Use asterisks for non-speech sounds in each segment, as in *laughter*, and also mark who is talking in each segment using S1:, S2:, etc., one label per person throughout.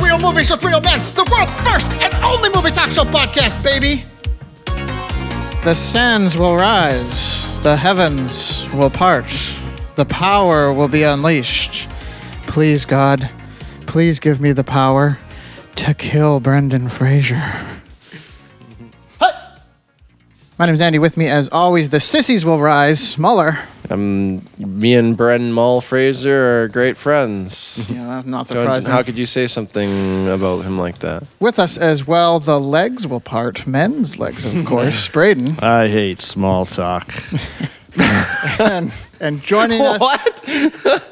S1: Real Movies with Real Men, the world's first and only movie talk show podcast, baby.
S2: The sands will rise, the heavens will part, the power will be unleashed. Please, God, please give me the power to kill Brendan Fraser. Hi. My name's Andy. With me, as always, the sissies will rise. Muller.
S3: Um, me and Bren Mull Fraser are great friends.
S2: Yeah, that's not
S3: Don't-
S2: surprising.
S3: How could you say something about him like that?
S2: With us as well, the legs will part. Men's legs, of course. Braden.
S4: I hate small talk.
S2: And, and *laughs* joining us.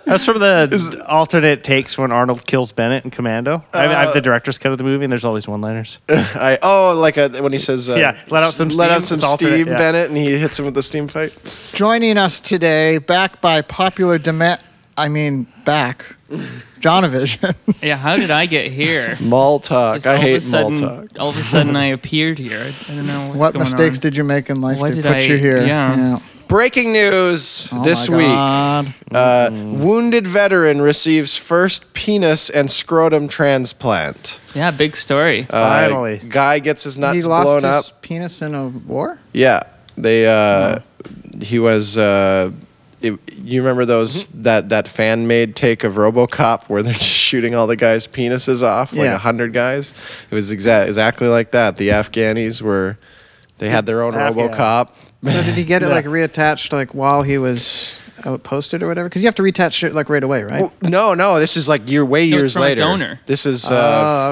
S4: That's from the alternate takes when Arnold kills Bennett in Commando. I, I have
S3: Uh,
S4: the director's cut of the movie, and there's all these one-liners.
S3: *laughs* I oh, like uh when he says, uh,
S4: Yeah, let out some
S3: let out
S4: steam.
S3: some
S4: It's alternate,
S3: steam,
S4: yeah.
S3: Bennett, and he hits him with the steam pipe.
S2: Joining us today, back by popular demand, I mean *laughs* back, Jonavision.
S5: Yeah, how did I get
S3: *laughs*
S5: here?
S3: Mall talk.
S5: Just
S3: I
S5: all of a
S3: hate
S5: sudden,
S3: mall talk.
S5: All of a sudden,
S3: *laughs*
S5: I appeared here. I don't know what's
S2: what
S5: going
S2: mistakes
S5: on.
S2: did you make in life
S5: What
S2: to
S5: did
S2: put
S5: I-
S2: you here?
S5: yeah.
S3: Breaking news
S2: Oh
S3: this
S2: my
S3: week.
S2: God.
S3: Uh, wounded veteran receives first penis and scrotum transplant.
S5: Yeah, big story.
S3: Uh,
S4: Finally.
S3: guy gets his nuts
S2: He lost
S3: blown
S2: his
S3: up.
S2: penis in a
S3: *laughs*
S2: war?
S3: Yeah, they. Uh, He was. Uh, it, you remember those that that fan made take of RoboCop where they're *laughs* just shooting all the guys' penises off, like
S2: Yeah.
S3: a hundred guys. It was exact exactly like that. The Afghanis were. They had their own
S4: Afghan.
S3: RoboCop.
S2: So did he get it
S4: Yeah.
S2: like reattached like while he was out posted or whatever? Because you have to reattach it like right away, right?
S3: Well, No, no, this is like year way
S5: No, it's
S3: years
S5: from a
S3: later.
S5: donor.
S3: This is uh,
S2: Oh,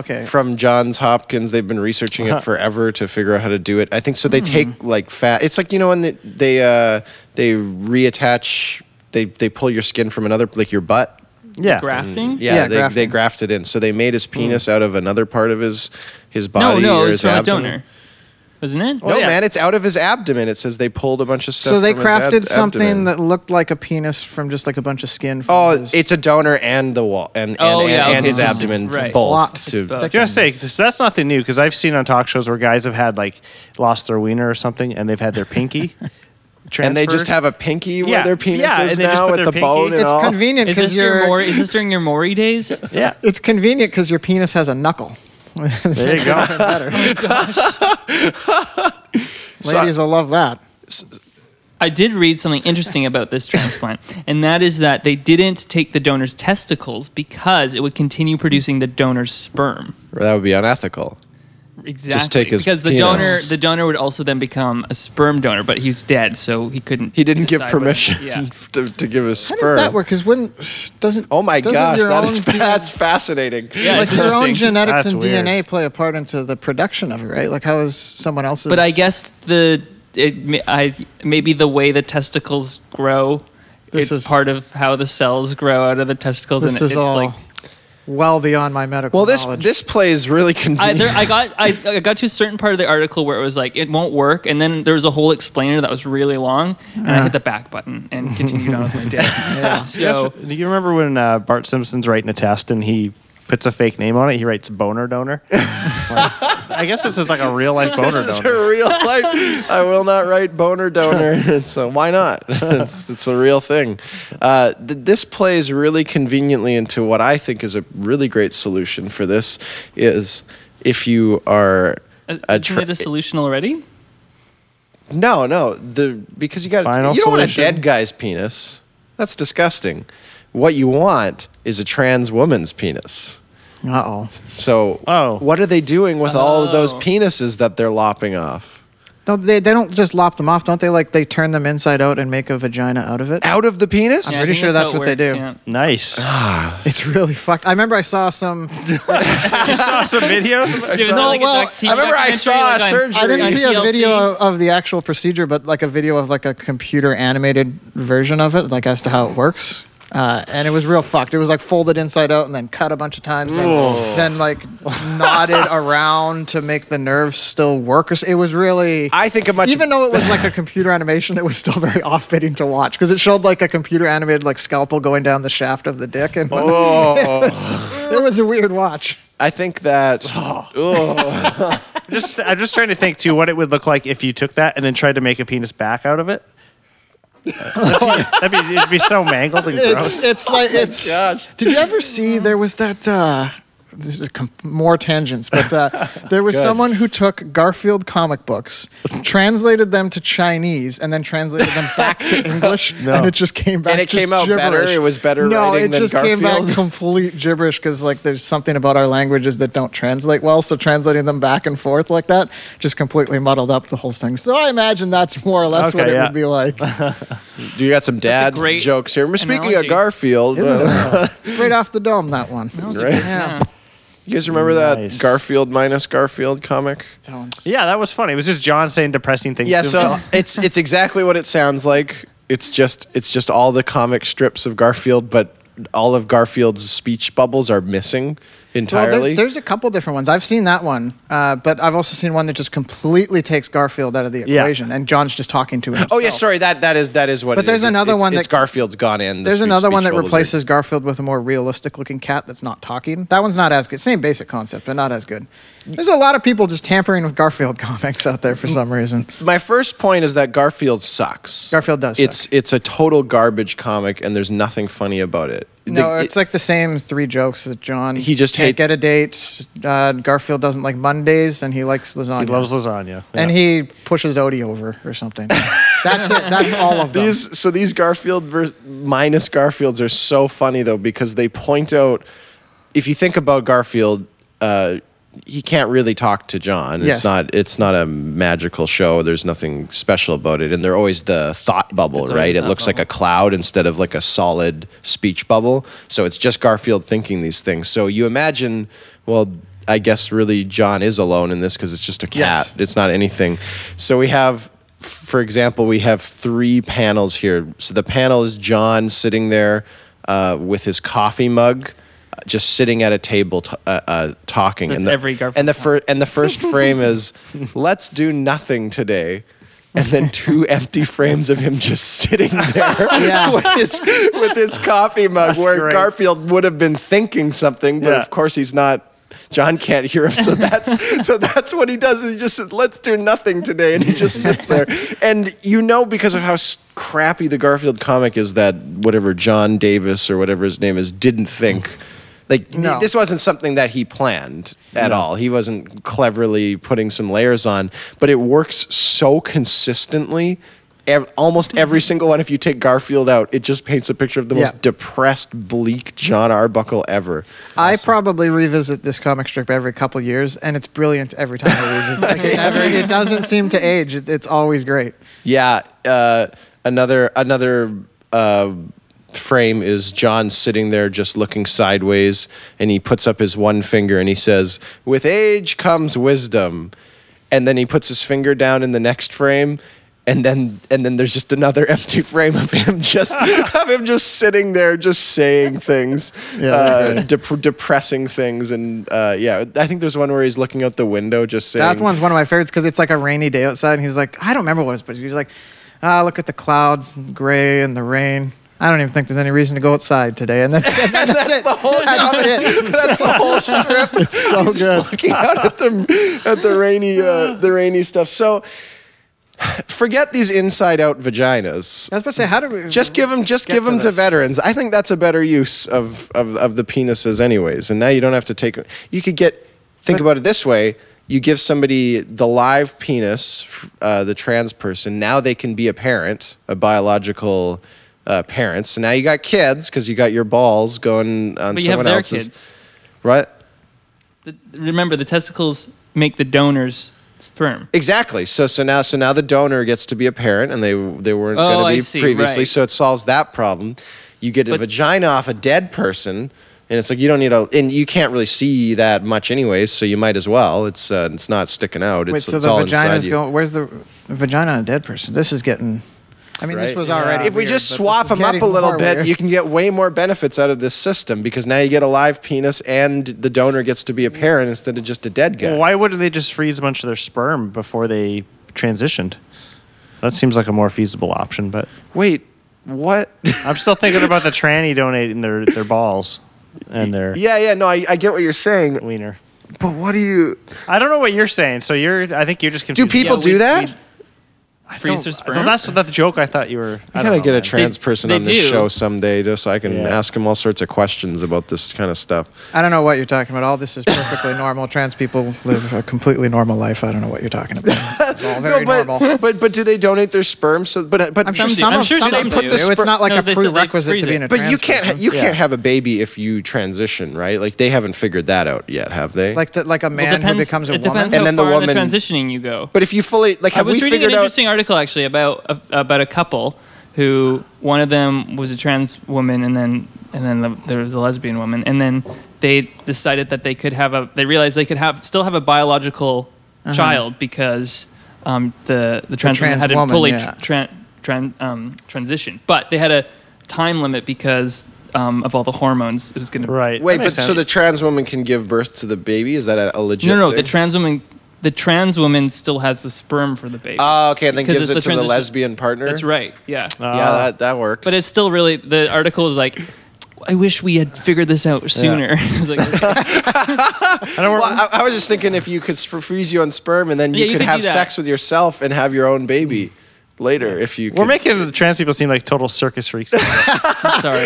S3: f-
S2: okay. Uh-huh.
S3: from Johns Hopkins. They've been researching it forever to figure out how to do it. I think so. They
S5: Hmm.
S3: take like fat. It's like you know when they they, uh, they reattach. They they pull your skin from another like your butt.
S4: Yeah.
S5: Grafting?
S3: Yeah,
S2: Yeah,
S3: they
S2: grafting. Hmm.
S3: they grafted in. So they made his penis out of another part of his his
S5: no,
S3: body.
S5: no,
S3: or
S5: it
S3: his
S5: was from a
S3: abdomen.
S5: donor, Oh, wasn't it?
S3: No
S4: yeah.
S3: man, it's out of his abdomen. It says they pulled a bunch of stuff.
S2: so they
S3: from his ab-
S2: crafted something
S3: abdomen.
S2: that looked like a penis from just like a bunch of skin. From
S3: Oh,
S2: his-
S3: it's a donor and the wall and and,
S5: Oh,
S3: and,
S5: yeah,
S3: and
S5: okay.
S3: his
S5: It's just-
S3: abdomen
S5: right.
S3: both
S2: Lots.
S3: to
S2: It's both.
S4: Just say, 'cause that's nothing new because I've seen on talk shows where guys have had like lost their wiener or something and they've had their pinky
S3: *laughs*
S4: transferred.
S3: And they just have a pinky where
S4: Yeah,
S3: their penis
S4: yeah,
S3: is
S4: and they just
S3: now
S4: put
S3: with
S4: their
S3: the
S4: pinky-
S3: bone and
S2: it's
S3: all.
S2: convenient
S5: Is this
S2: because
S5: your
S2: your
S5: Maury?
S3: *laughs*
S5: Is this during your Maury days?
S4: Yeah.
S2: it's convenient because your penis has a knuckle. *laughs*
S4: There you go.
S3: *laughs*
S2: Ladies will love that.
S5: I did read something interesting about this
S3: *laughs*
S5: transplant, and that is that they didn't take the donor's testicles because it would continue producing the donor's sperm.
S3: that would be unethical.
S5: Exactly.
S3: take his
S5: because the
S3: penis.
S5: donor, the donor would also then become a sperm donor, but he's dead, so he couldn't.
S3: He didn't give
S5: decide whether-
S3: permission
S5: Yeah.
S3: *laughs* to, to give his
S2: How
S3: sperm.
S2: does that work? Because wouldn't doesn't
S3: Oh my
S2: doesn't
S3: gosh,
S2: your
S3: that is
S2: own gen-
S3: that's fascinating.
S5: Yeah,
S2: like
S5: it's
S2: your own
S5: interesting.
S2: genetics
S4: That's
S2: and
S4: weird.
S2: DNA play a part into the production of it, right? Like how is someone else's?
S5: But I guess the it may- I maybe the way the testicles grow,
S2: This
S5: it's
S2: is-
S5: part of how the cells grow out of the testicles,
S2: this
S5: and
S2: is
S5: it's
S2: all
S5: like.
S2: well beyond my medical.
S3: Well, this
S2: knowledge.
S3: this plays really
S5: I,
S3: convenient.
S5: there,
S2: *laughs*
S5: I got I, I got to a certain part of the article where it was like it won't work, and then there was a whole explainer that was really long, and
S2: Uh-huh.
S5: I hit the back button and continued on with
S2: *laughs*
S5: my day. *laughs* So
S4: *laughs* Do you remember when uh, Bart Simpson's writing a test and he puts a fake name on it? He writes boner
S3: *laughs*
S4: donor. Like, I guess this is like a real life boner
S3: this is
S4: donor.
S3: a
S4: *laughs*
S3: real life. I will not write boner donor.
S2: *laughs*
S3: *laughs* so why not? It's, it's a real thing. Uh, th- this plays really conveniently into what I think is a really great solution for this. Is if you are
S5: uh,
S3: a
S5: isn't
S3: tra-
S5: it a solution already?
S3: No, no. The because you got you
S4: Final
S3: don't want a
S4: solution.
S3: dead guy's penis. That's disgusting. What you want is a trans woman's penis.
S2: Uh oh.
S3: So,
S4: Oh.
S3: what are they doing with all of those
S5: Oh.
S3: penises that they're lopping off?
S2: No, they they don't just lop them off, don't they? Like they turn them inside out and make a vagina out of it.
S3: Out of the penis?
S2: I'm
S5: Yeah, I
S2: pretty
S5: think
S2: sure that's
S5: how it
S2: what they
S5: works,
S2: do.
S5: yeah.
S4: Nice. *laughs*
S2: It's really fucked. I remember I saw some.
S4: you saw some videos.
S5: Dude, isn't there, like, a
S2: well,
S5: doc- TV
S3: I remember I
S5: documentary,
S3: saw a
S5: like, on-
S3: surgery.
S2: I didn't
S5: on
S2: see a
S5: TLC?
S2: video of the actual procedure, but like a video of like a computer animated version of it, like as to how it works. Uh, and it was real fucked. It was like folded inside out and then cut a bunch of times, then, then like knotted around to make the nerves still work. Or s- It was really.
S3: I think a much
S2: even though it was like a computer animation, it was still very *laughs* off-fitting to watch because it showed like a computer animated like scalpel going down the shaft of the dick, and *laughs* it was a weird watch.
S3: I think that Ugh.
S4: just I'm just trying to think too what it would look like if you took that and then tried to make a penis back out of it. That'd be, it'd be so mangled and gross.
S2: It's it's like it's.
S3: Oh gosh.
S2: Did you ever see there was that uh, this is com- more tangents, but uh, there was someone who took Garfield comic books, translated them to Chinese, and then translated them back
S3: *laughs*
S2: to English, and it just came back.
S3: And it
S2: just
S3: came out better?
S2: gibberish.
S3: It was better
S2: No,
S3: writing
S2: it
S3: than
S2: just came
S3: Garfield?
S2: back complete gibberish because like there's something about our languages that don't translate well. So translating them back and forth like that just completely muddled up the whole thing. So I imagine that's more or less
S4: Okay,
S2: what it
S4: yeah.
S2: would be
S3: *laughs*
S2: like.
S3: You got some dad
S5: great
S3: jokes here. Speaking
S5: analogy.
S3: of Garfield, uh, *laughs*
S2: right off the dome, that one.
S3: Right?
S2: Yeah.
S3: you guys remember
S4: Nice.
S3: that Garfield minus Garfield comic?
S2: That one's
S4: Yeah, that was funny. It was just John saying depressing things.
S3: Yeah,
S4: to
S3: so *laughs*
S4: himself.
S3: it's it's exactly what it sounds like. It's just it's just all the comic strips of Garfield, but all of Garfield's speech bubbles are missing
S2: Well, there-
S3: entirely.
S2: there's a couple different ones. I've seen that one, uh, but I've also seen one that just completely takes Garfield out of the
S4: Yeah.
S2: equation, and John's just talking to himself.
S3: oh yeah, sorry. That that is that is what.
S2: But
S3: it
S2: there's
S3: is. It's-
S2: another
S3: it's-
S2: one
S3: It's
S2: that-
S3: Garfield's gone in. The
S2: There's
S3: speech-
S2: another one
S3: speech
S2: that
S3: bubbles are-
S2: replaces Garfield with a more realistic-looking cat that's not talking. That one's not as good. Same basic concept, but not as good. There's a lot of people just tampering with Garfield *laughs* comics out there for
S3: Mm.
S2: some reason.
S3: My first point is that Garfield sucks.
S2: Garfield does suck.
S3: It's it's a total garbage comic, and there's nothing funny about it.
S2: No,
S3: The-
S2: it's like the same three jokes that John.
S3: He just
S2: can't
S3: hate-
S2: get a date. Uh, Garfield doesn't like Mondays, and he likes lasagna.
S4: he loves lasagna.
S2: and
S4: Yeah.
S2: he pushes Odie over or
S3: *laughs*
S2: something. That's it. That's all of them.
S3: These so these Garfield vers- minus Garfields are so funny though because they point out if you think about Garfield, uh, he can't really talk to John.
S2: Yes.
S3: It's not it's not a magical show. There's nothing special about it, and they're always the thought bubble,
S5: It's always
S3: right?
S5: the
S3: It
S5: thought
S3: looks like
S5: bubble.
S3: a cloud instead of like a solid speech bubble. So it's just Garfield thinking these things. So you imagine, well. I guess really John is alone in this because it's just a cat.
S2: Yes.
S3: It's not anything. So we have, f- for example, we have three panels here. So the panel is John sitting there uh, with his coffee mug, uh, just sitting at a table t- uh, uh, talking.
S5: That's
S3: the,
S5: every Garfield
S3: And the, fir- and the first
S4: *laughs*
S3: frame is, let's do nothing today. And then two *laughs* empty frames of him just
S4: *laughs*
S3: sitting there
S2: Yeah.
S3: with his with his coffee mug, where
S4: great.
S3: Garfield would have been thinking something, but
S4: Yeah.
S3: of course he's not. John can't hear him,
S2: *laughs*
S3: so that's so that's what he does. Is he just says, "Let's do nothing today," and he just sits there. And you know, because of how s- crappy the Garfield comic is, that whatever John Davis or whatever his name is didn't think. Like th-
S2: No.
S3: this wasn't something that he planned at all. He wasn't cleverly putting some layers on, but it works so consistently. Ev- almost every single one. If you take Garfield out, it just paints a picture of the
S2: Mm-hmm. Yeah.
S3: most depressed, bleak John Arbuckle ever.
S2: I probably revisit this comic strip every couple years, and it's brilliant every time I revisit it. Like, it, never, it doesn't seem to age. It's, it's always great.
S3: Yeah. Uh, another another uh, frame is John sitting there just looking sideways, and he puts up his one finger and he says, "With age comes wisdom," and then he puts his finger down in the next frame. And then, and then there's just another *laughs* empty frame of him just of him just sitting there, just saying things, uh, dep- depressing things, and uh, yeah, I think there's one where he's looking out the window, just saying.
S2: That one's one of my favorites because it's like a rainy day outside, and he's like, I don't remember what it was, but he's like, ah, look at the clouds, and gray, and the rain. I don't even think there's any reason to go outside today. And then and
S3: *laughs*
S2: that's, it.
S3: the whole
S2: That's it.
S3: That's the whole strip. It's so
S2: good.
S3: Just looking out at the at the rainy uh, the rainy stuff. So forget these inside out vaginas.
S2: I was about to say, how do we
S3: Just give them just
S2: Get
S3: give
S2: to
S3: them to,
S2: this.
S3: veterans. I think that's a better use of, of of the penises anyways. And now you don't have to take you could get think about it this way. You give somebody the live penis, f- uh, the trans person. Now they can be a parent, a biological uh, parent. So now you got kids because you got your balls going on
S5: But you have
S3: someone
S5: their
S3: else's.
S5: kids.
S3: Right?
S5: The, remember, the testicles make the donors sperm.
S3: Exactly. So so now so now the donor gets to be a parent, and they they weren't
S5: Oh,
S3: going
S5: I
S3: to be
S5: see,
S3: previously.
S5: right.
S3: So it solves that problem. You get a
S5: But-
S3: vagina off a dead person, and it's like you don't need a and you can't really see that much anyways. So you might as well. It's uh, it's not sticking out. It's,
S2: Wait, so
S3: it's
S2: the
S3: all
S2: vagina's
S3: inside you.
S2: going. Where's the vagina on a dead person? This is getting. I mean, this
S3: Right?
S2: was already.
S3: If we
S2: weird,
S3: just
S2: but
S3: swap
S2: this is
S3: them up
S2: getting
S3: a little
S2: more
S3: bit,
S2: weird.
S3: you can get way more benefits out of this system because now you get a live penis and the donor gets to be a parent instead of just a dead guy.
S4: Well, why wouldn't they just freeze a bunch of their sperm before they transitioned? That seems like a more feasible option, but
S3: Wait, what?
S4: I'm still thinking about the tranny donating their, their balls and their
S3: yeah, yeah, no, I, I get what you're saying,
S4: wiener.
S3: but what do you?
S4: I don't know what you're saying, so you're. I think you're just
S3: Do
S4: confused.
S3: people
S5: Yeah,
S3: do
S5: we-
S3: that?
S5: we- freeze their
S4: Well,
S5: sperm.
S4: that's not the joke I thought you were. I
S3: I
S4: don't
S3: gotta
S4: know,
S3: get a
S4: man.
S3: trans person
S5: they
S3: on this
S5: do.
S3: show someday, just so I can
S4: Yeah.
S3: ask him all sorts of questions about this kind of stuff.
S2: I don't know what you're talking about. All this is perfectly normal. Trans people live a completely normal life. I don't know what you're talking about. It's all very
S3: but,
S2: normal.
S3: *laughs* but but do they donate their sperm? So but but
S2: I'm sure
S5: Some do.
S2: some,
S5: I'm
S2: of,
S5: sure
S2: some
S5: some
S2: people
S5: do.
S2: do. It's not like
S5: No,
S2: a
S5: they said they
S2: prerequisite
S5: freeze
S2: to
S5: it.
S2: being a
S3: But
S2: trans
S3: you can't ha-
S2: person.
S3: you
S2: Yeah.
S3: can't have a baby if you transition, right? Like they haven't figured that out yet, have they?
S2: like the, like a
S5: Well,
S2: man who
S5: depends-
S2: becomes a
S5: it
S2: woman.
S5: depends
S3: And
S5: how
S3: then the
S5: far in the
S3: woman-
S5: transitioning you go.
S3: but if you fully like,
S5: I
S3: have
S5: was
S3: we
S5: reading an
S3: figured out?
S5: interesting article actually about about a couple who one of them was a trans woman and then and then the, there was a lesbian woman and then they decided that they could have a they realized they could have still have a biological child because um, the the trans, woman
S2: trans
S5: hadn't
S2: woman,
S5: fully
S2: yeah.
S5: tran- tran- um, transitioned, but they had a time limit because um, of all the hormones it was going to
S4: Right.
S3: Wait,
S4: That
S3: but
S4: makes
S3: so
S4: sense.
S3: the trans woman can give birth to the baby? Is that a- a legit?
S5: no no
S3: thing?
S5: the trans woman the trans woman still has the sperm for the baby.
S3: Ah, okay, and then
S5: Because
S3: gives it
S5: it's
S3: to
S5: the
S3: the
S5: transition-
S3: lesbian partner.
S5: That's right. Yeah.
S3: Yeah, that, that works.
S5: But it's still really the article is like, I wish we had figured this out sooner. *laughs* It's like,
S4: I don't
S3: Well,
S4: know.
S3: I, I was just thinking if you could sp- freeze you on sperm and then you
S5: Yeah, you
S3: could
S5: could do
S3: have
S5: that.
S3: sex with yourself and have your own baby later if you.
S4: We're
S3: could-
S4: making the trans people seem like total circus freaks.
S5: sorry.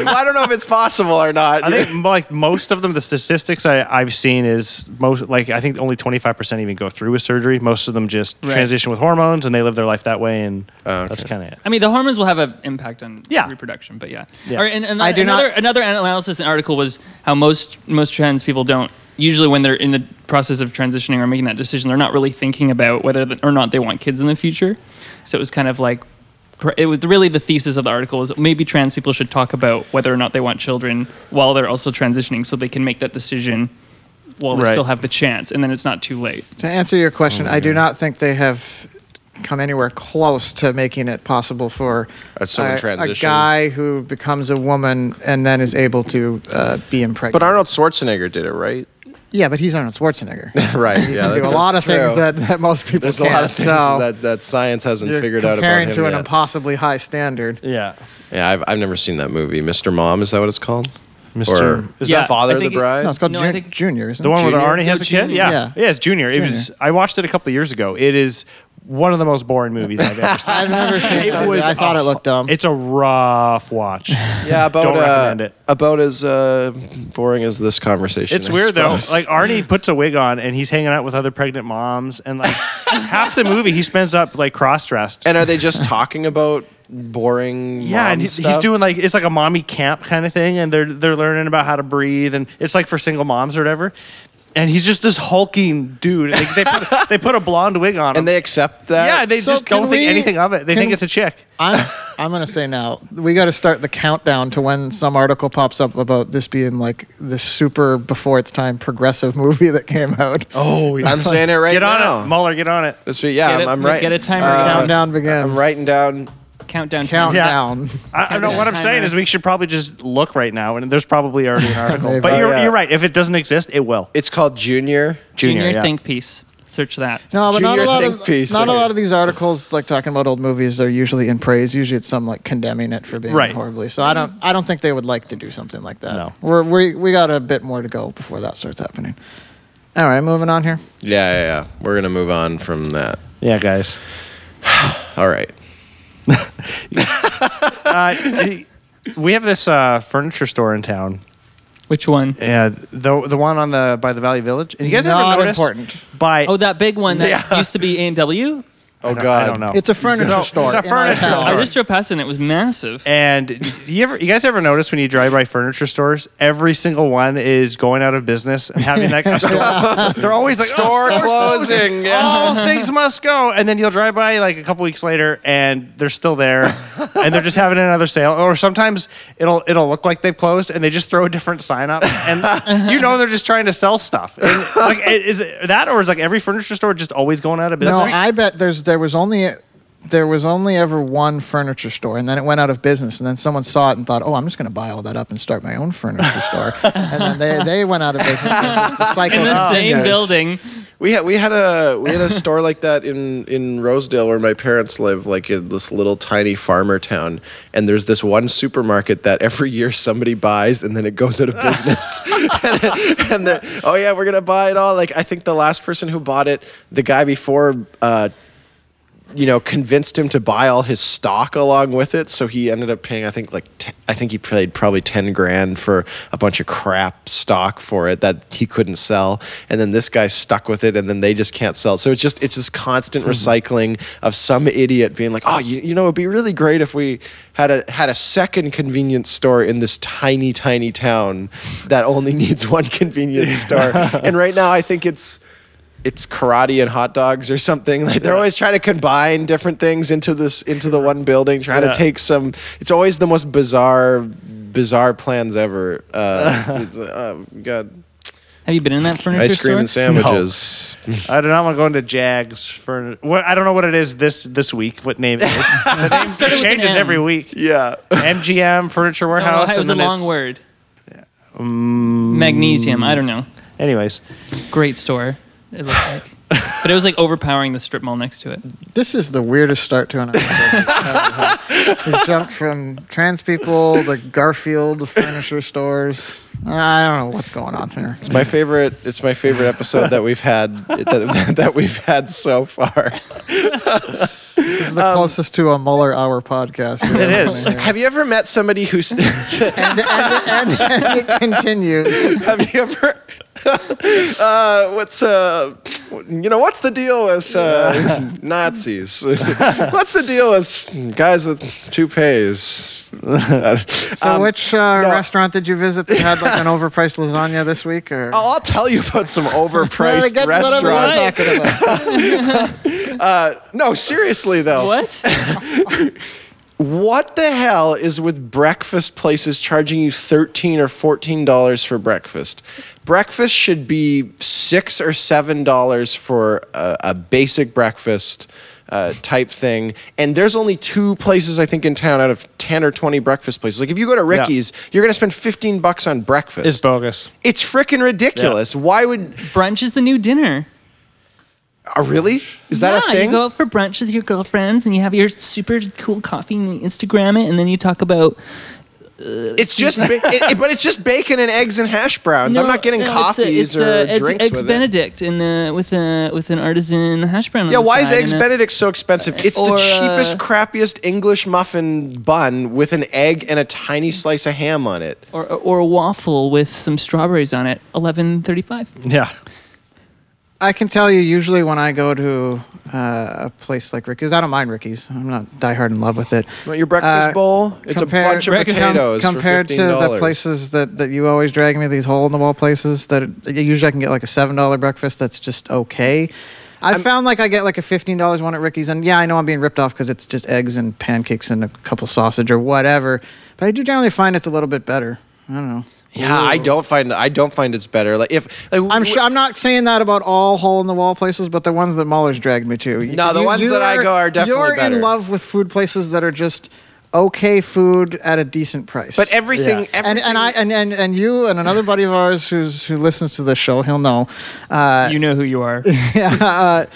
S3: Well, I don't know if it's possible or not. *laughs*
S4: I think like most of them, the statistics I, I've seen is most like I think only twenty five percent even go through with surgery. Most of them just
S5: Right.
S4: transition with hormones and they live their life that way, and
S3: Oh, okay.
S4: that's kind of it.
S5: I mean, the hormones will have an impact on
S4: Yeah.
S5: reproduction, but yeah.
S4: Yeah.
S5: Or, and, and
S2: I do
S5: another,
S2: not-
S5: another analysis and article was how most most trans people don't usually when they're in the process of transitioning or making that decision, they're not really thinking about whether th- or not they want kids in the future. So it was kind of like pr- it was really the thesis of the article is maybe trans people should talk about whether or not they want children while they're also transitioning, so they can make that decision while they
S4: Right.
S5: still have the chance, and then it's not too late.
S2: To answer your
S3: Oh,
S2: question, I do not think they have come anywhere close to making it possible for
S3: Uh, someone
S2: a
S3: transition.
S2: guy who becomes a woman and then is able to uh, be impregnated.
S3: But Arnold Schwarzenegger did it, right?
S2: yeah, but he's Arnold Schwarzenegger.
S3: right.
S2: He
S3: *laughs* Yeah.
S2: can
S3: that-
S2: do a lot of
S3: that's
S2: things
S3: true.
S2: that, that most people
S3: There's a
S2: can't.
S3: lot of things
S2: so
S3: that, that science hasn't
S2: you're
S3: figured out about
S2: comparing
S3: him
S2: to an
S3: yet.
S2: impossibly high standard.
S4: Yeah,
S3: yeah, I've, I've never seen that movie. Mr. Mom, is that what it's called?
S4: Mr.
S3: Or
S4: Is
S5: Yeah,
S4: that
S3: Father
S5: I
S3: of the
S5: think it-
S3: Bride?
S2: No, it's called
S5: No, I
S2: jun-
S5: think-
S2: Junior, isn't
S4: the
S2: it?
S4: one
S3: Junior?
S4: where Arnie has a
S5: Junior.
S4: kid? Yeah.
S2: Yeah.
S4: yeah, it's Oh, Junior. It was
S2: Junior.
S4: I watched it a couple of years ago. It is one of the most boring movies I've
S3: *laughs*
S4: ever seen.
S2: I've never seen it.
S4: was
S2: I thought it looked dumb.
S4: it's a
S3: *laughs*
S4: rough watch.
S3: Yeah, about
S4: Don't
S3: uh,
S4: recommend it.
S3: about as uh, boring as this conversation.
S4: It's
S3: I
S4: weird though.
S3: suppose.
S4: Like Arnie puts a wig on and he's hanging out with other pregnant moms, and like half the movie he spends up like cross dressed.
S3: and are they just talking about boring?
S4: Yeah,
S3: mom
S4: and he's, he's
S3: stuff?
S4: doing like it's like a mommy camp kind of thing, and they're they're learning about how to breathe, and it's like for single moms or whatever. And he's just this hulking dude. And they, they, put, they put a blonde wig on him.
S3: and they accept that.
S4: yeah, they
S2: So
S4: just
S2: can
S4: don't
S2: we-
S4: think anything of it. They
S2: can-
S4: think it's a chick.
S2: I'm I'm gonna say now we got to start the countdown to when some article pops up about this being like this super before its time progressive *laughs* movie that came out. Uh,
S4: Oh,
S3: I'm saying it right
S4: get on
S3: now.
S4: it, Mueller. Get on it.
S3: This week- yeah,
S5: Get
S3: I'm,
S5: a-
S3: I'm right. Uh,
S5: get a timer
S2: countdown begins.
S3: I'm writing down.
S5: Countdown.
S2: Countdown.
S5: time.
S4: I, I know what I'm
S5: Timer.
S4: saying is we should probably just look right now, and there's probably already an article.
S2: Maybe.
S4: but
S2: Oh,
S4: you're,
S3: yeah.
S4: you're right. If it doesn't exist, it will.
S3: It's called Junior.
S5: Junior,
S4: yeah.
S5: think piece. Search that.
S2: No, but not a
S3: Junior
S2: lot
S3: think
S2: of
S3: piece.
S2: not a lot of these articles like talking about old movies are usually in praise. Usually it's some like condemning it for being
S4: Right.
S2: horribly. So I don't I don't think they would like to do something like that.
S4: No.
S2: We're, we we got a bit more to go before that starts happening. All right, moving on here.
S3: Yeah, yeah, yeah. We're gonna move on from that.
S4: Yeah, guys.
S3: All right.
S4: Uh, we have this uh, furniture store in town
S5: Which one?
S4: Yeah, the the one on the by the Valley Village. And you guys
S2: Not
S4: ever noticed
S2: important.
S4: by
S5: Oh, that big one that used to be A and W.
S3: Oh
S4: I don't-
S3: God.
S4: I don't know.
S2: It's a furniture
S4: So-
S2: store.
S4: It's a
S2: in our
S4: furniture
S2: town.
S4: store.
S5: I just drove past it and it was massive.
S4: Oh. and do you ever you guys ever notice when you drive by furniture stores, every single one is going out of business and having like a store. They're always like
S3: Store
S4: oh, store's
S3: closing.
S4: *laughs*
S3: Yeah.
S4: All Oh, things must go, and then you'll drive by like a couple weeks later, and they're still there, and they're just having another sale. Or sometimes it'll it'll look like they've closed, and they just throw a different sign up, and you know they're just trying to sell stuff. And, like, i- is it that, or is like every furniture store just always going out of
S2: No,
S4: business?
S2: I bet there's there was only there was only ever one furniture store, and then it went out of business, and then someone saw it and thought, "Oh, I'm just going to buy all that up and start my own furniture store," and then they, they went out of business. And just the cycle
S5: in the
S4: oh,
S5: same
S2: continues.
S5: building.
S3: We had we had a we had a store like that in in Rosedale where my parents live, like in this little tiny farmer town. And there's this one supermarket that every year somebody buys and then it goes out of business. *laughs* and and they're, oh yeah, we're gonna buy it all. Like I think the last person who bought it, the guy before. Uh, you know, convinced him to buy all his stock along with it. So he ended up paying, I think, like, t- I think he paid probably 10 grand for a bunch of crap stock for it that he couldn't sell. And then this guy stuck with it and then they just can't sell it. So it's just, it's this constant recycling of some idiot being like, oh, you, you know, it'd be really great if we had a, had a second convenience store in this tiny, tiny town that only *laughs* needs one convenience store. And right now I think it's, it's karate and hot dogs or something. *laughs* Like they're always trying to combine different things into this into the one building, trying
S4: Yeah.
S3: to take some. It's always the most bizarre, bizarre plans ever. Uh, it's, uh, oh, God,
S5: Have you been in that furniture
S3: ice cream
S5: store?
S3: and sandwiches.
S4: I do not want to go into Jags for. What, I don't know what it is this this week. What name it is? The name
S5: started *laughs* with an
S4: changes
S5: M.
S4: every week.
S3: *laughs* Yeah,
S4: MGM Furniture
S5: No, no,
S4: Warehouse.
S5: it was a
S4: and then
S5: long
S4: it's-
S5: word.
S4: Um,
S5: Magnesium. I don't know.
S4: Anyways,
S5: Great store. It looked like, but it was like overpowering the strip mall next to it.
S2: This is the weirdest start to an episode. He's jumped from trans people, the Garfield furniture stores. I don't know what's going on here.
S3: it's my favorite. It's my favorite episode that we've had that, *laughs* that we've had so far.
S2: This is the closest to a Mueller Hour podcast. we've
S4: It
S2: ever
S4: is.
S3: *laughs*
S2: been here.
S3: Have you ever met somebody who's?
S2: And, and, and, *laughs* and it continues.
S3: have you ever? *laughs* Uh, what's uh, you know, what's the deal with uh, Nazis? *laughs* what's the deal with guys with toupees? Uh,
S2: So,
S3: um,
S2: which uh,
S3: no.
S2: restaurant did you visit that had like an overpriced lasagna this week? Or
S3: I'll I'll tell you about some overpriced
S2: That's what I'm
S3: restaurants.
S2: talking about.
S3: No, seriously though.
S5: What?
S3: What the hell is with breakfast places charging you thirteen or fourteen dollars for breakfast? Breakfast should be six or seven dollars for a, a basic breakfast uh, type thing. And there's only two places I think in town out of ten or twenty breakfast places. Like if you go to Ricky's, you're gonna spend fifteen bucks on breakfast.
S4: it's bogus.
S3: it's freaking ridiculous. Why would?
S5: *laughs* brunch is the new dinner.
S3: Oh, really? Is that
S5: yeah,
S3: a thing?
S5: You go out for brunch with your girlfriends and you have your super cool coffee and you Instagram it and then you talk about.
S3: It's
S5: *laughs*
S3: just, ba- it, it- but it's just bacon and eggs and hash browns. I'm
S5: No,
S3: not getting
S5: no, it's a-
S3: coffees
S5: it's
S3: or
S5: a- it's
S3: drinks
S5: Eggs
S3: with it.
S5: Benedict in uh, with a with an artisan hash brown. on
S3: Yeah,
S5: the
S3: why is
S5: side
S3: eggs
S5: and a-
S3: Benedict so expensive? It's
S5: or,
S3: the
S5: uh,
S3: cheapest, crappiest English muffin bun with an egg and a tiny slice of ham on it.
S5: or, or a waffle with some strawberries on it? Eleven thirty-five.
S4: Yeah.
S2: I can tell you usually when I go to uh, a place like Ricky's, I don't mind Ricky's. I'm not diehard in love with it. Uh,
S3: Want your breakfast bowl? It's a bunch of
S2: com-
S3: potatoes for
S2: compared to the
S3: $15.
S2: places that, that you always drag me, these hole in the wall places that usually I can get like a seven dollar breakfast that's just okay. I found like I get like a fifteen dollars one at Ricky's, and yeah, I know I'm being ripped off because it's just eggs and pancakes and a couple sausage or whatever. But I do generally find it's a little bit better. I don't know.
S3: Yeah, I don't find I don't find it's better. Like if like,
S2: I'm sure I'm not saying that about all hole in the wall places, but the ones that Mahler's dragged me to.
S3: No, the ones that I go are definitely
S2: You're
S3: better.
S2: in love with food places that are just okay food at a decent price.
S3: But everything,
S4: Yeah.
S3: everything
S2: and and I and, and and you and another buddy of ours who's who listens to this show, he'll know.
S5: you know who you are.
S2: Yeah, *laughs* uh,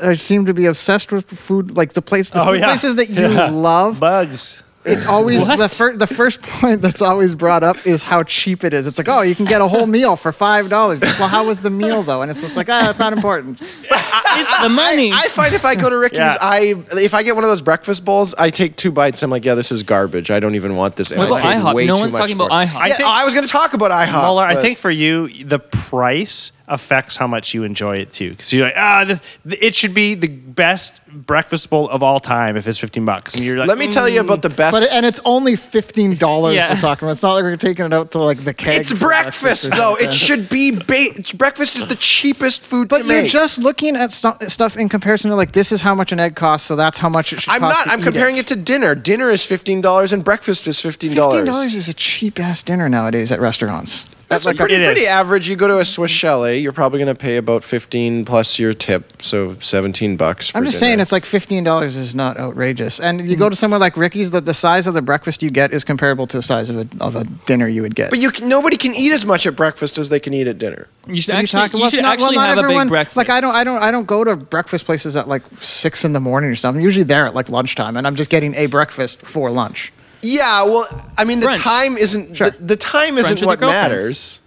S2: I seem to be obsessed with the food, like the place, the
S4: Oh,
S2: food
S4: *laughs* yeah.
S2: places that you love.
S4: Bugs.
S2: It's always the
S5: What?
S2: first the first point that's always brought up is how cheap it is. It's like, oh, you can get a whole meal for five dollars. Well, how was the meal though? And it's just like, ah, that's not important.
S5: it's the money.
S3: I find if I go to Ricky's,
S4: Yeah.
S3: I if I get one of those breakfast bowls, I take two bites. I'm like, yeah, this is garbage. I don't even want this. And
S5: What
S3: I
S5: about
S3: paid
S5: IHOP?
S3: way
S5: No
S3: too
S5: one's
S3: much
S5: talking
S3: for
S5: about
S3: it.
S5: IHOP.
S3: Yeah,
S5: I
S3: I,
S4: think-
S3: was going to talk about IHOP.
S4: Muller, I
S3: Ah, but-
S4: think for you, the price affects how much you enjoy it too. Because you're like, ah, this, it should be the best breakfast bowl of all time if it's fifteen bucks, and you're like,
S3: Let me tell you about the best.
S2: But and it's only fifteen dollars
S5: Yeah.
S2: we're talking about. It's not like we're taking it out to like the keg.
S3: It's
S2: for
S3: breakfast,
S2: or
S3: though.
S2: something.
S3: It should be. Ba- it's- breakfast is the cheapest food
S2: But
S3: to
S2: you're
S3: make.
S2: just looking at stu- stuff in comparison to like this is how much an egg costs, so that's how much it should.
S3: I'm
S2: cost
S3: not.
S2: to
S3: I'm
S2: eat
S3: comparing it. to dinner. Dinner is fifteen dollars, and breakfast is fifteen
S2: fifteen
S3: dollars.
S2: dollars is a cheap ass dinner nowadays at restaurants.
S3: That's like
S4: It
S3: pretty,
S4: is.
S3: pretty average. You go to a Swiss chalet, you're probably going to pay about fifteen plus your tip, so seventeen bucks. For
S2: I'm just saying
S3: dinner. Mm.
S2: it's like fifteen dollars is not outrageous, and you go to somewhere like Ricky's, that the size of the breakfast you get is comparable to the size of a, of a dinner you would get.
S3: But you can, nobody can eat as much at breakfast as they can eat at dinner.
S5: you should
S2: What are you
S5: actually,
S2: talking-
S5: you
S2: well,
S5: should
S2: it's not- well,
S5: actually
S2: not
S5: have a
S2: everyone-
S5: big breakfast.
S2: Like I don't, I don't, I don't go to breakfast places at like six in the morning or something. Usually they're at like lunchtime, and I'm just getting a breakfast for lunch.
S3: Yeah, well, I mean, the
S5: Brunch.
S3: time isn't
S2: Sure.
S3: the, the time isn't
S5: with
S3: what
S5: your girlfriends.
S3: matters.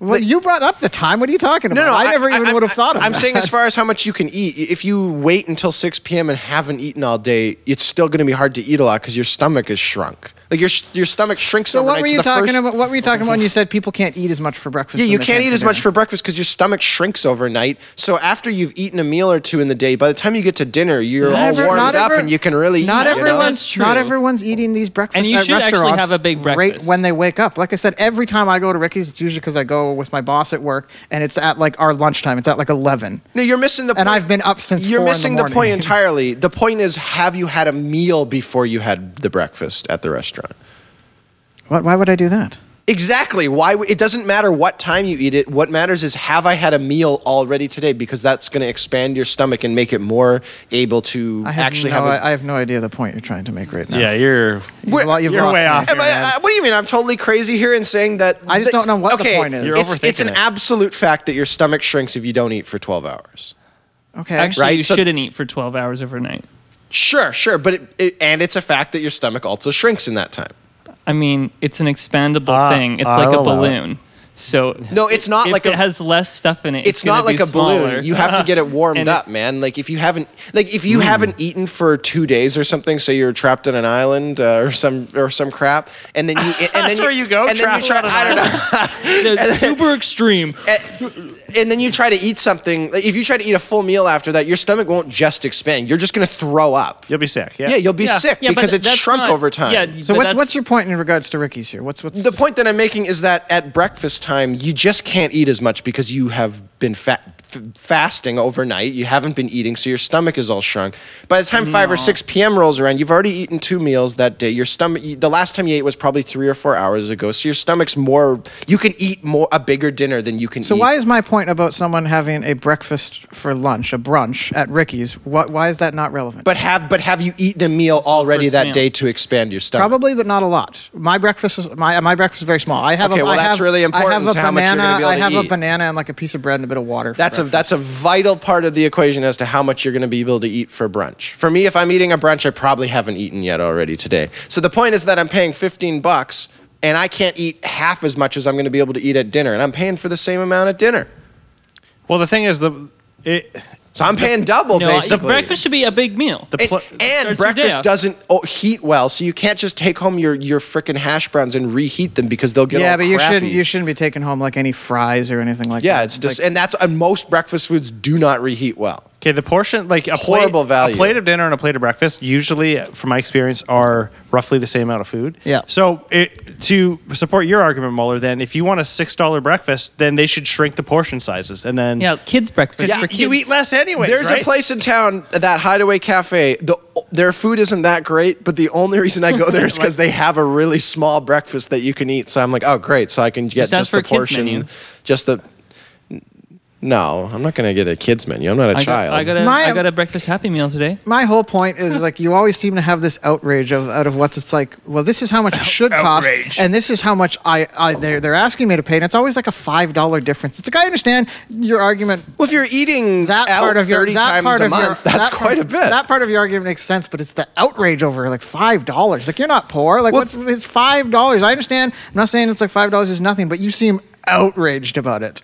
S2: Well, you brought up the time. What are you talking about? I, never even
S3: I'm-
S2: would have thought of
S3: I'm
S2: that.
S3: saying as far as how much you can eat. If you wait until 6 p.m. and haven't eaten all day, it's still going to be hard to eat a lot because your stomach is shrunk. Like your your stomach shrinks.
S2: So what
S3: overnight,
S2: were you
S3: the
S2: talking
S3: first-
S2: about? What were you talking about when you said people can't eat as much for breakfast?
S3: Yeah,
S2: than
S3: you
S2: they
S3: can't
S2: can
S3: eat
S2: for
S3: as much
S2: dinner?
S3: for breakfast because your stomach shrinks overnight. So after you've eaten a meal or two in the day, by the time you get to dinner, you're all
S2: every-
S3: warmed up
S2: every-
S3: and you can really
S2: not
S3: eat. you know?
S2: everyone's
S5: That's true.
S2: not everyone's eating these breakfasts.
S5: And you
S2: at
S5: should actually
S2: restaurants
S5: have a big
S2: Right
S5: breakfast.
S2: when they wake up. Like I said, every time I go to Ricky's, it's usually because I go with my boss at work, and it's at like our lunchtime. It's at like eleven.
S3: No, you're missing the.
S2: And I've been up since
S3: You're
S2: four in the
S3: missing the,
S2: morning. *laughs*
S3: point entirely. The point is, have you had a meal before you had the breakfast at the restaurant?
S2: What? Why would I do that?
S3: Exactly. Why? w- It doesn't matter what time you eat it. What matters is have I had a meal already today? Because that's going to expand your stomach and make it more able to
S2: I have
S3: actually
S2: no,
S3: have. a
S2: I have no idea the point you're trying to make right now.
S4: Yeah, you're.
S2: You've lo- you've
S4: you're
S2: lost
S4: way
S2: me.
S4: off.
S3: Am I- uh, what do you mean? I'm totally crazy here in saying that.
S2: I just don't know what the
S3: okay,
S2: point is. You're
S3: It's, it's
S4: overthinking
S3: an
S4: it.
S3: absolute fact that your stomach shrinks if you don't eat for 12 hours.
S2: Okay.
S5: Actually,
S3: Right,
S5: you
S3: so-
S5: shouldn't eat for 12 hours overnight.
S3: Sure, sure, but it, it, and it's a fact that your stomach also shrinks in that time.
S5: I mean, it's an expandable
S4: Ah,
S5: thing. It's
S4: I'll
S5: like a
S4: allow it.
S5: balloon. So
S3: No, it's not
S5: if
S3: like
S5: it
S3: a-
S5: has less stuff in it.
S3: it's,
S5: gonna
S3: not like
S5: be
S3: a
S5: smaller.
S2: *laughs*
S3: balloon. You have to
S4: *laughs*
S3: get it warmed
S5: And if-
S3: up, man. Like if you haven't, like if you
S4: Hmm.
S3: haven't eaten for two days or something, say you're trapped on an island uh, or some or some crap, and
S4: *laughs*
S3: then you and then
S4: That's where you go,
S3: and then you
S4: trapped
S3: try,
S4: on an
S3: I don't know,
S5: That's super extreme.
S3: and, and then you try to eat something. like, if you try to eat a full meal after that, your stomach won't just expand. You're just gonna throw up.
S4: You'll be sick. Yeah.
S3: Yeah, you'll be
S5: Yeah.
S3: sick
S5: Yeah, but
S3: because it's
S5: that's
S3: shrunk
S5: not-
S3: over time.
S5: Yeah,
S2: So
S5: but
S2: what's
S5: that's-
S2: what's your point in regards to Ricky's here? What's what's
S3: the point that I'm making is that at breakfast time, you just can't eat as much because you have been fa- f- fasting overnight. You haven't been eating, so your stomach is all shrunk. By the time five or six p.m. rolls around, you've already eaten two meals that day. Your stomach, the last time you ate was probably three or four hours ago, so your stomach's more. You can eat more a bigger dinner than you can.
S2: So
S3: eat.
S2: why is my point about someone having a breakfast for lunch, a brunch at Ricky's? What? Why is that not relevant?
S3: But have but have you eaten a meal
S5: the
S3: already
S5: first
S3: that
S5: meal.
S3: day to expand your stomach?
S2: Probably, but not a lot. My breakfast is my my breakfast is very small. I have
S3: Okay,
S2: a,
S3: well,
S2: I
S3: that's
S2: have-
S3: really
S2: I have
S3: important
S2: a
S3: to how much you're
S2: banana.
S3: gonna be able
S2: I
S3: to
S2: have a
S3: eat.
S2: banana and like a piece of bread and a bit of water. for
S3: That's a
S2: breakfast.
S3: that's a vital part of the equation as to how much you're going to be able to eat for brunch. For me, if I'm eating a brunch, I probably haven't eaten yet already today. So the point is that I'm paying 15 bucks and I can't eat half as much as I'm going to be able to eat at dinner, and I'm paying for the same amount at dinner.
S4: Well, the thing is the it.
S3: So I'm paying double
S5: No, the
S3: basically.
S5: breakfast should be a big meal.
S4: The
S3: and,
S4: pl-
S3: and
S5: starts your day
S3: breakfast
S5: off.
S3: doesn't oh, heat well, so you can't just take home your your frickin' hash browns and reheat them because they'll get
S2: yeah,
S3: all
S2: but you
S3: crappy.
S2: shouldn't you shouldn't be taking home like any fries or anything like that.
S3: yeah, it's just
S2: like,
S3: and that's and most breakfast foods do not reheat well.
S4: Okay, the portion like a
S3: Horrible
S4: plate,
S3: value.
S4: A plate of dinner and a plate of breakfast usually, from my experience, are roughly the same amount of food.
S2: Yeah.
S4: So it, to support your argument, Muller, then if you want a six dollar breakfast, then they should shrink the portion sizes, and then
S5: yeah, kids' breakfast
S4: 'Cause
S5: for kids.
S4: you, you eat less anyway.
S3: There's a place in town that Hideaway Cafe. The their food isn't that great, but the only reason I go there is because they have a really small breakfast that you can eat. So I'm like, oh great, so I can get
S5: Just
S3: just,
S5: ask for a
S3: the
S5: kids
S3: portion,
S5: menu.
S3: just the. No, I'm not gonna get a kids menu. I'm not a
S5: I got,
S3: child.
S5: I got a,
S2: My-
S5: I got a breakfast happy meal today.
S2: my whole point is like you always seem to have this outrage of out of what's it's like. Well, this is how much it should
S4: Outrage.
S2: cost, and this is how much I, I they're they're asking me to pay, and it's always like a five dollar difference. It's like I understand your argument
S3: well, if you're eating
S2: that
S3: out
S2: part of your
S3: 30
S2: that
S3: times
S2: part
S3: a
S2: of
S3: month,
S2: your
S3: that's
S2: that
S3: quite
S2: part,
S3: a bit.
S2: That part of your argument makes sense, but it's the outrage over like five dollars. Like you're not poor. Like
S3: Well-
S2: what's it's five dollars. I understand. I'm not saying it's like five dollars is nothing, but you seem outraged about it.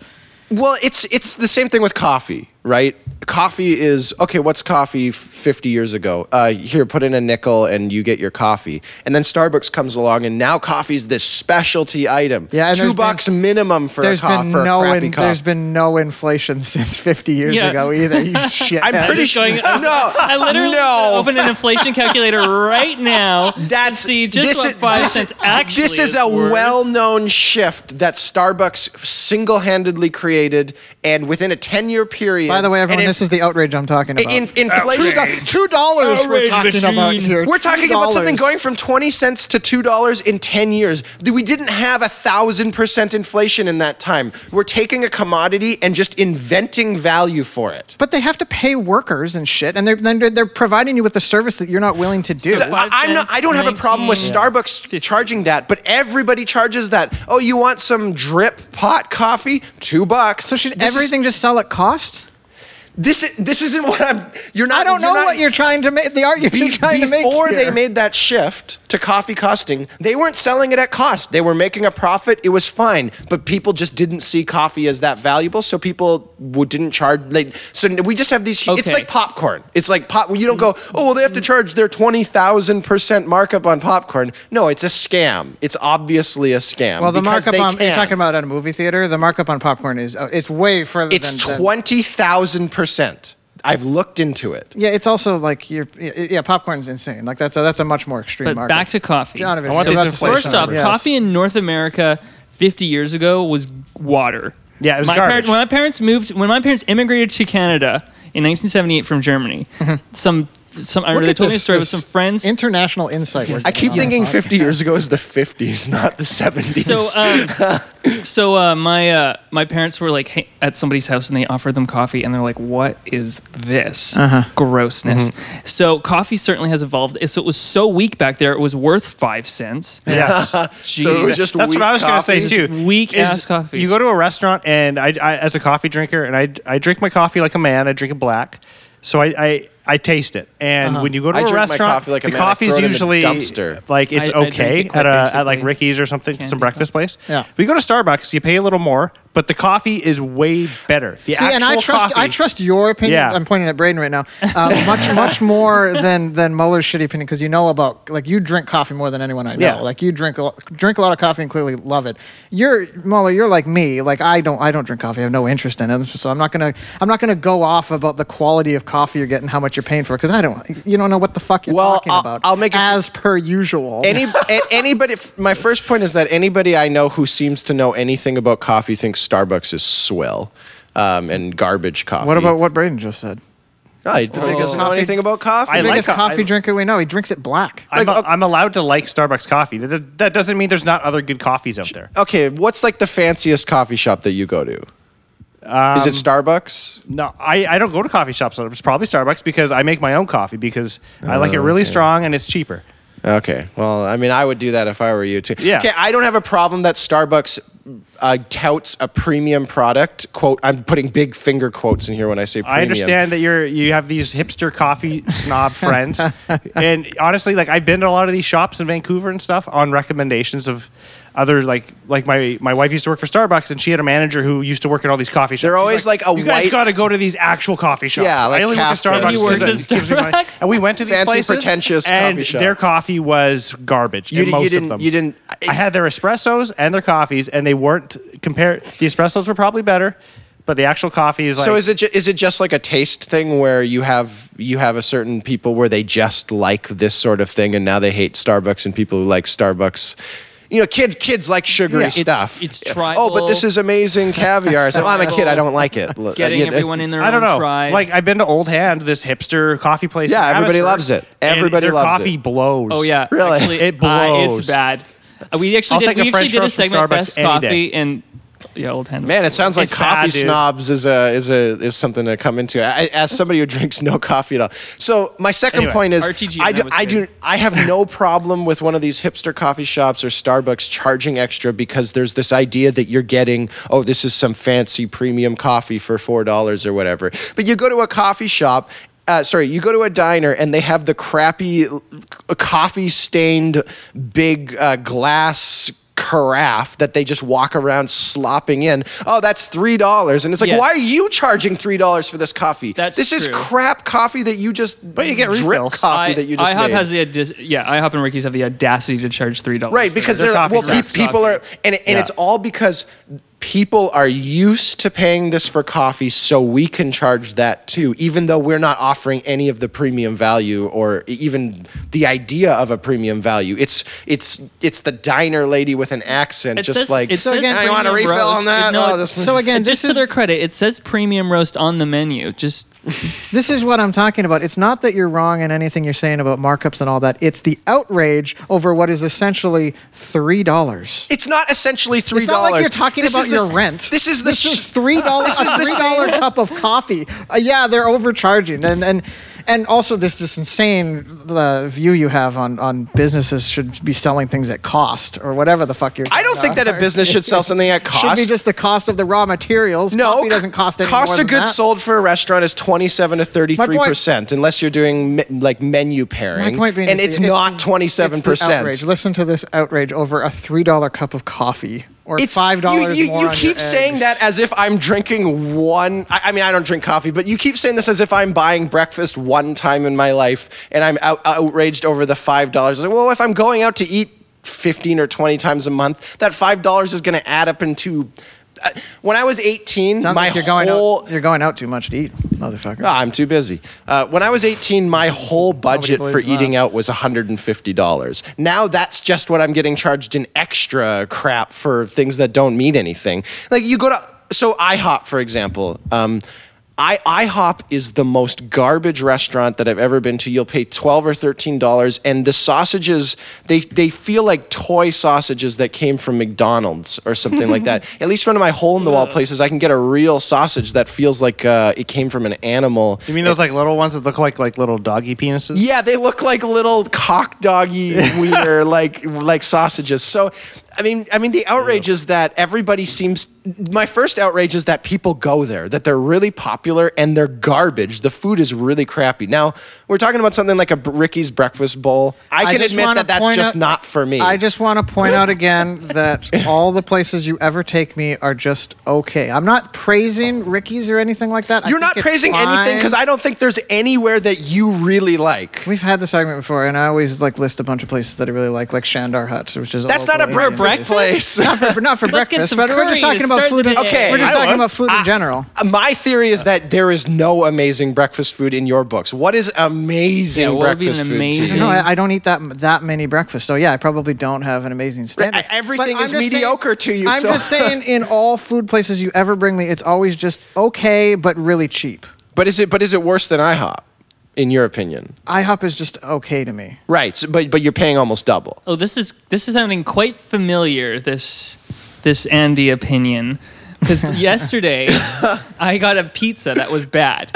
S3: Well, it's it's the same thing with coffee, right? Coffee is okay. What's coffee f- fifty years ago? Uh, here, put in a nickel and you get your coffee. And then Starbucks comes along, and now coffee's this specialty item.
S2: Yeah, and
S3: two
S2: there's been-
S3: bucks minimum for a
S2: There's
S3: coffee.
S2: been
S3: for
S2: no
S3: a crappy
S2: in,
S3: coffee.
S2: there's been no inflation *laughs* since 50 years
S5: Yeah.
S2: ago either.
S5: *laughs*
S2: You shit.
S3: I'm pretty
S5: just
S3: sure. *laughs*
S5: going-
S3: No, I
S5: *laughs* I literally
S3: no.
S5: open an inflation calculator right now.
S3: That's
S5: to see just
S3: this
S5: what
S3: is-
S5: five
S3: this
S5: cents
S3: is-
S5: actually
S3: This is,
S5: is
S3: a
S5: worth.
S3: well-known shift that Starbucks single-handedly created, and within a ten-year period.
S2: By the way, everyone,
S3: and
S2: this is the outrage I'm talking about.
S3: in, in, inflation.
S2: Two dollars we're
S5: Outrage
S2: talking about
S5: machine.
S2: here.
S3: We're talking about something
S2: $2.
S3: going from 20 cents to $2 in 10 years. Th- We didn't have a thousand percent inflation in that time. We're taking a commodity and just inventing value for it.
S2: But they have to pay workers and shit, and they're then they're, they're providing you with a service that you're not willing to do.
S5: But
S3: I, I'm not,
S5: cents,
S3: I don't have a problem with
S5: 19,
S3: Starbucks charging that, but everybody charges that. Oh, you want some drip pot coffee? Two bucks.
S2: So should
S3: This is-
S2: everything just sell at cost?
S3: This this isn't what I'm. You're not.
S2: I don't know
S3: not-
S2: what you're trying to make. The argument
S3: Be-
S2: you're trying to make.
S3: before they
S2: here.
S3: made that shift to coffee costing, they weren't selling it at cost. They were making a profit. It was fine, but people just didn't see coffee as that valuable, so people would, didn't charge. Like, so we just have these. hu- It's
S5: Okay.
S3: like popcorn. It's like pop. You don't go. Oh well, they have to charge their twenty thousand percent markup on popcorn. No, it's a scam. It's obviously a scam.
S2: Well, the
S3: because
S2: markup
S3: they
S2: on you're
S3: can.
S2: talking about at a movie theater. The markup on popcorn is uh, it's way further.
S3: It's
S2: than, than-
S3: twenty thousand percent. I've looked into it.
S2: Yeah, it's also like you're. Yeah, yeah, popcorn's insane. Like that's a, that's a much more extreme.
S5: But
S2: markup.
S5: back to coffee.
S2: John, if
S4: I want
S5: So
S4: these inflation
S5: first off,
S2: numbers.
S5: coffee in North America 50 years ago was water.
S4: Yeah, it was
S5: my
S4: garbage.
S5: parents- when my parents moved, when my parents immigrated to Canada in 1978 from Germany, some some I
S2: Look
S5: remember they
S2: at
S5: told me a
S2: this-
S5: story with
S2: this
S5: some friends.
S2: International insight. we're
S3: I
S2: getting
S3: keep
S2: on this
S3: thinking
S2: podcast.
S3: 50 years ago is the 50s, not the 70s.
S5: so
S3: *laughs*
S5: um, so uh, my uh, my parents were like hey, at somebody's house and they offered them coffee and they're like what is this
S3: Uh-huh.
S5: grossness
S3: Mm-hmm.
S5: so coffee certainly has evolved so it was so weak back there it was worth
S3: *laughs*
S5: five cents
S4: Yes.
S3: So it was just
S4: That's
S3: weak
S4: what I was going to say
S3: coffees?
S4: too.
S5: Weak
S4: is
S5: ass coffee.
S4: You go to a restaurant, and I, I as a coffee drinker, and I, I drink my coffee like a man. I drink it black, so I, I, I taste it. And when you go to
S3: I
S4: a
S3: drink my
S4: restaurant,
S3: coffee like a
S4: the
S3: man. I
S4: coffee's
S3: throw it in the
S4: usually
S3: dumpster.
S4: like it's
S5: I- I drink
S4: okay
S5: it
S4: at
S5: quite
S4: a, at like
S5: basically.
S4: Ricky's or something,
S5: Candy
S4: some breakfast place.
S2: Yeah.
S4: We go to Starbucks, you pay a little more, but the coffee is way better. The
S2: See, and I
S4: actual
S2: trust I
S4: coffee-
S2: trust your opinion.
S4: Yeah.
S2: I'm pointing at Braden
S4: *laughs*
S2: right now. Uh, much much more than than Muller's shitty opinion because you know about like you drink coffee more than anyone I know.
S4: Yeah.
S2: Like you drink a lo- drink a lot of coffee and clearly love it. You're Muller. You're like me. Like I don't I don't drink coffee. I have no interest in it. So I'm not gonna I'm not gonna go off about the quality of coffee you're getting, how much you're paying for because I don't you don't know what the fuck you're
S3: Well,
S2: talking
S3: I'll-
S2: about.
S3: I'll make a-
S2: as per usual.
S3: Any, a- anybody, f- my first point is that anybody I know who seems to know anything about coffee thinks Starbucks is swell um, and garbage coffee.
S2: what about Oh. what Braden just said?
S3: No, he doesn't
S2: Well,
S3: know anything about coffee.
S4: I like
S2: Biggest
S4: co-
S2: coffee
S4: I-
S2: drinker we know. He drinks it black.
S4: I'm,
S3: like, uh,
S4: I'm allowed to like Starbucks coffee. That, that doesn't mean there's not other good coffees out there.
S3: okay, what's like the fanciest coffee shop that you go to?
S4: Um,
S3: is it Starbucks?
S4: No, I, I don't go to coffee shops. It's probably Starbucks because I make my own coffee because I like it really strong and it's cheaper.
S3: Okay. Well, I mean, I would do that if I were you too.
S4: Yeah.
S3: Okay. I don't have a problem that Starbucks uh, touts a premium product. Quote. I'm putting big finger quotes in here when I say premium.
S4: I understand that you're you have these hipster coffee
S3: *laughs*
S4: snob friends, and honestly, like I've been to a lot of these shops in Vancouver and stuff on recommendations of other like like my my wife used to work for Starbucks and she had a manager who used to work at all these coffee shops.
S3: They're always
S4: She's
S3: like a
S4: you guys
S3: white-
S4: got to go to these actual coffee shops.
S3: Yeah, like
S4: I only work at
S3: Kafka.
S4: Starbucks.
S3: He
S4: because
S5: works
S4: it
S5: at
S4: gives me money.
S5: Starbucks?
S4: And we went to these
S3: Fancy,
S4: places,
S3: pretentious
S4: and
S3: coffee shops.
S4: Their coffee was garbage.
S3: You
S4: in
S3: di- you
S4: most
S3: didn't-
S4: of them.
S3: you didn't-
S4: I had their espressos and their coffees, and they weren't compared. The espressos were probably better, but the actual coffee is like.
S3: so is it ju- is it just like a taste thing where you have you have a certain people where they just like this sort of thing and now they hate Starbucks and people who like Starbucks you know kid kids like sugary
S5: It's-
S3: stuff
S5: it's
S3: oh but this
S5: tribal.
S3: is amazing
S5: *laughs*
S3: caviar so I'm a kid I don't like it Look,
S5: getting
S3: you know.
S5: everyone in their
S4: I don't
S5: own
S4: know.
S5: tribe.
S4: Like I've been to Old Hand, this hipster coffee place.
S3: Yeah,
S4: in
S3: everybody
S4: Abbotsford,
S3: loves it.
S4: and
S3: Everybody
S4: their
S3: loves
S4: coffee
S3: it.
S4: blows.
S5: Oh yeah,
S3: Really?
S5: Actually,
S4: It
S5: uh,
S4: blows.
S5: it's bad. Uh, we actually
S4: I'll
S5: did.
S4: take
S5: We
S4: a
S5: actually
S4: French
S5: did a
S4: roast from Starbucks
S5: segment best
S4: any day.
S5: coffee and yeah, old hand.
S3: Man, it sounds like
S4: It's
S3: coffee
S4: bad, dude.
S3: snobs is a is a is something to come into. I, as somebody who drinks no coffee at all. So my second
S4: Anyway,
S3: point is,
S5: RTG
S3: I
S5: when I
S3: do,
S5: was
S3: I
S5: a
S3: do
S5: kid.
S3: I have no problem with one of these hipster coffee shops or Starbucks charging extra because there's this idea that you're getting oh this is some fancy premium coffee for four dollars or whatever. But you go to a coffee shop. Uh, sorry, you go to a diner and they have the crappy, uh, coffee stained, big uh, glass carafe that they just walk around slopping in. Oh, that's three dollars, and it's like,
S5: Yes.
S3: why are you charging three dollars for this coffee?
S5: That's
S3: this is
S5: true.
S3: crap coffee that you just
S4: But you get
S3: drip
S4: refills.
S3: coffee
S5: I,
S3: that you just
S5: IHOP
S3: made.
S5: has the audis- yeah IHOP and Ricky's have the audacity to charge three dollars.
S3: right because
S4: Their
S3: they're like,
S4: coffee
S3: well, pe-
S4: sucks.
S3: people are, and it- and
S4: Yeah.
S3: it's all because people are used to paying this for coffee, so we can charge that too, even though we're not offering any of the premium value or e-, even the idea of a premium value. It's it's it's the diner lady with an accent,
S5: It
S3: just
S5: says-
S3: like
S5: it says
S3: I want a
S5: premium
S3: refill on
S5: roast.
S3: that.
S5: No,
S3: Oh,
S5: it-
S3: this one-
S2: So again,
S5: And just
S2: this
S5: to
S2: is
S5: their credit, it says premium roast on the menu. Just
S2: This is what I'm talking about. It's not that you're wrong in anything you're saying about markups and all that. It's the outrage over what is essentially three dollars.
S3: It's not essentially three dollars.
S2: It's not like you're talking about your rent.
S3: This is the
S2: this
S3: sh-
S2: is three dollars.
S3: This is the
S2: three dollar cup of coffee. Uh, yeah, they're overcharging, and and and also this this insane the view you have on on businesses should be selling things at cost or whatever the fuck you're. uh,
S3: I don't think that a business should sell something at cost.
S2: *laughs* Should be just the cost of the raw materials.
S3: no,
S2: Coffee doesn't cost any
S3: cost
S2: more
S3: of
S2: than
S3: goods
S2: that.
S3: sold for a restaurant is twenty-seven to thirty-three percent, unless you're doing me- like menu pairing.
S2: My point being,
S3: and
S2: is
S3: it's
S2: the-
S3: not
S2: it's
S3: twenty-seven
S2: It's the outrage.
S3: percent.
S2: Listen to this outrage over a three dollar cup of coffee or
S3: It's
S2: five dollars.
S3: You, you,
S2: more
S3: you
S2: on
S3: keep
S2: your
S3: saying
S2: eggs.
S3: that as if I'm drinking one. I, I mean, I don't drink coffee, but you keep saying this as if I'm buying breakfast one time in my life, and I'm out, outraged over the five dollars. Like, well, if I'm going out to eat fifteen or twenty times a month, that five dollars is going to add up into. Uh, when I was eighteen,
S2: Sounds
S3: my
S2: like you're going
S3: whole
S2: out. You're going out too much to eat, motherfucker.
S3: Ah, I'm too busy. Uh, when I was 18, my whole budget for
S2: believes that.
S3: eating out was $150. Now that's just what I'm getting charged in extra crap for things that don't mean anything. Like you go to so IHOP for example. Um, I IHOP is the most garbage restaurant that I've ever been to. You'll pay twelve or thirteen dollars, and the sausages they they feel like toy sausages that came from McDonald's or something like that. At least one of my hole in the wall places, I can get a real sausage that feels like uh, it came from an animal.
S4: You mean those like little ones that look like like little doggy penises?
S3: Yeah, they look like little cock
S2: *laughs*
S3: doggy wiener like like sausages. So I mean I mean the outrage is that everybody seems my first outrage is that people go there, that they're really popular and they're garbage. The food is really crappy. Now, we're talking about something like a B- Ricky's breakfast bowl. I can
S2: just
S3: admit
S2: wanna
S3: that that's
S2: point
S3: just
S2: out-
S3: not for me.
S2: I just want to point out again
S3: *laughs*
S2: that all the places you ever take me are just okay. I'm not praising Ricky's or anything like that. I
S3: You're
S2: think
S3: not
S2: it's
S3: praising anything
S2: fine.
S3: cuz I don't think there's anywhere that you really like.
S2: We've had this argument before, and I always like list a bunch of places that I really like, like Shandar Hut, which is
S3: That's
S2: local
S3: not a
S2: Indian
S3: breakfast
S2: *laughs*
S3: place.
S2: not for, not for
S5: *laughs* Let's get
S2: breakfast,
S5: some
S2: but we're
S5: curry
S2: just
S5: to
S2: talking about
S5: start
S2: food.
S5: the
S2: In,
S5: day.
S3: Okay.
S2: we're just
S4: I
S2: talking
S4: would.
S2: about food in general.
S3: My theory is that there is no amazing breakfast food in your books. What is amazing
S5: Yeah, what would be an
S3: breakfast food? to you?
S5: amazing-
S2: No, I, I don't eat that that many breakfasts, so yeah, I probably don't have an amazing standard.
S3: I- everything
S2: But
S3: is
S2: I'm just
S3: mediocre to you,
S2: I'm
S3: so-
S2: just
S3: *laughs*
S2: saying, in all food places you ever bring me, it's always just okay, but really cheap.
S3: But is it but is it worse than IHOP in your opinion?
S2: IHOP is just okay to me.
S3: Right, so- but but you're paying almost double.
S5: Oh, this is this is sounding quite familiar. This this Andy opinion.
S3: *laughs*
S5: Because yesterday I got a pizza that
S3: *laughs*
S5: was bad,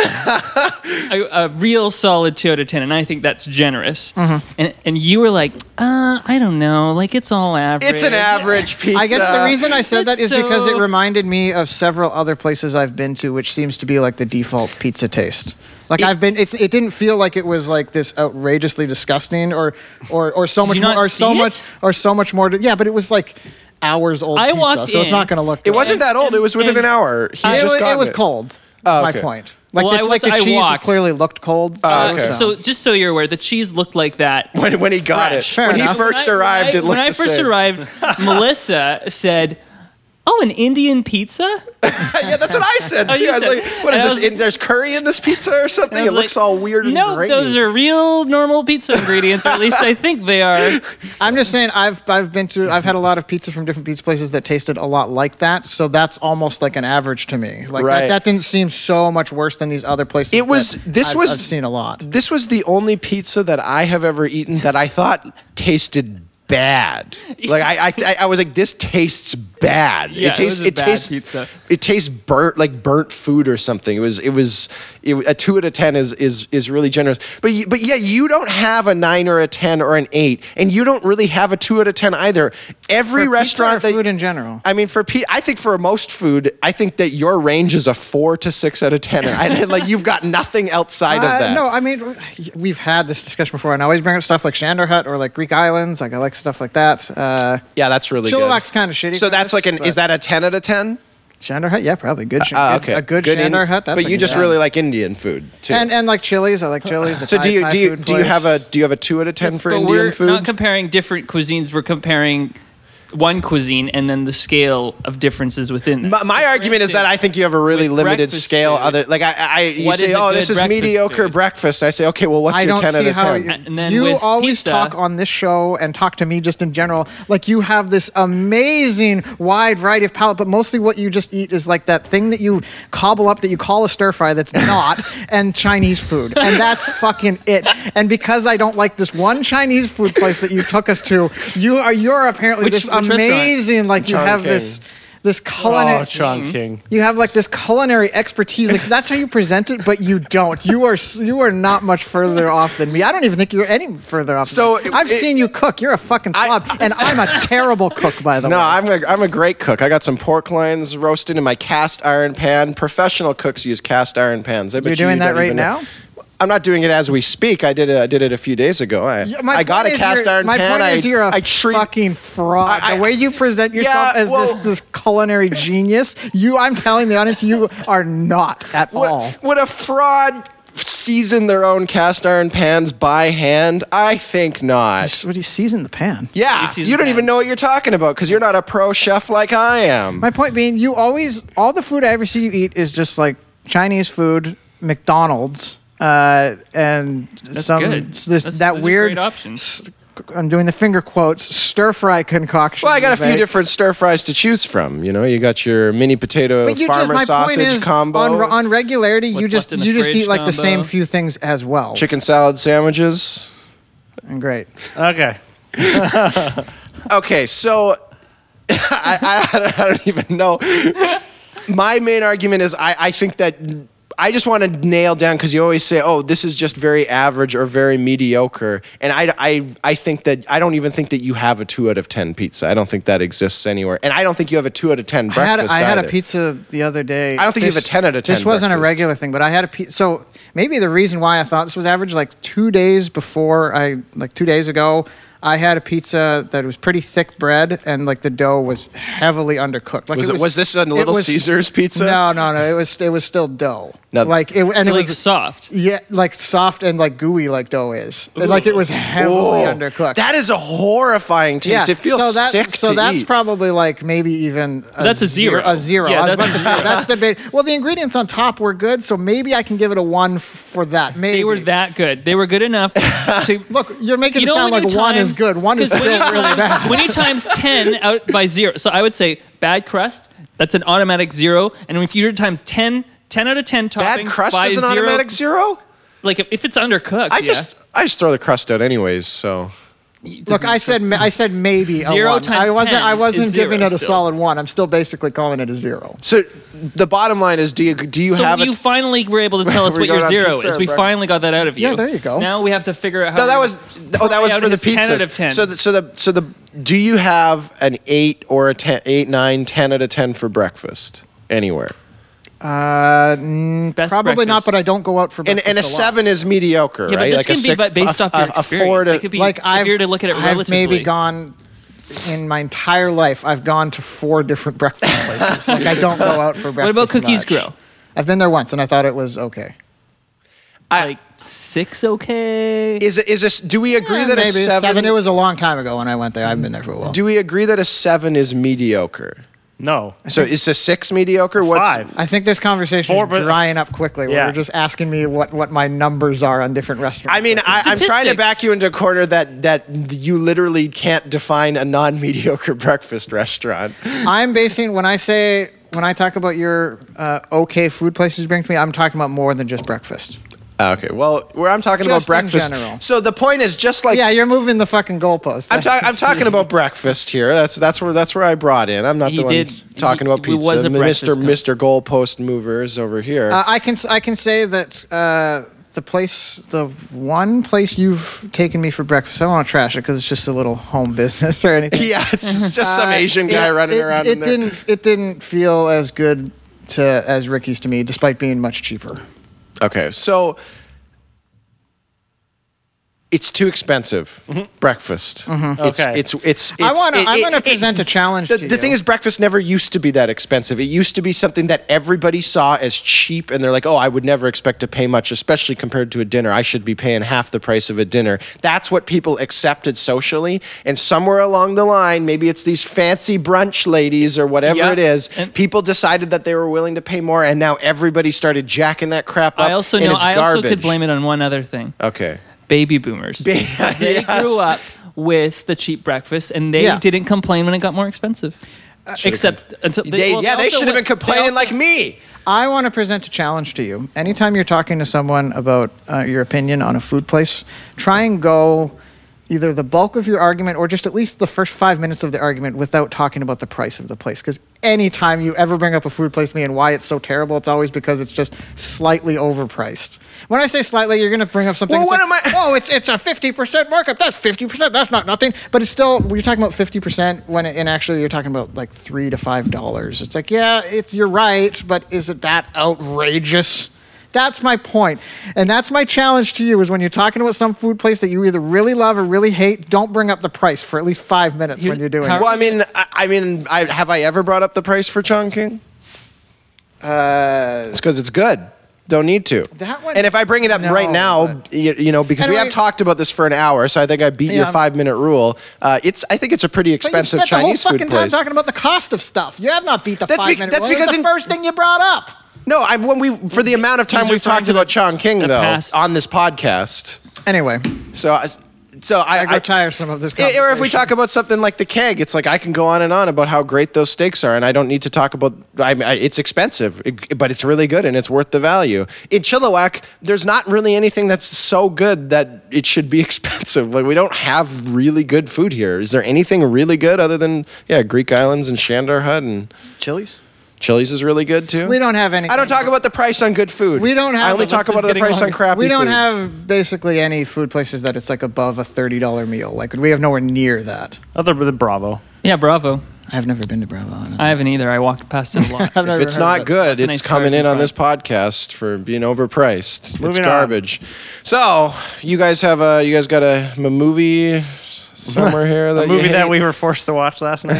S5: a, a real solid two out of ten, and I think that's generous.
S3: Mm-hmm.
S5: And and you were like, uh, I don't know, like it's all average.
S3: It's an average pizza.
S2: I guess the reason I said that
S5: uh,
S2: is
S5: It's
S2: because it
S5: so-
S2: reminded me of several other places I've been to, which seems to be like the default pizza taste. Like I've been, it's, it didn't feel like it was like this outrageously disgusting or or or so
S5: Did
S2: much
S5: you
S2: more
S5: not
S2: or so
S5: see it?
S2: much or so much more. To, yeah, but it was like hours old
S5: I
S2: pizza,
S5: walked
S2: so it's
S5: in.
S2: not going to look.
S3: it
S2: good.
S3: wasn't that old. It was within an
S5: And-
S3: hour. He
S2: it,
S3: just
S2: was,
S3: got
S2: it was cold.
S3: Oh,
S2: My
S3: okay.
S2: point. Like,
S5: Well,
S2: the,
S5: I
S2: like
S5: was-
S2: the
S5: I
S2: cheese
S5: walked.
S2: clearly looked cold.
S3: Oh,
S5: Uh,
S3: okay.
S5: So just so you're aware, the cheese looked like that
S3: When, when he got it,
S2: Fair
S3: when he
S2: enough.
S3: first
S5: When I-
S3: arrived,
S5: when I-
S3: it looked
S5: When I
S3: the
S5: first
S3: same.
S5: arrived, Melissa said, "Oh, an Indian pizza."
S3: *laughs* yeah, that's what I said too.
S5: *laughs* Oh, you
S3: I was
S5: said-
S3: like, "What
S5: and I
S3: is
S5: was-
S3: this? in- there's curry in this pizza or something?
S5: I
S3: It looks
S5: was like,
S3: all weird and
S5: No,
S3: grainy."
S5: those are real normal pizza ingredients, or at least I think
S3: *laughs*
S5: they are.
S2: I'm just saying I've I've been to I've had a lot of pizza from different pizza places that tasted a lot like that. So that's almost like an average to me. Like
S3: Right.
S2: that, that didn't seem so much worse than these other places.
S3: It was-
S2: that
S3: this
S2: I've-
S3: was-
S2: I've seen a lot.
S3: This was the only pizza that I have ever eaten that I thought tasted
S2: *laughs*
S3: bad. Like I, I, I- I was like, this tastes bad.
S5: Yeah, it was a bad
S3: tastes,
S5: pizza.
S3: It tastes burnt, like burnt food or something. It was, it was, it, a two out of ten is is is really generous. But y- but yeah, you don't have a nine or a ten or an eight, and you don't really have a two out of ten either. Every
S2: For pizza
S3: restaurant
S2: or
S3: that
S2: food in general?
S3: I mean, for pe- I think for most food, I think that your range is a four to six out of ten. I, like you've got nothing outside of
S2: Uh,
S3: that.
S2: no, I mean we've had this discussion before, and I always bring up stuff like Shander Hut or like Greek Islands. Like I like stuff like that. Uh,
S3: Yeah, that's really
S2: Chilliwack's
S3: good.
S2: kinda shitty
S3: So
S2: for
S3: that's
S2: this,
S3: like an
S2: but-
S3: is that a ten out of ten?
S2: Shander Hut, yeah, probably good. Shan-
S3: Ah,
S2: good- a good,
S3: in-
S2: Shander Hut. That's
S3: but
S2: a
S3: you
S2: good
S3: just
S2: one.
S3: really like Indian food too.
S2: and and like chilies. I like chilies. The
S3: so
S2: Thai-
S3: do you
S2: Thai
S3: do you
S2: food
S3: do you have a
S2: place.
S3: do you have a two out of ten for
S5: but
S3: Indian
S5: we're
S3: food?
S5: not comparing different cuisines. We're comparing one cuisine and then the scale of differences within.
S3: my,
S5: that.
S3: my
S5: So, for
S3: argument is that I
S5: instance-
S3: think you have a really
S5: with
S3: limited
S5: breakfast
S3: scale.
S5: food-
S3: Other like I, I you
S5: What
S3: say,
S5: is a
S3: oh,
S5: good
S3: this is
S5: breakfast
S3: mediocre
S5: food?"
S3: breakfast. I say, okay, well, what's
S2: I
S3: your
S2: don't
S3: ten out
S2: see
S3: of
S2: how
S3: ten?
S2: you,
S5: And then
S2: you
S5: with
S2: always
S5: pizza-
S2: talk on this show and talk to me just in general. Like you have this amazing wide variety of palate, but mostly what you just eat is like that thing that you cobble up that you call a stir fry that's
S5: *laughs*
S2: not and Chinese food, and that's fucking it. And because I don't like this one Chinese food place that you took us to, you are you're apparently
S5: Which-
S2: this
S5: which restaurant?
S2: amazing like you
S3: John
S2: have
S3: King.
S2: this. this culinary.
S4: oh, Chong King.
S2: you have like this culinary expertise. Like that's how you present it, but you don't. You are s- you are not much further off than me. I don't even think you're any further off. than
S3: So
S2: me.
S3: it-
S2: I've
S3: it-
S2: seen you cook. You're a fucking slob, and I'm a terrible cook, by the
S3: *laughs* No,
S2: way.
S3: I'm a, I'm a great cook. I got some pork loins roasted in my cast iron pan. Professional cooks use cast iron pans. I bet
S2: You're
S3: you
S2: doing that
S3: don't
S2: right
S3: even know.
S2: now?
S3: I'm not doing it as we speak. I did it, I did it a few days ago. I,
S2: Yeah, my
S3: I got
S2: point
S3: a
S2: is
S3: cast
S2: you're-
S3: iron
S2: My
S3: pan.
S2: point
S3: I,
S2: is you're a
S3: I treat
S2: fucking fraud.
S3: I- I-
S2: the way you present yourself
S3: Yeah,
S2: as this
S3: well-
S2: this culinary genius, you I'm telling the audience, you are not at
S3: Would-
S2: all.
S3: Would a fraud season their own cast iron pans by hand? I think not.
S2: What do you season the pan?
S3: Yeah,
S5: You season
S3: you don't
S5: pans.
S3: even know what you're talking about because you're not a pro chef like I am.
S2: My point being, you always all the food I ever see you eat is just like Chinese food, McDonald's, uh, and some
S5: good.
S2: s- this
S5: That's-
S2: that
S5: those are
S2: weird
S5: great options.
S2: s- I'm doing the finger quotes stir fry concoction.
S3: Well, I got
S2: you
S3: a few
S2: make.
S3: different stir fries to choose from. You know, you got your mini potato
S2: But you just
S3: farmer
S2: my
S3: sausage
S2: point is
S3: combo,
S2: on, on regularity, you
S5: What's
S2: just
S5: left in the
S2: you just
S5: fridge
S2: eat like the same
S5: combo.
S2: few things as well.
S3: chicken salad sandwiches.
S2: And great.
S4: Okay.
S3: Okay, so *laughs* I, I, I don't even know. My main argument is I, I think that I just want to nail down because you always say, oh, this is just very average or very mediocre. And I, I, I think that I don't even think that you have a two out of 10 pizza. I don't think that exists anywhere. And I don't think you have a two out of 10
S2: I had,
S3: breakfast.
S2: I had a
S3: either.
S2: pizza the other day.
S3: I don't think you have a 10 out of 10
S2: This wasn't a
S3: breakfast.
S2: regular thing, but I had a pizza. So maybe the reason why I thought this was average, like two days before, I like two days ago, I had a pizza that was pretty thick bread and like the dough was heavily undercooked. Like
S3: Was it- was this a Little Caesar's pizza?
S2: No, no, no. It was it was still dough.
S3: No.
S2: like it and it
S5: Like
S2: was
S5: soft.
S2: Yeah, like soft and like gooey like dough is. And, like it was heavily
S3: Oh,
S2: undercooked.
S3: That is a horrifying taste. It feels
S2: so that,
S3: sick
S2: So
S3: to
S2: that's
S3: eat.
S2: probably like maybe even a
S5: That's a zero.
S2: A zero.
S5: Yeah,
S2: I was
S5: that's
S2: about to say
S5: a
S2: that's debate. Well, the ingredients on top were good, so maybe I can give it a one f- for that. Maybe
S5: They were that good. They were
S3: *laughs*
S5: good enough to
S2: Look, you're making
S5: You
S2: it
S5: know,
S2: sound
S5: when
S2: like
S5: you
S2: one is
S5: times-
S2: good, one is
S5: *laughs* 'cause
S2: still really
S5: when you times-
S2: bad.
S5: When you times ten out by zero, so I would say bad crust. That's an automatic zero, and if you times 10, 10 out of ten toppings
S3: Bad crust
S5: by
S3: is an
S5: zero,
S3: automatic zero?
S5: Like if, if it's undercooked,
S3: I
S5: yeah.
S3: just I just throw the crust out anyways. So
S5: It
S2: Look,
S5: doesn't-
S2: I said ma- I said maybe
S5: Zero
S2: a one.
S5: times
S2: I wasn't
S5: 10
S2: I wasn't
S5: is zero
S2: giving it a
S5: still.
S2: solid one. I'm still basically calling it a zero.
S3: so the bottom line is do you do you
S5: So
S3: have
S5: you
S3: a
S5: finally
S3: *laughs*
S5: were able to tell us
S3: We
S5: what your
S3: got on
S5: zero
S3: pizza,
S5: is. We
S3: bro.
S5: finally got that out of you.
S2: Yeah, there you go.
S5: Now we have to figure out how.
S3: No, that
S5: we're
S3: was
S5: gonna
S3: oh, that was
S5: pry out
S3: for the
S5: his
S3: pizzas.
S5: 10 out of 10.
S3: So the, so the so the do you have an 8 or a 10 8 9 10 out of 10 for breakfast anywhere?
S2: Uh, mm,
S5: Best
S2: probably not,
S5: breakfast.
S2: but I don't go out for
S3: And
S2: breakfast
S3: and a,
S2: lot.
S3: 7 is mediocre,
S5: yeah, but
S3: right?
S5: this
S3: Like
S5: can
S3: a
S5: be
S3: six-
S5: ba- based
S3: a-
S5: off your
S3: a- a four
S5: experience.
S3: to-
S5: it could be,
S2: like
S5: if
S2: I've,
S5: you were to look at it
S2: I've
S5: relatively.
S2: maybe gone in my entire life. I've gone to four different
S5: *laughs*
S2: breakfast places. like I don't go out for breakfast.
S5: about Cookies
S2: much.
S5: Grill?
S2: I've been there once and I thought it was okay.
S5: like six, okay.
S3: is it- is this do we agree
S2: Yeah,
S3: that
S2: Eh, maybe
S3: a 7,
S2: It was a long time ago when I went there. I've been there for a while.
S3: Do we agree that a 7 is mediocre?
S4: No.
S3: So is a 6 mediocre? What's
S4: Five.
S2: I think this conversation
S4: Four,
S2: is
S4: but-
S2: drying up quickly. Where
S4: Yeah.
S2: You're just asking me what, what my numbers are on different restaurants.
S3: I mean, I, I'm trying to
S5: Statistics.
S3: back you into a corner that that you literally can't define a non-mediocre *laughs* breakfast restaurant.
S2: *laughs* I'm basing when I say when I talk about your uh, okay food places you bring to me. I'm talking about more than just breakfast.
S3: Ah, Okay, well, where I'm talking
S2: Just
S3: about breakfast.
S2: in general.
S3: So the point is just like
S2: Yeah, you're moving the fucking goalpost.
S3: I'm, ta-
S2: *laughs*
S3: I'm talking about breakfast here. That's that's where that's where I brought in. I'm not
S5: He
S3: the one
S5: did-
S3: talking
S5: he-
S3: about
S5: he
S3: pizza.
S5: was a breakfast
S3: Mr.
S5: guy.
S3: Mr. Goalpost Movers over here.
S2: Uh, I can s- I can say that uh, the place, the one place you've taken me for breakfast, I don't want to trash it because it's just a little home business or anything.
S3: *laughs* yeah,
S2: *laughs*
S3: it's just some
S2: Uh,
S3: *laughs* Asian guy
S2: it-
S3: running
S2: it-
S3: around.
S2: It
S3: in there.
S2: didn't it didn't feel as good to as Ricky's to me, despite being much cheaper.
S3: Okay, so it's too expensive. Breakfast. It's,
S4: Okay.
S3: It's it's. it's
S2: I want to
S3: it-
S2: I'm
S3: it-
S2: going to
S3: it-
S2: present a challenge.
S3: The,
S2: to
S3: the
S2: you.
S3: thing is, breakfast never used to be that expensive. It used to be something that everybody saw as cheap, and they're like, "Oh, I would never expect to pay much, especially compared to a dinner. I should be paying half the price of a dinner." That's what people accepted socially. And somewhere along the line, maybe it's these fancy brunch ladies or whatever
S5: Yeah,
S3: it is,
S5: and-
S3: people decided that they were willing to pay more, and now everybody started jacking that crap up.
S5: I also
S3: and
S5: know.
S3: it's
S5: I also could
S3: garbage. Uh,
S5: blame it on one other thing.
S3: Okay.
S5: baby boomers.
S3: *laughs*
S5: Because they grew up with the cheap breakfast and they
S2: Yeah.
S5: didn't complain when it got more expensive. Except until
S3: Uh, They, yeah, they
S5: also
S3: should have been
S5: went-
S3: complaining
S5: they also-
S3: like me.
S2: I want to present a challenge to you. Anytime you're talking to someone about uh, your opinion on a food place, try and go either the bulk of your argument or just at least the first five minutes of the argument without talking about the price of the place. Because anytime you ever bring up a food place to me and why it's so terrible, it's always because it's just slightly overpriced. When I say slightly, you're going to bring up something.
S3: Well,
S2: it's
S3: what
S2: like,
S3: am I-
S2: Oh, it's, it's a 50% markup. That's 50%. That's not nothing. But it's still, you're talking about 50% when it, and actually you're talking about like 3 to $5. It's like, yeah, it's you're right, but is it that outrageous? That's my point. And that's my challenge to you is when you're talking about some food place that you either really love or really hate, don't bring up the price for at least five minutes when you're doing
S5: how-
S2: it.
S3: Well, I mean, I, I mean, I, have I ever brought up the price for Chongqing? Uh, it's because it's good. Don't need to.
S2: That one-
S3: And if I bring it up
S2: No,
S3: right now,
S2: but-
S3: you, you know, because we
S2: Anyway-
S3: have talked about this for an hour, so I think I beat your
S2: Yeah.
S3: five minute rule. Uh, it's. I think it's a pretty
S2: But you
S3: expensive
S2: spent
S3: Chinese
S2: the whole fucking
S3: food
S2: time
S3: place.
S2: talking about the cost of stuff. You have not beat the
S3: That's
S2: five
S3: be-
S2: minute
S3: that's
S2: rule. It's
S3: because
S2: the
S3: in-
S2: first thing you brought up.
S3: no, I, when we for the amount of time
S5: He's
S3: we've
S5: referring
S3: talked
S5: to the-
S3: about Chongqing
S5: the
S3: though
S5: past.
S3: on this podcast,
S2: Anyway,
S3: so I, so I,
S2: I got tiresome of this
S3: Yeah,
S2: conversation.
S3: Or if we talk about something like the keg, it's like I can go on and on about how great those steaks are, and I don't need to talk about. I, I, it's expensive, it- but it's really good and it's worth the value. In Chilliwack, there's not really anything that's so good that it should be *laughs* expensive. Like we don't have really good food here. Is there anything really good other than yeah, Greek Islands and Shandar Hut and
S2: Chili's?
S3: Chili's is really good too.
S2: We don't have anything.
S3: I don't talk about the price on good food.
S2: We don't have.
S3: I only
S2: this
S3: talk
S2: is
S3: about the
S2: getting
S3: price on
S2: longer.
S3: crappy.
S2: We don't
S3: food.
S2: have basically any food places that it's like above a thirty dollar meal. Like we have nowhere near that.
S4: Other than Bravo.
S5: Yeah, Bravo.
S2: I've never been to Bravo. I don't know.
S5: I haven't either. I walked past it
S3: *laughs*
S5: a lot.
S2: I've never
S3: If it's
S2: heard of
S3: not
S2: it.
S3: good,
S5: That's a
S3: it's
S5: nice
S3: coming
S5: cars
S3: in
S5: in
S3: on
S5: front.
S3: this podcast for being overpriced. it's
S4: Moving on.
S3: garbage. So you guys have a you guys got a, m- movie
S2: *laughs*
S3: somewhere here that
S4: A movie
S3: you
S4: that
S3: hate?
S4: we were forced to watch last night.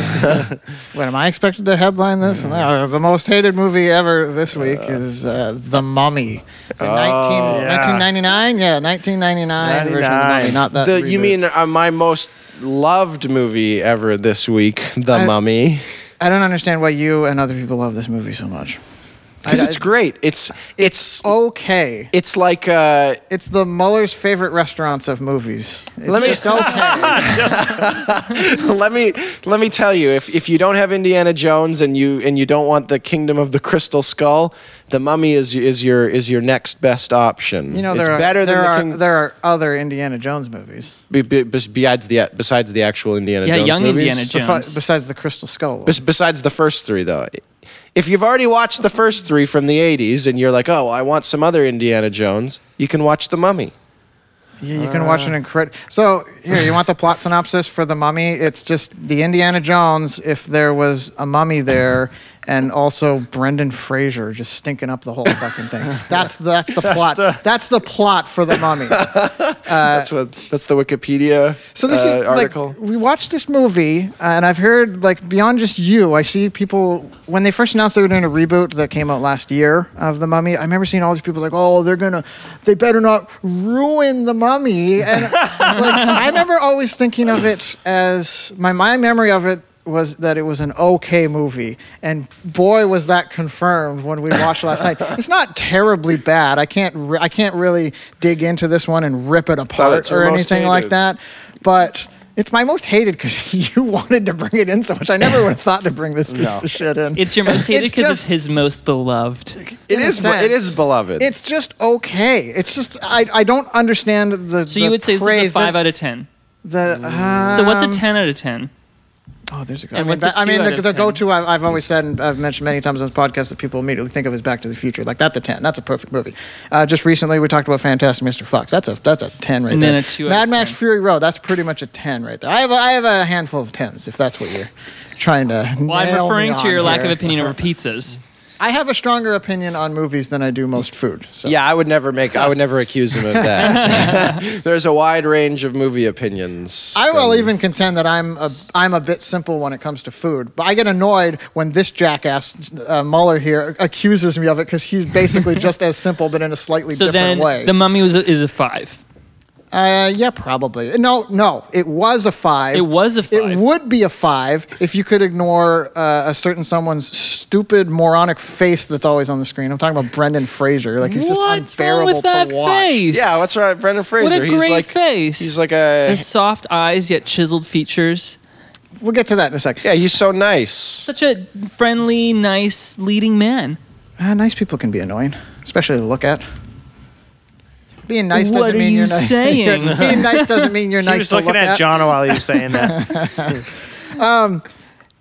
S2: What am I expected to headline this? No, the most hated movie ever this week is uh, The Mummy. The
S3: Oh,
S2: 19,
S4: yeah.
S2: 1999? Yeah, 1999 version of The
S4: 99.
S2: Mummy, not that.
S3: The- you
S2: reboot.
S3: mean uh, my most loved movie ever this week, The
S2: I-
S3: Mummy?
S2: I don't understand why you and other people love this movie so much.
S3: Because
S2: I-
S3: it's great. It's it's
S2: Okay.
S3: it's like uh, *laughs*
S2: It's the Muller's favorite restaurants of movies. It's
S3: Let me-
S2: just okay.
S3: let me let me tell you if, if you don't have Indiana Jones and you and you don't want the Kingdom of the Crystal Skull, the Mummy is is your is your next best option.
S2: You know, there
S3: it's
S2: are
S3: better
S2: there
S3: than
S2: are
S3: the King-
S2: there are other Indiana Jones movies
S3: be, be, bes- besides the besides the actual Indiana
S5: Yeah,
S3: Jones
S5: young
S3: movies.
S5: Indiana Jones.
S2: Besi- besides the Crystal Skull. one.
S3: Bes- besides the first three though. If you've already watched the first three from the 80s and you're like, "Oh, I want some other Indiana Jones," you can watch The Mummy.
S2: Yeah, you can watch
S3: uh,
S2: an incredible. So here, you want the plot synopsis for the Mummy? It's just the Indiana Jones if there was a mummy there, and also Brendan Fraser just stinking up the whole fucking
S3: *laughs*
S2: thing. That's that's the plot. that's the plot for the Mummy.
S3: that's what that's the Wikipedia
S2: So this
S3: uh,
S2: is
S3: article.
S2: like we watched this movie, uh, and I've heard like beyond just you. I see people when they first announced they were doing a reboot that came out last year of the Mummy. I remember seeing all these people like, "Oh, they're gonna, they better not ruin the Mummy." And *laughs* like, I remember always thinking of it as my my memory of it was that it was an okay movie and boy was that confirmed when we watched last night it's not terribly bad i can't re- i can't really dig into this one and rip it apart
S3: it's your
S2: or
S3: most
S2: anything like
S3: hated.
S2: that that, but it's my most hated because *laughs* you wanted to bring it in so much. I never would have thought to bring *laughs* this piece of shit in.
S5: *laughs* It's your most hated
S2: It's
S5: because it's
S2: just-
S5: his most beloved.
S3: it
S2: in a
S3: is it
S2: sense.
S3: is beloved.
S2: It's just okay. It's just I, I don't understand the.
S5: So you would say this is a five out of ten.
S2: the. uh,
S5: So what's a
S3: Um,
S5: ten out of ten?
S2: oh, there's a. I
S5: and
S2: mean,
S5: what's a
S2: that- I
S5: two
S2: mean,
S5: out
S2: the,
S5: of
S2: the
S5: 10?
S2: go-to I've, I've always said and I've mentioned many times on this podcast that people immediately think of is Back to the Future. Like that's a ten. That's a perfect movie. Uh, just recently we talked about Fantastic Mr. Fox. That's a that's a ten right
S5: And
S2: there.
S5: then a two out
S2: Mad
S5: of
S2: Max
S5: 10.
S2: Fury Road. That's pretty much a ten right there. I have a, I have a handful of tens if that's what you're trying to.
S5: Well, I'm
S2: nail me
S5: referring to
S2: on
S5: your lack
S2: here.
S5: of opinion over pizzas.
S2: I have a stronger opinion on movies than I do most food. So.
S3: Yeah, I would never make. I would never accuse him of
S5: *laughs*
S3: that. There's a wide range of movie opinions.
S2: I will
S3: from-
S2: even contend that I'm a, I'm a bit simple when it comes to food, but I get annoyed when this jackass uh, Muller here accuses me of it because he's
S5: *laughs*
S2: basically just as simple but in *laughs* a slightly
S5: So
S2: different
S5: then
S2: way.
S5: the mummy was a, is a five.
S2: uh, yeah, probably. No, no, it was a five.
S5: It was a five.
S2: It would be a five if you could ignore uh, a certain someone's stupid moronic face that's always on the screen. I'm talking about Brendan Fraser. Like he's
S5: What's
S2: just unbearable
S5: wrong with that
S2: to watch.
S5: face?
S3: Yeah, what's right, Brendan Fraser?
S5: What a
S3: he's
S5: great
S3: like
S5: face.
S3: he's like
S2: Eh.
S3: a
S5: His soft eyes yet chiseled features.
S2: We'll get to that in a second.
S3: yeah. He's so nice.
S5: Such a friendly, nice, leading man.
S2: Ah, Uh, nice people can be annoying, especially to look at. Being nice
S5: What
S2: doesn't
S5: are
S2: mean
S5: you
S2: are nice.
S5: saying?
S2: *laughs* Being nice doesn't mean you're
S4: He
S2: nice
S4: was
S2: to
S4: looking
S2: look
S4: at, John while he was saying that.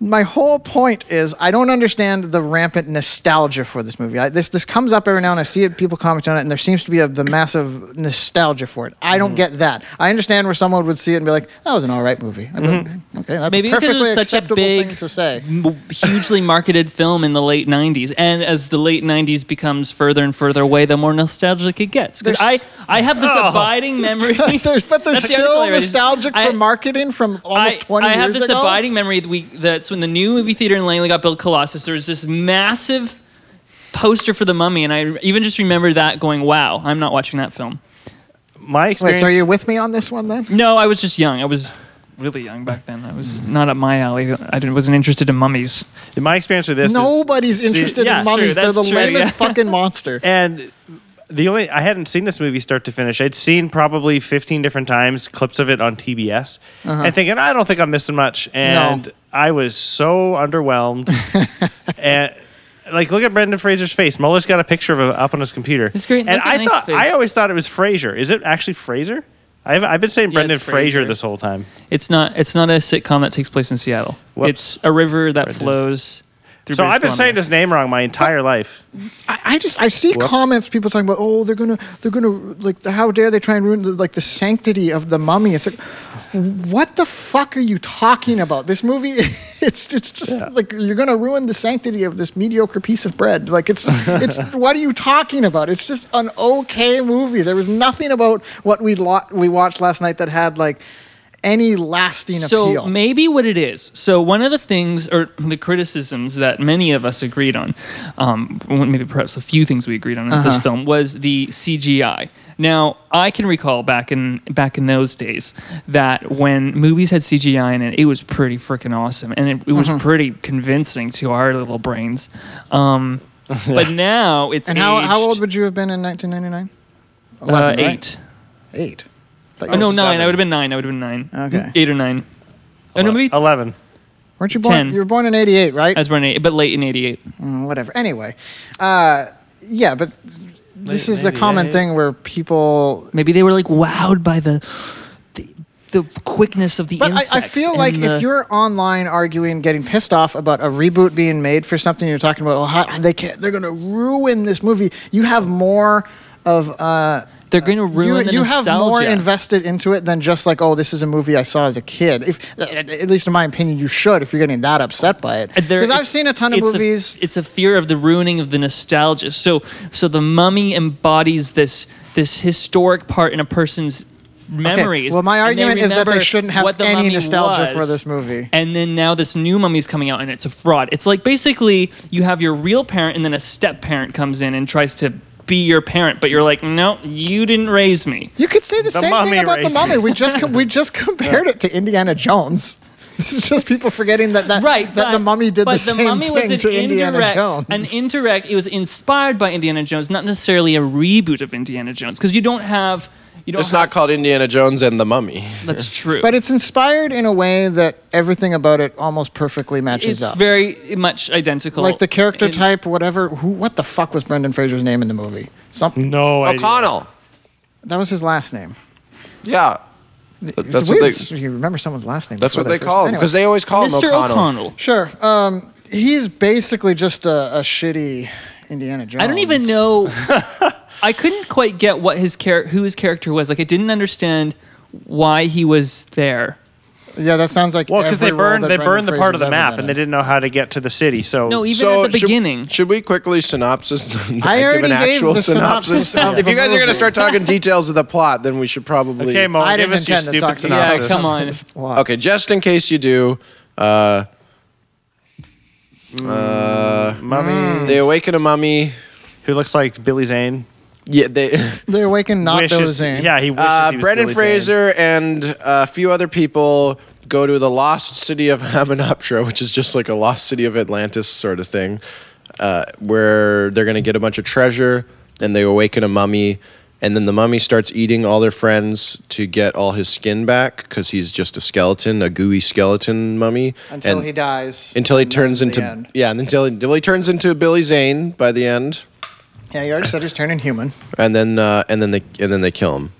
S2: My whole point is I don't understand the rampant nostalgia for this movie. I, this this comes up every now and I see it, people comment on it, and there seems to be a, the massive nostalgia for it. I
S4: Mm-hmm.
S2: don't get that. I understand where someone would see it and be like, "That was an all right movie." I mean,
S4: Mm-hmm.
S2: Okay, that's
S5: Maybe
S2: a
S5: because it
S2: perfectly
S5: was such a
S2: acceptable
S5: big,
S2: thing to
S5: *laughs*
S2: say.
S5: m- hugely marketed *laughs* film in the late '90s, and as the late '90s becomes further and further away, the more nostalgic it gets. 'Cause I,
S2: There's- Oh.
S5: I have this
S2: *laughs*
S5: abiding memory.
S2: There's, but they're
S5: That's the other
S2: still
S5: thing, right?
S2: nostalgic
S5: I-
S2: for marketing from almost 20
S5: I
S2: years ago.
S5: have this abiding memory that we that's when the new movie theater in Langley got built, Colossus. There was this massive poster for the Mummy, and I even just remember that going, "Wow, I'm not watching that film."
S4: My
S2: Wait,
S4: experience.
S2: so are you with me on this one then?
S5: No, I was just young. I was really young back then. I was not up my alley. I didn't, wasn't interested in mummies.
S4: my experience with this. is-
S2: Nobody's
S4: See,
S2: interested
S5: yeah,
S2: in
S5: true,
S2: mummies. They're
S5: that's
S2: the
S5: true,
S2: lamest
S5: yeah.
S2: fucking monster.
S4: And the only I hadn't seen this movie start to finish. I'd seen probably 15 different times clips of it on TBS
S2: Uh-huh.
S4: and thinking, I don't think I'm missing much. And I was so
S2: *laughs*
S4: underwhelmed. and like, look at Brendan Fraser's face. Mueller's got a picture of it up on his computer.
S5: It's great.
S4: And
S5: Look at
S4: I
S5: Nick's
S4: thought
S5: face.
S4: I always thought it was Fraser. Is it actually Fraser? I've, I've been saying
S5: Yeah,
S4: Brendan
S5: it's
S4: Fraser.
S5: Fraser.
S4: this whole time.
S5: It's not. It's not a sitcom that takes place in Seattle.
S4: Whoops.
S5: It's a river that flows. Through
S4: So
S5: British
S4: I've been saying
S5: Columbia.
S4: his name wrong my entire life.
S2: I, I just I see comments people talking about oh they're gonna they're gonna like how dare they try and ruin the, like the sanctity of the mummy. It's like what the fuck are you talking about? This movie *laughs* it's it's just like you're gonna ruin the sanctity of this mediocre piece of bread. Like it's it's what are you talking about? It's just an okay movie. There was nothing about what we lo- we watched last night that had like any lasting
S5: so
S2: appeal.
S5: maybe what it is. So one of the things, or the criticisms that many of us agreed on, um, well, maybe perhaps a few things we agreed on in
S2: Uh-huh.
S5: this film was the CGI. Now I can recall back in back in those days that when movies had CGI in it, it was pretty freaking awesome, and it, it
S2: Mm-hmm.
S5: was pretty convincing to our little brains.
S2: *laughs*
S5: Um, But now it's
S2: and how, how
S5: aged,
S2: old would you have been in 1999?
S5: uh,
S2: 11,
S5: eight?
S2: right? Eight. Thought you
S5: Oh,
S2: were
S5: no,
S2: seven.
S5: nine. I would have been nine. I would have been nine.
S2: Okay.
S5: Eight or nine. Oh, no, maybe
S4: Eleven.
S2: Weren't you born?
S5: 10.
S2: You were born in '88, right?
S5: I was born in eight, but late in 88.
S2: Mm, whatever. Anyway, uh, yeah, but this
S4: Late
S2: is the common
S4: 88.
S2: thing where people.
S5: Maybe they were like wowed by the the, the quickness of the
S2: But I, I feel like if you're online arguing, getting pissed off about a reboot being made for something you're talking about, oh, how, they can't, they're going to ruin this movie. You have more of uh,
S5: they're going to ruin
S2: you,
S5: the
S2: you have
S5: nostalgia.
S2: more invested into it than just like, oh, this is a movie I saw as a kid. If at at least in my opinion, you should if you're getting that upset by it.
S5: Uh, there-
S2: Because I've
S5: it's-
S2: seen a ton of
S5: it's
S2: movies.
S5: it's a fear of the ruining of the nostalgia. So, so the mummy embodies this this historic part in a person's memories.
S2: well, my
S5: and they
S2: argument is that they
S5: remember
S2: shouldn't have
S5: what the
S2: any
S5: mummy
S2: nostalgia for
S5: was.
S2: this movie.
S5: And then now this new mummy's coming out, and it's a fraud. It's like basically you have your real parent, and then a step parent comes in and tries to be your parent, but you're like, no, you didn't raise me.
S2: You could say the, same
S4: mummy
S2: thing about the
S4: raised
S2: mummy.
S4: me.
S2: We just com- we
S4: *laughs*
S2: just compared it to Indiana Jones. *laughs* This is just people forgetting that that,
S5: right
S2: that
S5: but-
S2: the mummy did
S5: but
S2: the same
S5: mummy
S2: thing
S5: was an
S2: to Indiana
S5: indirect-
S2: Jones.
S5: an indirect it was inspired by indiana jones not necessarily a reboot of indiana jones because you don't have you don't
S3: It's
S5: have,
S3: not called Indiana Jones and the Mummy.
S5: that's true
S2: but it's inspired in a way that everything about it almost perfectly matches
S5: it's
S2: up.
S5: very much identical
S2: like the character
S5: in-
S2: type, whatever. Who? What the fuck was Brendan Fraser's name in the movie? Something
S4: No. idea.
S3: O'Connell.
S2: that was his last name.
S3: Yeah. But
S2: It's
S3: that's
S2: weird
S3: what they,
S2: s- you remember someone's last name.
S3: that's
S2: before
S3: what they
S2: first-
S3: call him
S2: anyway.
S3: because they always call him
S5: mr
S3: O'Connell.
S5: o'connell,
S2: Sure. Um, he's basically just a, a shitty Indiana Jones.
S5: i don't even know
S3: *laughs*
S5: i couldn't quite get what his char- who his character was like i didn't understand why he was there
S2: Yeah, that sounds like
S4: Well, because they
S2: every role
S4: burned
S2: that
S4: they
S2: Brendan
S4: burned the part of
S2: Fraser's
S4: the
S2: ever
S4: map,
S2: been
S4: and
S2: in.
S4: they didn't know how to get to the city. So
S5: no even
S3: so
S5: at the
S3: should-
S5: beginning
S3: Should, we quickly synopsis? *laughs* give
S2: I already
S3: an
S2: gave
S3: actual
S2: the synopsis of
S3: if
S2: the
S3: you guys are going
S2: movie.
S3: to start talking details of the plot, then we should probably.
S4: okay, Mo,
S2: I
S4: give
S2: didn't
S4: us your
S2: intend to
S4: stupid
S2: talk to you.
S5: Yeah,
S2: guys
S4: synopsis.
S5: come on.
S2: about this plot.
S3: okay, just in case you do, uh,
S2: Mm,
S4: Mummy,
S3: they awaken a mummy.
S4: who looks like Billy Zane,
S3: Yeah, they.
S2: They awaken not
S4: wishes.
S2: those in.
S4: Yeah, he wishes.
S3: Uh,
S4: he was
S3: Brendan
S4: Billy Zane.
S3: Fraser and a few other people go to the lost city of *laughs* Hamunaptra, which is just like a lost city of Atlantis sort of thing, uh, where they're going to get a bunch of treasure and they awaken a mummy. And then the mummy starts eating all their friends to get all his skin back because he's just a skeleton, a gooey skeleton mummy.
S2: Until
S3: And-
S2: he dies.
S3: until he
S2: And that's
S3: turns
S2: the
S3: into
S2: end.
S3: yeah, and until he, until he turns into Billy Zane by the end.
S2: Yeah, you already said he's turning human,
S3: and then uh, and then they and then they kill him.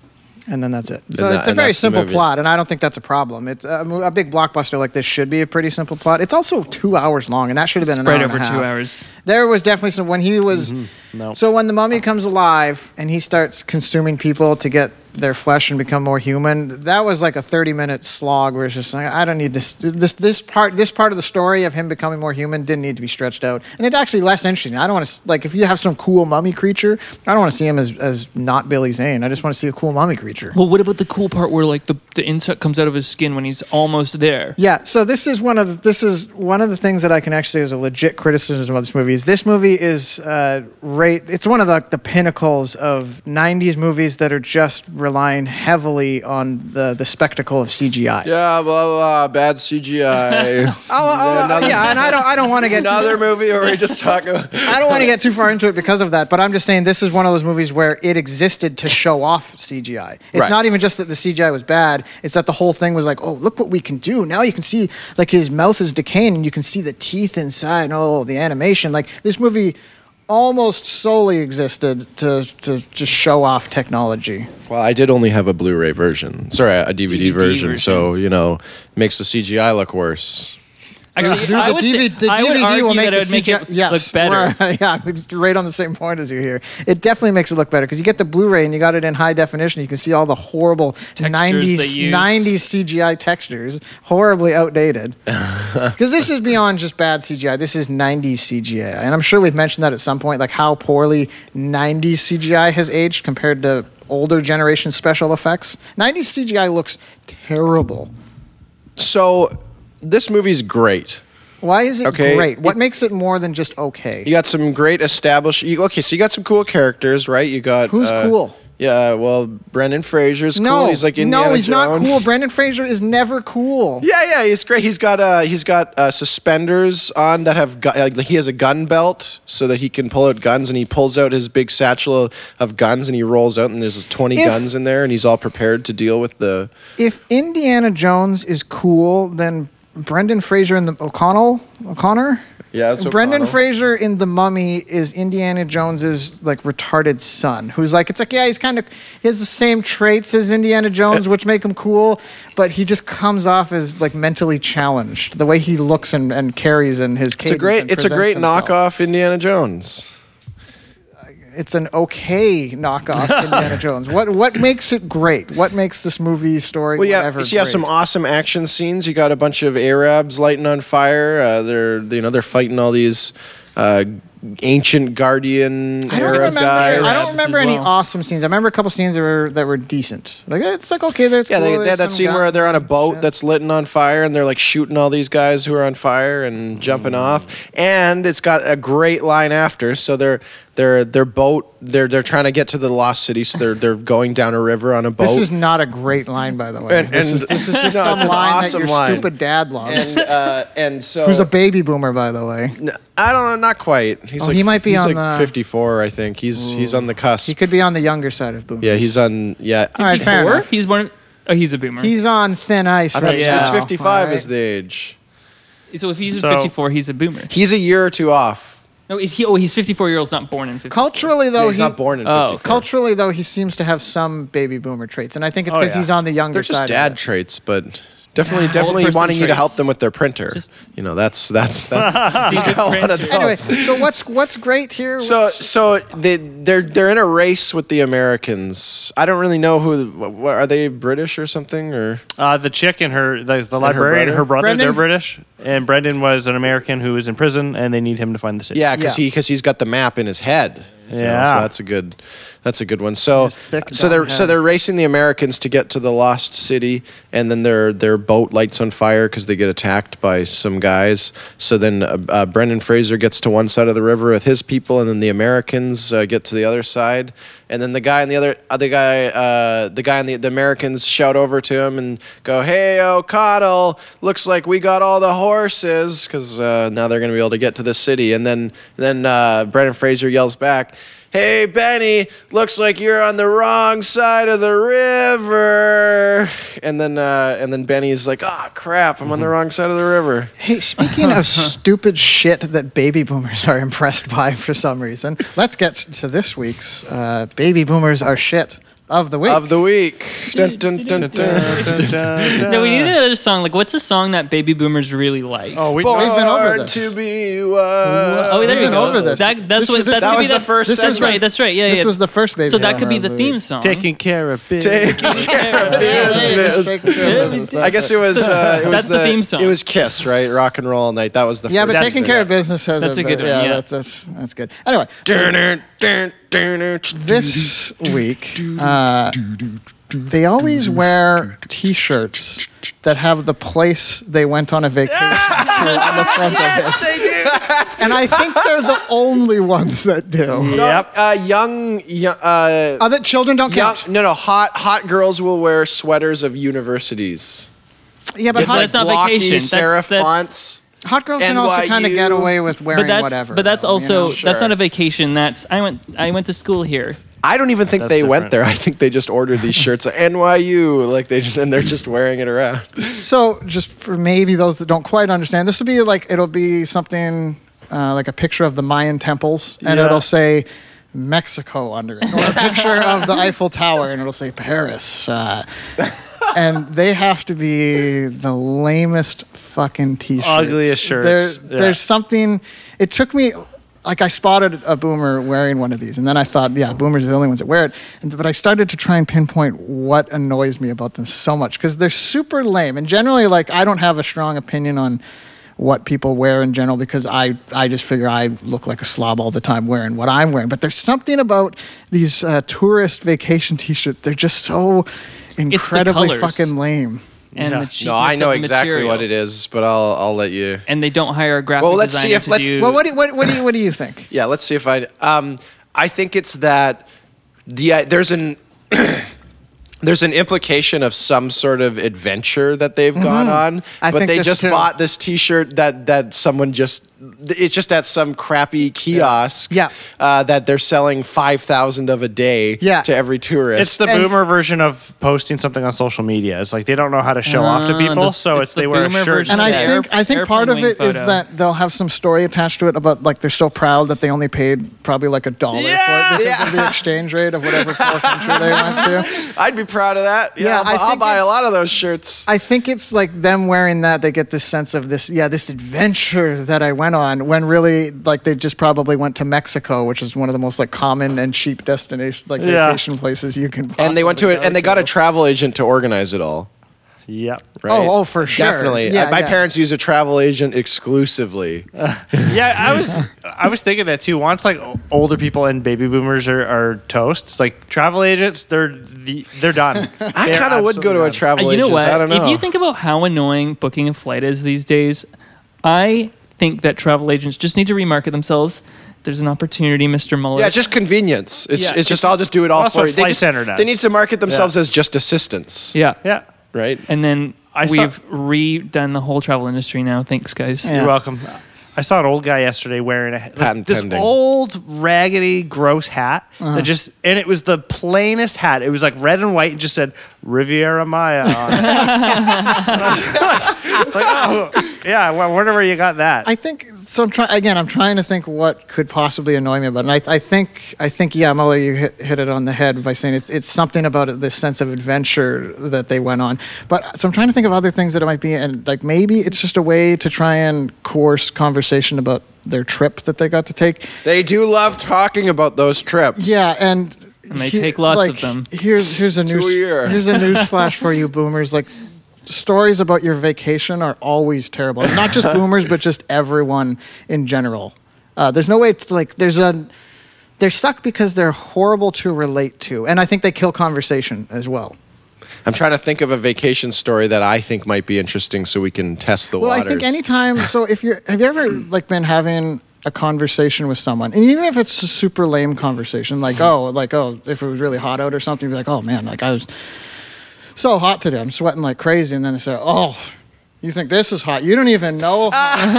S2: and then that's it. So
S3: that-
S2: it's a
S3: and
S2: very
S3: that's the
S2: simple
S3: movie.
S2: plot, and I don't think that's a problem. It's um, a, mo- a big blockbuster like this should be a pretty simple plot. It's also two hours long, and that should have been an
S5: Spread
S2: hour
S5: over
S2: and a
S5: two
S2: half.
S5: hours.
S2: There was definitely some when he was.
S4: No.
S2: So when the mummy comes alive and he starts consuming people to get their flesh and become more human, that was like a thirty-minute slog where it's just like I don't need this. This this part this part of the story of him becoming more human didn't need to be stretched out, and it's actually less interesting. I don't want to like if you have some cool mummy creature, I don't want to see him as as not Billy Zane. I just want to see a cool mummy creature.
S5: Well, what about the cool part where like the, the insect comes out of his skin when he's almost there?
S2: Yeah, so this is one of the, this is one of the things that I can actually is a legit criticism of this movie is this movie is uh, rate it's one of the, the pinnacles of '90s movies that are just relying heavily on the the spectacle of CGI.
S3: Yeah, blah blah. Bad
S2: *laughs*
S3: CGI.
S2: I'll- I'll- Oh, Uh, yeah,
S3: *laughs* another-
S2: and I don't I don't want to get too,
S3: *laughs* Another movie where we just talk. About, *laughs*
S2: I don't want to get too far into it because of that, but I'm just saying this is one of those movies where it existed to show off CGI. It's
S3: Right.
S2: not even just that the CGI was bad, it's that the whole thing was like, oh, look what we can do. Now you can see, like, his mouth is decaying and you can see the teeth inside and oh, the animation. Like, this movie almost solely existed to, to just show off technology.
S3: Well, I did only have a Blu-ray version. Sorry, a DVD, version,
S5: DVD version.
S3: So you know, makes the CGI look worse.
S5: Actually,
S2: Dude,
S5: I would say-
S2: DV
S5: I would argue that it would make
S2: *laughs*
S5: it look better.
S2: we're- *laughs* yeah, it's right on the same point as you here. It definitely makes it look better because you get the Blu-ray and you got it in high definition. You can see all the horrible
S5: they
S2: 90s,
S5: used.
S2: 90s CGI textures, horribly
S5: *laughs*
S2: outdated. Because this is beyond just bad CGI. This is 90s CGI, and I'm sure we've mentioned that at some point, like how poorly 90s CGI has aged compared to older generation special effects. 90s CGI looks terrible.
S3: So this movie's great.
S2: Why is it
S3: Okay,
S2: great? What
S3: it-
S2: makes it more than just okay?
S3: You got some great established. You, okay, so you got some cool characters, right? You got
S2: Who's
S3: uh,
S2: cool?
S3: Yeah, well, Brendan Fraser's
S2: No,
S3: cool. He's like Indiana
S2: no, he's not
S3: Jones.
S2: cool. Brendan Fraser is never cool.
S3: Yeah, yeah, he's great. He's got uh, he's got uh, suspenders on that have gu- uh, like he has a gun belt so that he can pull out guns, and he pulls out his big satchel of guns, and he rolls out, and there's twenty
S2: If-
S3: guns in there, and he's all prepared to deal with the.
S2: If Indiana Jones is cool, then Brendan Fraser in the O'Connell O'Connor.
S3: Yeah, it's
S2: Brendan
S3: O'Connell.
S2: Fraser in The Mummy is Indiana Jones's like retarded son, who's like it's like yeah, he's kind of he has the same traits as Indiana Jones, which make him cool, but he just comes off as like mentally challenged. The way he looks and, and carries and his
S3: It's a great it's a great knockoff Indiana Jones.
S2: it's an okay knockoff *laughs* Indiana Jones. What what makes it great? What makes this movie story?
S3: Well, yeah,
S2: whatever,
S3: so you have
S2: great?
S3: some awesome action scenes. You got a bunch of Arabs lighting on fire. Uh, they're you know they're fighting all these uh, ancient guardian
S2: I don't
S3: Arab
S2: remember.
S3: guys.
S2: I
S5: Arabs
S2: don't remember
S5: as
S2: any
S5: well.
S2: awesome scenes. I remember a couple scenes that were that were decent. Like eh, it's like okay, there's
S3: yeah,
S2: cool,
S3: they, they
S2: there's
S3: had that
S2: some
S3: scene
S2: guns.
S3: where they're on a boat that's lit and on fire, and they're like shooting all these guys who are on fire and
S2: Mm.
S3: jumping off. And it's got a great line after. So they're they're their boat. They're they're trying to get to the lost city. So they're they're going down a river on a boat.
S2: This is not a great line, by the way.
S3: And-
S2: this,
S3: and-
S2: is, this is just
S3: *laughs* No,
S2: some
S3: it's an
S2: line
S3: awesome
S2: that your
S3: line.
S2: stupid dad loves. *laughs*
S3: and uh, and so
S2: Who's a baby boomer, by the way?
S3: N- I don't know, not quite. He's
S2: Oh,
S3: like,
S2: he might be
S3: he's
S2: on
S3: like
S2: the-
S3: 54, I think. He's he's on the cusp.
S2: He could be on the younger side of boomer.
S3: yeah, he's on. Yeah,
S2: All right, fair
S5: Or
S2: enough.
S5: he's one. Of, oh, he's a boomer.
S2: He's on thin ice.
S3: I
S2: right
S3: thought it's-
S2: now,
S3: it's 55
S2: all
S3: is the age.
S5: so if he's
S4: So-
S5: at 54, he's a boomer.
S3: He's a year or two off.
S5: No, if he, oh, he's 54 year olds, not born in 54.
S2: Culturally, though,
S3: he's
S2: he,
S3: not born in
S5: Oh,
S3: 54.
S2: Culturally, though, he seems to have some baby boomer traits, and I think it's
S4: Oh,
S2: because
S4: yeah.
S2: he's on the younger
S3: They're
S2: side.
S3: just dad
S2: of it.
S3: traits, but definitely, definitely
S5: person
S3: wanting you to
S5: traits.
S3: help them with their printer.
S5: Just-
S3: you know, that's
S5: *laughs*
S3: that's that's. he's
S5: Stupid
S3: got a lot of
S5: printer.
S2: Anyway,
S3: those.
S2: so what's what's great here?
S3: Oh. So
S2: What's-
S3: so they they're they're in a race with the Americans. I don't really know who. What, what, are they British or something or?
S4: Uh, the chick and her, the, the librarian and
S3: brother?
S4: her brother, they're
S2: Brendan-
S4: British. And Brendan was an American who was in prison, and they need him to find the city.
S3: Yeah, because
S2: Yeah.
S3: he because he's got the map in his head. So- so
S4: Yeah.
S3: that's a good, that's a good one. So
S2: His thick,
S3: so
S2: dumb
S3: they're so
S2: head.
S3: they're racing the Americans to get to the lost city, and then their their boat lights on fire because they get attacked by some guys. So then uh, uh, Brendan Fraser gets to one side of the river with his people, and then the Americans uh, get to the other side, and then the guy and the other other guy uh, the guy and the, the Americans shout over to him and go, "Hey O'Connell, looks like we got all the horses," because uh, now they're going to be able to get to the city. And then then uh, Brendan Fraser yells back, "Hey Benny, looks like you're on the wrong side of the river," and then uh, and then Benny is like, "Ah, crap, I'm on the
S2: Mm-hmm.
S3: wrong side of the river."
S2: Hey, speaking
S3: *laughs*
S2: of stupid shit that baby boomers are impressed by for some reason, let's get to this week's uh, baby boomers are shit of the week.
S3: Of the week. Dun, dun, dun, dun.
S5: No, we
S2: uh,
S5: need another song. Like, what's a song that baby boomers really like?
S4: Oh, we.
S2: *laughs* We've been over
S3: Born
S2: this.
S3: to be wild.
S5: Oh, there
S2: we've
S5: you
S2: been
S5: go.
S2: over this.
S5: That, that's
S2: This
S5: what.
S2: was-
S5: that's
S2: that
S5: gonna
S3: was
S5: be
S3: the first
S5: That's
S3: segment.
S5: right. That's right. Yeah.
S2: This
S5: yeah.
S2: was the first baby
S5: So that could be
S2: boomer
S5: the
S2: of
S5: theme
S2: week.
S5: song.
S4: Taking care of business.
S3: Taking care of
S5: Business.
S3: business.
S2: Taking care of business, that's
S3: I guess it was. Uh,
S2: *laughs*
S3: it was
S5: That's the theme song.
S3: It was Kiss, right? Rock and Roll All Night. That was the.
S2: Yeah,
S3: first
S2: but taking care of business has
S5: That's a good
S2: bit-
S5: one, yeah.
S2: that's, that's that's good. Anyway,
S3: Dun, dun, dun, dun, dun.
S2: this week uh, they always wear T-shirts that have the place they went on a vacation
S5: *laughs*
S2: to on the front of it, and I think they're the only ones that do.
S4: Yep.
S3: Uh, young, young, uh,
S2: Other children don't
S3: young,
S2: count.
S3: no, no. Hot, hot girls will wear sweaters of universities.
S2: Yeah, but
S5: Yes, but
S2: hot,
S5: Oh, that's not
S3: Blocky
S5: vacation. That's-
S3: serif
S5: that's-
S3: fonts.
S2: hot girls can also kind of
S3: NYU.
S2: get away with wearing
S5: But that's
S2: whatever.
S5: but that's
S2: though, you
S5: also
S2: know?
S5: that's not a vacation. That's I went I went to school here.
S3: I don't even think
S4: That's
S3: they went
S4: different.
S3: there. I think they just ordered these shirts at NYU. Like they just, and they're just wearing it around.
S2: So, just for maybe those that don't quite understand, this will be like it'll be something uh, like a picture of the Mayan temples, and
S4: Yeah.
S2: it'll say Mexico under it, or a picture of the Eiffel Tower, and it'll say Paris. Uh, and they have to be the lamest fucking t-shirts.
S4: Ugliest shirts,
S2: There,
S4: yeah.
S2: There's something. It took me. Like I spotted a boomer wearing one of these, and then I thought, yeah, boomers are the only ones that wear it. And, but I started to try and pinpoint what annoys me about them so much because they're super lame. And generally, like I don't have a strong opinion on what people wear in general because I I just figure I look like a slob all the time wearing what I'm wearing. But there's something about these uh, tourist vacation *laughs* T-shirts; they're just so incredibly
S5: colours.
S2: fucking lame.
S5: And
S4: Yeah.
S5: the cheapness
S3: No, I know
S5: of the
S3: exactly
S5: material.
S3: what it is, but I'll, I'll let you.
S5: And they don't hire a graphic
S3: Well, let's see
S5: designer
S3: if-
S5: to
S3: let's-
S5: do.
S2: Well, what do, what, what do you what do you think?
S3: Yeah, let's see if I. Um, I think it's that the uh, there's an *clears throat* there's an implication of some sort of adventure that they've gone on,
S2: Mm-hmm. I
S3: but
S2: think
S3: they
S2: this
S3: just
S2: too.
S3: bought this T-shirt that that someone just it's just at some crappy kiosk
S2: Yeah.
S3: Uh, that they're selling five thousand of a day
S2: Yeah.
S3: to every tourist.
S4: It's the
S2: And-
S4: boomer version of posting something on social media. It's like they don't know how to show
S2: Ah,
S4: off to people,
S5: the-
S4: so
S5: it's
S4: it's,
S5: the
S4: they wear a
S5: boomer
S4: shirt.
S5: version
S2: and I
S5: Yeah.
S2: think I think part of
S5: Airplane
S2: it is
S5: wing photo.
S2: that they'll have some story attached to it about like they're so proud that they only paid probably like a dollar for it because of the exchange rate of whatever poor country they went to.
S3: *laughs* I'd be proud of that. Yeah,
S2: Yeah,
S3: I'll,
S2: I
S3: I'll
S2: think
S3: buy a
S2: it's-
S3: lot of those shirts.
S2: I think it's like them wearing that they get this sense of this yeah this adventure that I went on when really like they just probably went to Mexico which is one of the most like common and cheap destination like
S4: Yeah.
S2: vacation places you can
S3: and they went to
S2: possibly
S3: it, and they
S2: go
S3: got a travel agent to organize it all.
S4: Yep.
S3: right?
S2: Oh, oh, for sure.
S3: Definitely.
S2: Yeah,
S3: Uh, my
S2: yeah.
S3: parents use a travel agent exclusively.
S4: Yeah, I was I was thinking that too. Once like o- older people and baby boomers are, are toast. It's like travel agents, they're the, they're done.
S3: *laughs* I kind of would go to a travel
S5: Uh, you know
S3: agent.
S5: what?
S3: I don't know.
S5: If you think about how annoying booking a flight is these days, I think that travel agents just need to remarket themselves. There's an opportunity, Mr. Muller.
S3: yeah, it's just convenience. It's,
S5: Yeah.
S3: it's just I'll just do it all
S4: That's
S3: for
S4: what
S3: you. They,
S4: Flight
S3: just-
S4: Center does.
S3: they need to market themselves as just assistants,
S5: yeah.
S4: Yeah.
S3: right?
S5: And then
S4: I saw-
S5: we've redone the whole travel industry now. Thanks, guys.
S2: Yeah.
S4: You're welcome. I saw an old guy yesterday wearing a like,
S3: Patent
S4: this
S3: pending. Uh-huh.
S4: old raggedy gross hat that just and it was the plainest hat. It was like red and white and just said
S3: *laughs*
S4: Riviera Maya *laughs* on it. It's like, oh, yeah, well, wherever you got that.
S2: I think so. I'm trying again. I'm trying to think what could possibly annoy me about it. And I, I think, I think, yeah, Muller, you hit, hit it on the head by saying it's it's something about it, this sense of adventure that they went on. But so I'm trying to think of other things that it might be, and like maybe it's just a way to try and coerce conversation about their trip that they got to take.
S3: They do love talking about those trips.
S2: Yeah, and,
S5: they take lots of them.
S2: Here's here's a news
S3: a year.
S2: here's a news flash for you boomers. Like stories about your vacation are always terrible. And Not just boomers, but just everyone in general. Uh, there's no way to like there's a they suck because they're horrible to relate to, and I think they kill conversation as well.
S3: I'm trying to think of a vacation story that I think might be interesting, so we can test the
S2: Well,
S3: waters.
S2: I think anytime. So if you're, have you ever like been having a conversation with someone, and even if it's a super lame conversation, like oh, like oh, if it was really hot out or something, you'd be like, oh man, like I was so hot today, I'm sweating like crazy, and then they say, oh, You think this is hot. You don't even know.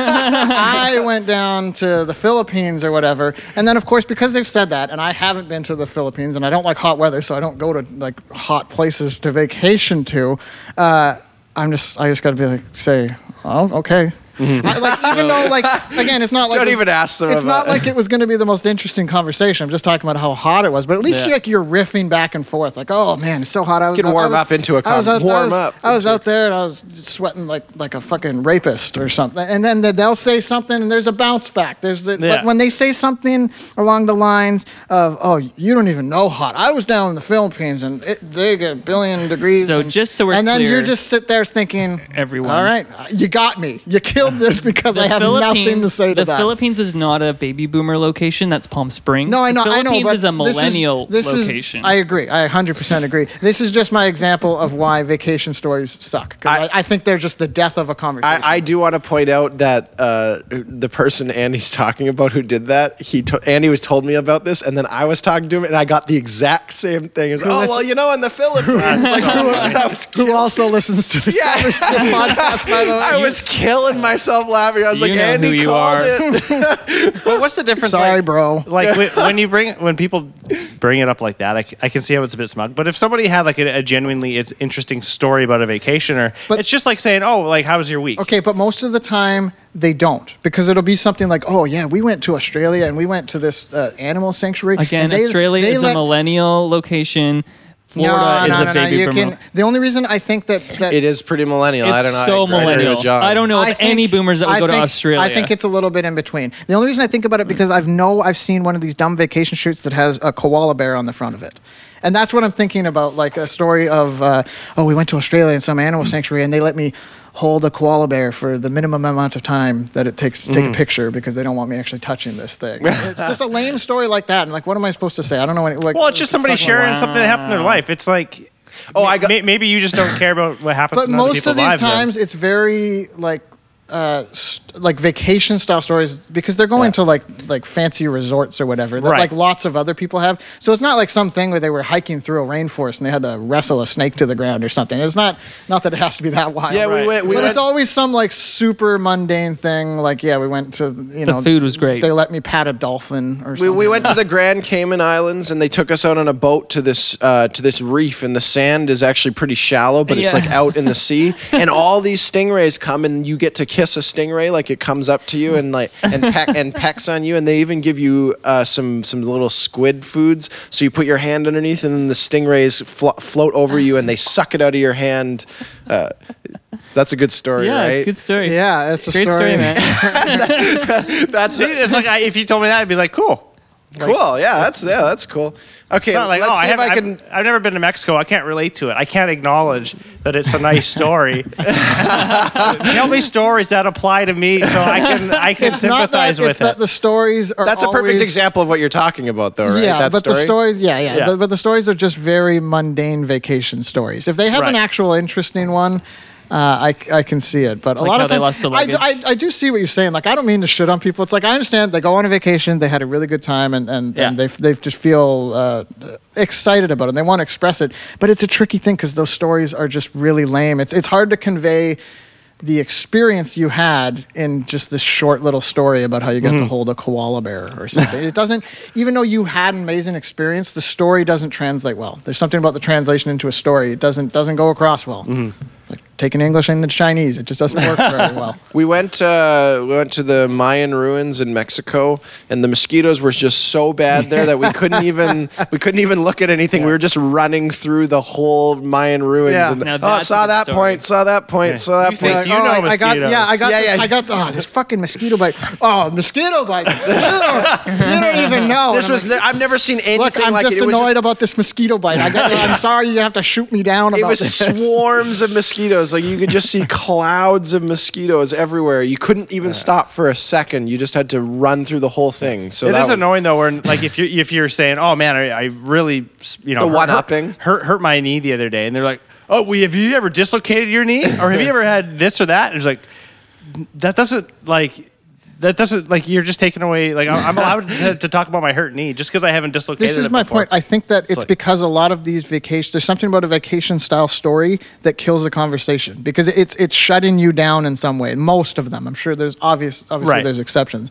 S2: I went down to the Philippines or whatever. And then, of course, because they've said that, and I haven't been to the Philippines and I don't like hot weather, so I don't go to like hot places to vacation to, uh, I'm just, I just got to be like, say, oh, okay. I- like, even though, like, again, it's not like
S3: Mm-hmm. Don't
S2: it's-
S3: even ask them
S2: It's not
S3: about it.
S2: like it was going to be the most interesting conversation. I'm just talking about how hot it was, but at least
S3: Yeah.
S2: like you're riffing back and forth, like, "Oh man, it's so hot." I was
S3: You can
S2: out- I
S3: warm
S2: was-
S3: up into a
S2: I was
S3: con-
S2: out- I
S3: warm
S2: was-
S3: up
S2: I was out there and I was sweating like like a fucking rapist or something. And then they'll say something and there's a bounce back. There's the
S4: Yeah.
S2: but when they say something along the lines of, "Oh, you don't even know hot." I was down in the Philippines and it, they get a billion degrees.
S5: So
S2: and,
S5: just so we're
S2: and then
S5: clear-
S2: you're just sit there thinking,
S5: Everyone.
S2: all right, you got me. You
S5: *laughs*
S2: killed this because I have nothing to say to
S5: the
S2: that."
S5: Philippines is not a baby boomer location. That's Palm Springs.
S2: No, I know.
S5: The
S2: I know.
S5: Philippines
S2: but
S5: is a
S2: this
S5: millennial
S2: this is-
S5: location.
S2: I agree. I 100% agree. This is just my example of why vacation stories suck. 'Cause I,
S3: I-
S2: I, think they're just the death of a conversation.
S3: I, I do want to point out that uh, the person Andy's talking about who did that, he to- Andy was told me about this, and then I was talking to him, and I got the exact same thing. It's, oh well, you know, in the Philippines, like who, I was
S2: who also listens to this,
S3: Yeah.
S2: this
S3: *laughs*
S2: podcast, by the way?
S3: I was killing myself laughing. I was
S5: You
S3: like,
S5: know
S3: Andy
S5: who you
S3: called
S5: are."
S3: it.
S4: But what's the difference?
S2: Sorry,
S4: like,
S2: bro. *laughs*
S4: Like whe- when you bring when people bring it up like that, I, c- I can see how it's a bit smug. But if somebody had like a, a genuinely it's- interesting story about a vacation, or
S2: But-
S4: it's just like saying, "Oh, like how was your week?"
S2: Okay, but most of the time they don't because it'll be something like, "Oh yeah, we went to Australia and we went to this uh, animal sanctuary."
S5: Again,
S2: and they-
S5: Australia
S2: they
S5: is a
S2: let-
S5: millennial location.
S2: no,
S5: Florida is
S2: no,
S5: a
S2: no, no,
S5: baby
S2: you
S5: boomer.
S2: can, The only reason I think that that
S3: *laughs* It is pretty millennial. I don't know.
S5: It's so
S3: I agree with
S5: millennial.
S3: John.
S5: I don't know
S2: I
S5: of any
S2: think-
S5: boomers that would
S2: I
S5: go to
S2: think-
S5: Australia.
S2: I think it's a little bit in between. The only reason I think about it because I've know I've seen one of these dumb vacation shoots that has a koala bear on the front of it. And that's what I'm thinking about, like a story of, uh, oh, we went to Australia in some animal sanctuary, and they let me hold a koala bear for the minimum amount of time that it takes to take
S5: Mm.
S2: a picture because they don't want me actually touching this thing.
S5: *laughs*
S2: it's just a lame story like that, and like, what am I supposed to say? I don't know. Any, like,
S4: Well, it's just somebody
S2: like-
S4: sharing something that happened in their life. It's like,
S3: Oh, I got-
S4: may- maybe you just don't care about what happens.
S2: but
S4: in other
S2: most
S4: people's
S2: of these
S4: lives then.
S2: times it's very like uh st- like vacation style stories because they're going to like like fancy resorts or whatever that
S4: Right.
S2: like lots of other people have so it's not like something where they were hiking through a rainforest and they had to wrestle a snake to the ground or something it's not not that it has to be that wild
S3: Yeah, we Right. went- we
S2: but
S3: went-
S2: it's always some like super mundane thing like yeah we went to you
S5: The
S2: know
S5: food was great.
S2: they let me pat a dolphin or
S3: We,
S2: something
S3: we went to the Grand Cayman Islands and they took us out on a boat to this uh, to this reef and the sand is actually pretty shallow but it's
S5: Yeah.
S3: like out in the
S4: *laughs*
S3: sea and all these stingrays come and you get to kiss a stingray like it comes up to you and like and peck
S4: *laughs*
S3: and pecks on you and they even give you uh, some some little squid foods so you put your hand underneath and then the stingrays flo- float over you and they suck it out of your hand. Uh, that's a good story,
S5: yeah,
S3: right?
S5: it's a good story.
S2: yeah it's a
S5: Great story, man.
S3: That's
S4: See, it's like I, if you told me that, I'd be like, "Cool."
S3: cool. Yeah, that's yeah, that's cool. Okay,
S4: It's not like,
S3: let's
S4: oh,
S3: see
S4: I,
S3: if I can.
S4: have I've, I've never been to Mexico. I can't relate to it. I can't acknowledge that it's a
S2: *laughs*
S4: nice story. Tell me stories that apply to me, so I can I can
S2: it's not that
S4: sympathize
S2: it's
S4: with
S2: that
S4: it.
S2: the stories are
S3: That's a perfect
S2: always-
S3: example of what you're talking about, though, right?
S2: Yeah,
S3: That
S2: but the
S3: story?
S2: stories, yeah, yeah,
S4: Yeah.
S2: The- but the stories are just very mundane vacation stories. If they have an
S4: Right.
S2: actual interesting one, uh, I, I can see it. But a
S5: like
S2: lot
S5: how
S2: of
S5: they
S2: times,
S5: lost the
S2: I do-
S5: luggage.
S2: I, I do see what you're saying. Like, I don't mean to shit on people. It's like I understand they go on a vacation, they had a really good time, and and,
S4: Yeah.
S2: and they they just feel uh, excited about it. and They want to express it, but it's a tricky thing because those stories are just really lame. It's it's hard to convey. The experience you had in just this short little story about how you got to hold a koala bear or something. it doesn't, even though you had an amazing experience, the story doesn't translate well. There's something about the translation into a story. It doesn't doesn't go across well. Like taking English into Chinese, it just doesn't work very well.
S3: We went uh, we went to the Mayan ruins in Mexico, and the mosquitoes were just so bad there that we *laughs* couldn't even we couldn't even look at anything. We were just running through the whole Mayan ruins.
S2: Yeah.
S3: And,
S5: Now
S3: oh,
S5: that's a
S3: saw
S5: good
S3: that
S5: story.
S3: point, saw that point, saw that
S4: You
S3: point.
S4: think
S2: Like,
S4: you
S2: oh,
S4: know
S2: I got,
S4: mosquitoes.
S2: yeah, I got,
S3: Yeah,
S2: this,
S3: yeah.
S2: I got, oh, this fucking mosquito bite. Oh, mosquito
S4: *laughs*
S2: bite. You don't, you don't even know.
S3: this
S2: And I'm
S3: was
S2: like,
S3: ne- I've never seen anything
S2: Look, I'm
S3: like
S2: just
S3: it. It was
S2: annoyed
S3: just-
S2: about this mosquito bite. I got, I'm sorry you have to shoot me down
S3: *laughs* it
S2: about
S3: was
S2: this. *laughs*
S3: swarms of mosquitoes. Like you could just see clouds of mosquitoes everywhere. You couldn't even stop for a second. You just had to run through the whole thing. So
S4: It
S3: that
S4: is
S3: was-
S4: annoying though, where like if you if you're saying, "Oh man, I, I really you know
S3: The
S4: hurt-
S3: one-upping.
S4: hurt, hurt hurt my knee the other day," and they're like, "Oh, we, have you ever dislocated your knee, or have you ever had this or that?" And it's like that doesn't like that doesn't like you're just taking away. Like I'm I'm allowed to, to talk about my hurt knee just because I haven't dislocated.
S2: This is
S4: it
S2: my
S4: before.
S2: point. I think that it's
S4: like-
S2: because a lot of these vacations, there's something about a vacation style story that kills the conversation because it's it's shutting you down in some way. Most of them, I'm sure. There's obvious, obviously,
S4: Right.
S2: there's exceptions,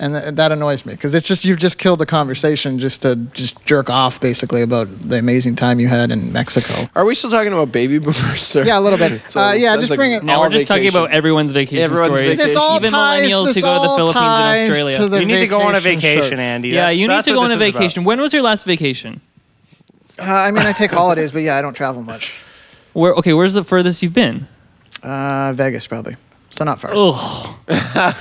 S2: and th- that annoys me because it's just you've just killed the conversation just to just jerk off basically about the amazing time you had in Mexico.
S3: Are we still talking about baby boomers? *laughs* Sir?
S2: Yeah, a little bit.
S3: So
S2: uh,
S3: it
S2: yeah,
S3: sounds
S2: just
S3: like
S2: bring it.
S5: Now
S3: all
S5: we're just
S3: vacation.
S5: talking about everyone's vacation
S3: Everyone's
S5: stories.
S3: vacation.
S2: This all
S5: Even
S2: ties.
S5: millennials
S2: This
S5: who go to the
S2: all
S5: Philippines and
S2: ties
S5: Australia.
S2: to the
S4: You need to go on a
S2: vacation
S4: vacation,
S2: shirts.
S4: Andy.
S5: yeah,
S4: That's-
S5: you need
S4: that's
S5: to
S4: what
S5: go on
S4: this
S5: a
S4: is about.
S5: vacation. When was your last vacation?
S2: Uh, I mean, I take holidays, but yeah, I don't travel much.
S5: Where okay, where's the furthest you've been?
S2: Uh, Vegas probably. So not far.
S5: Ugh.
S3: Yeah,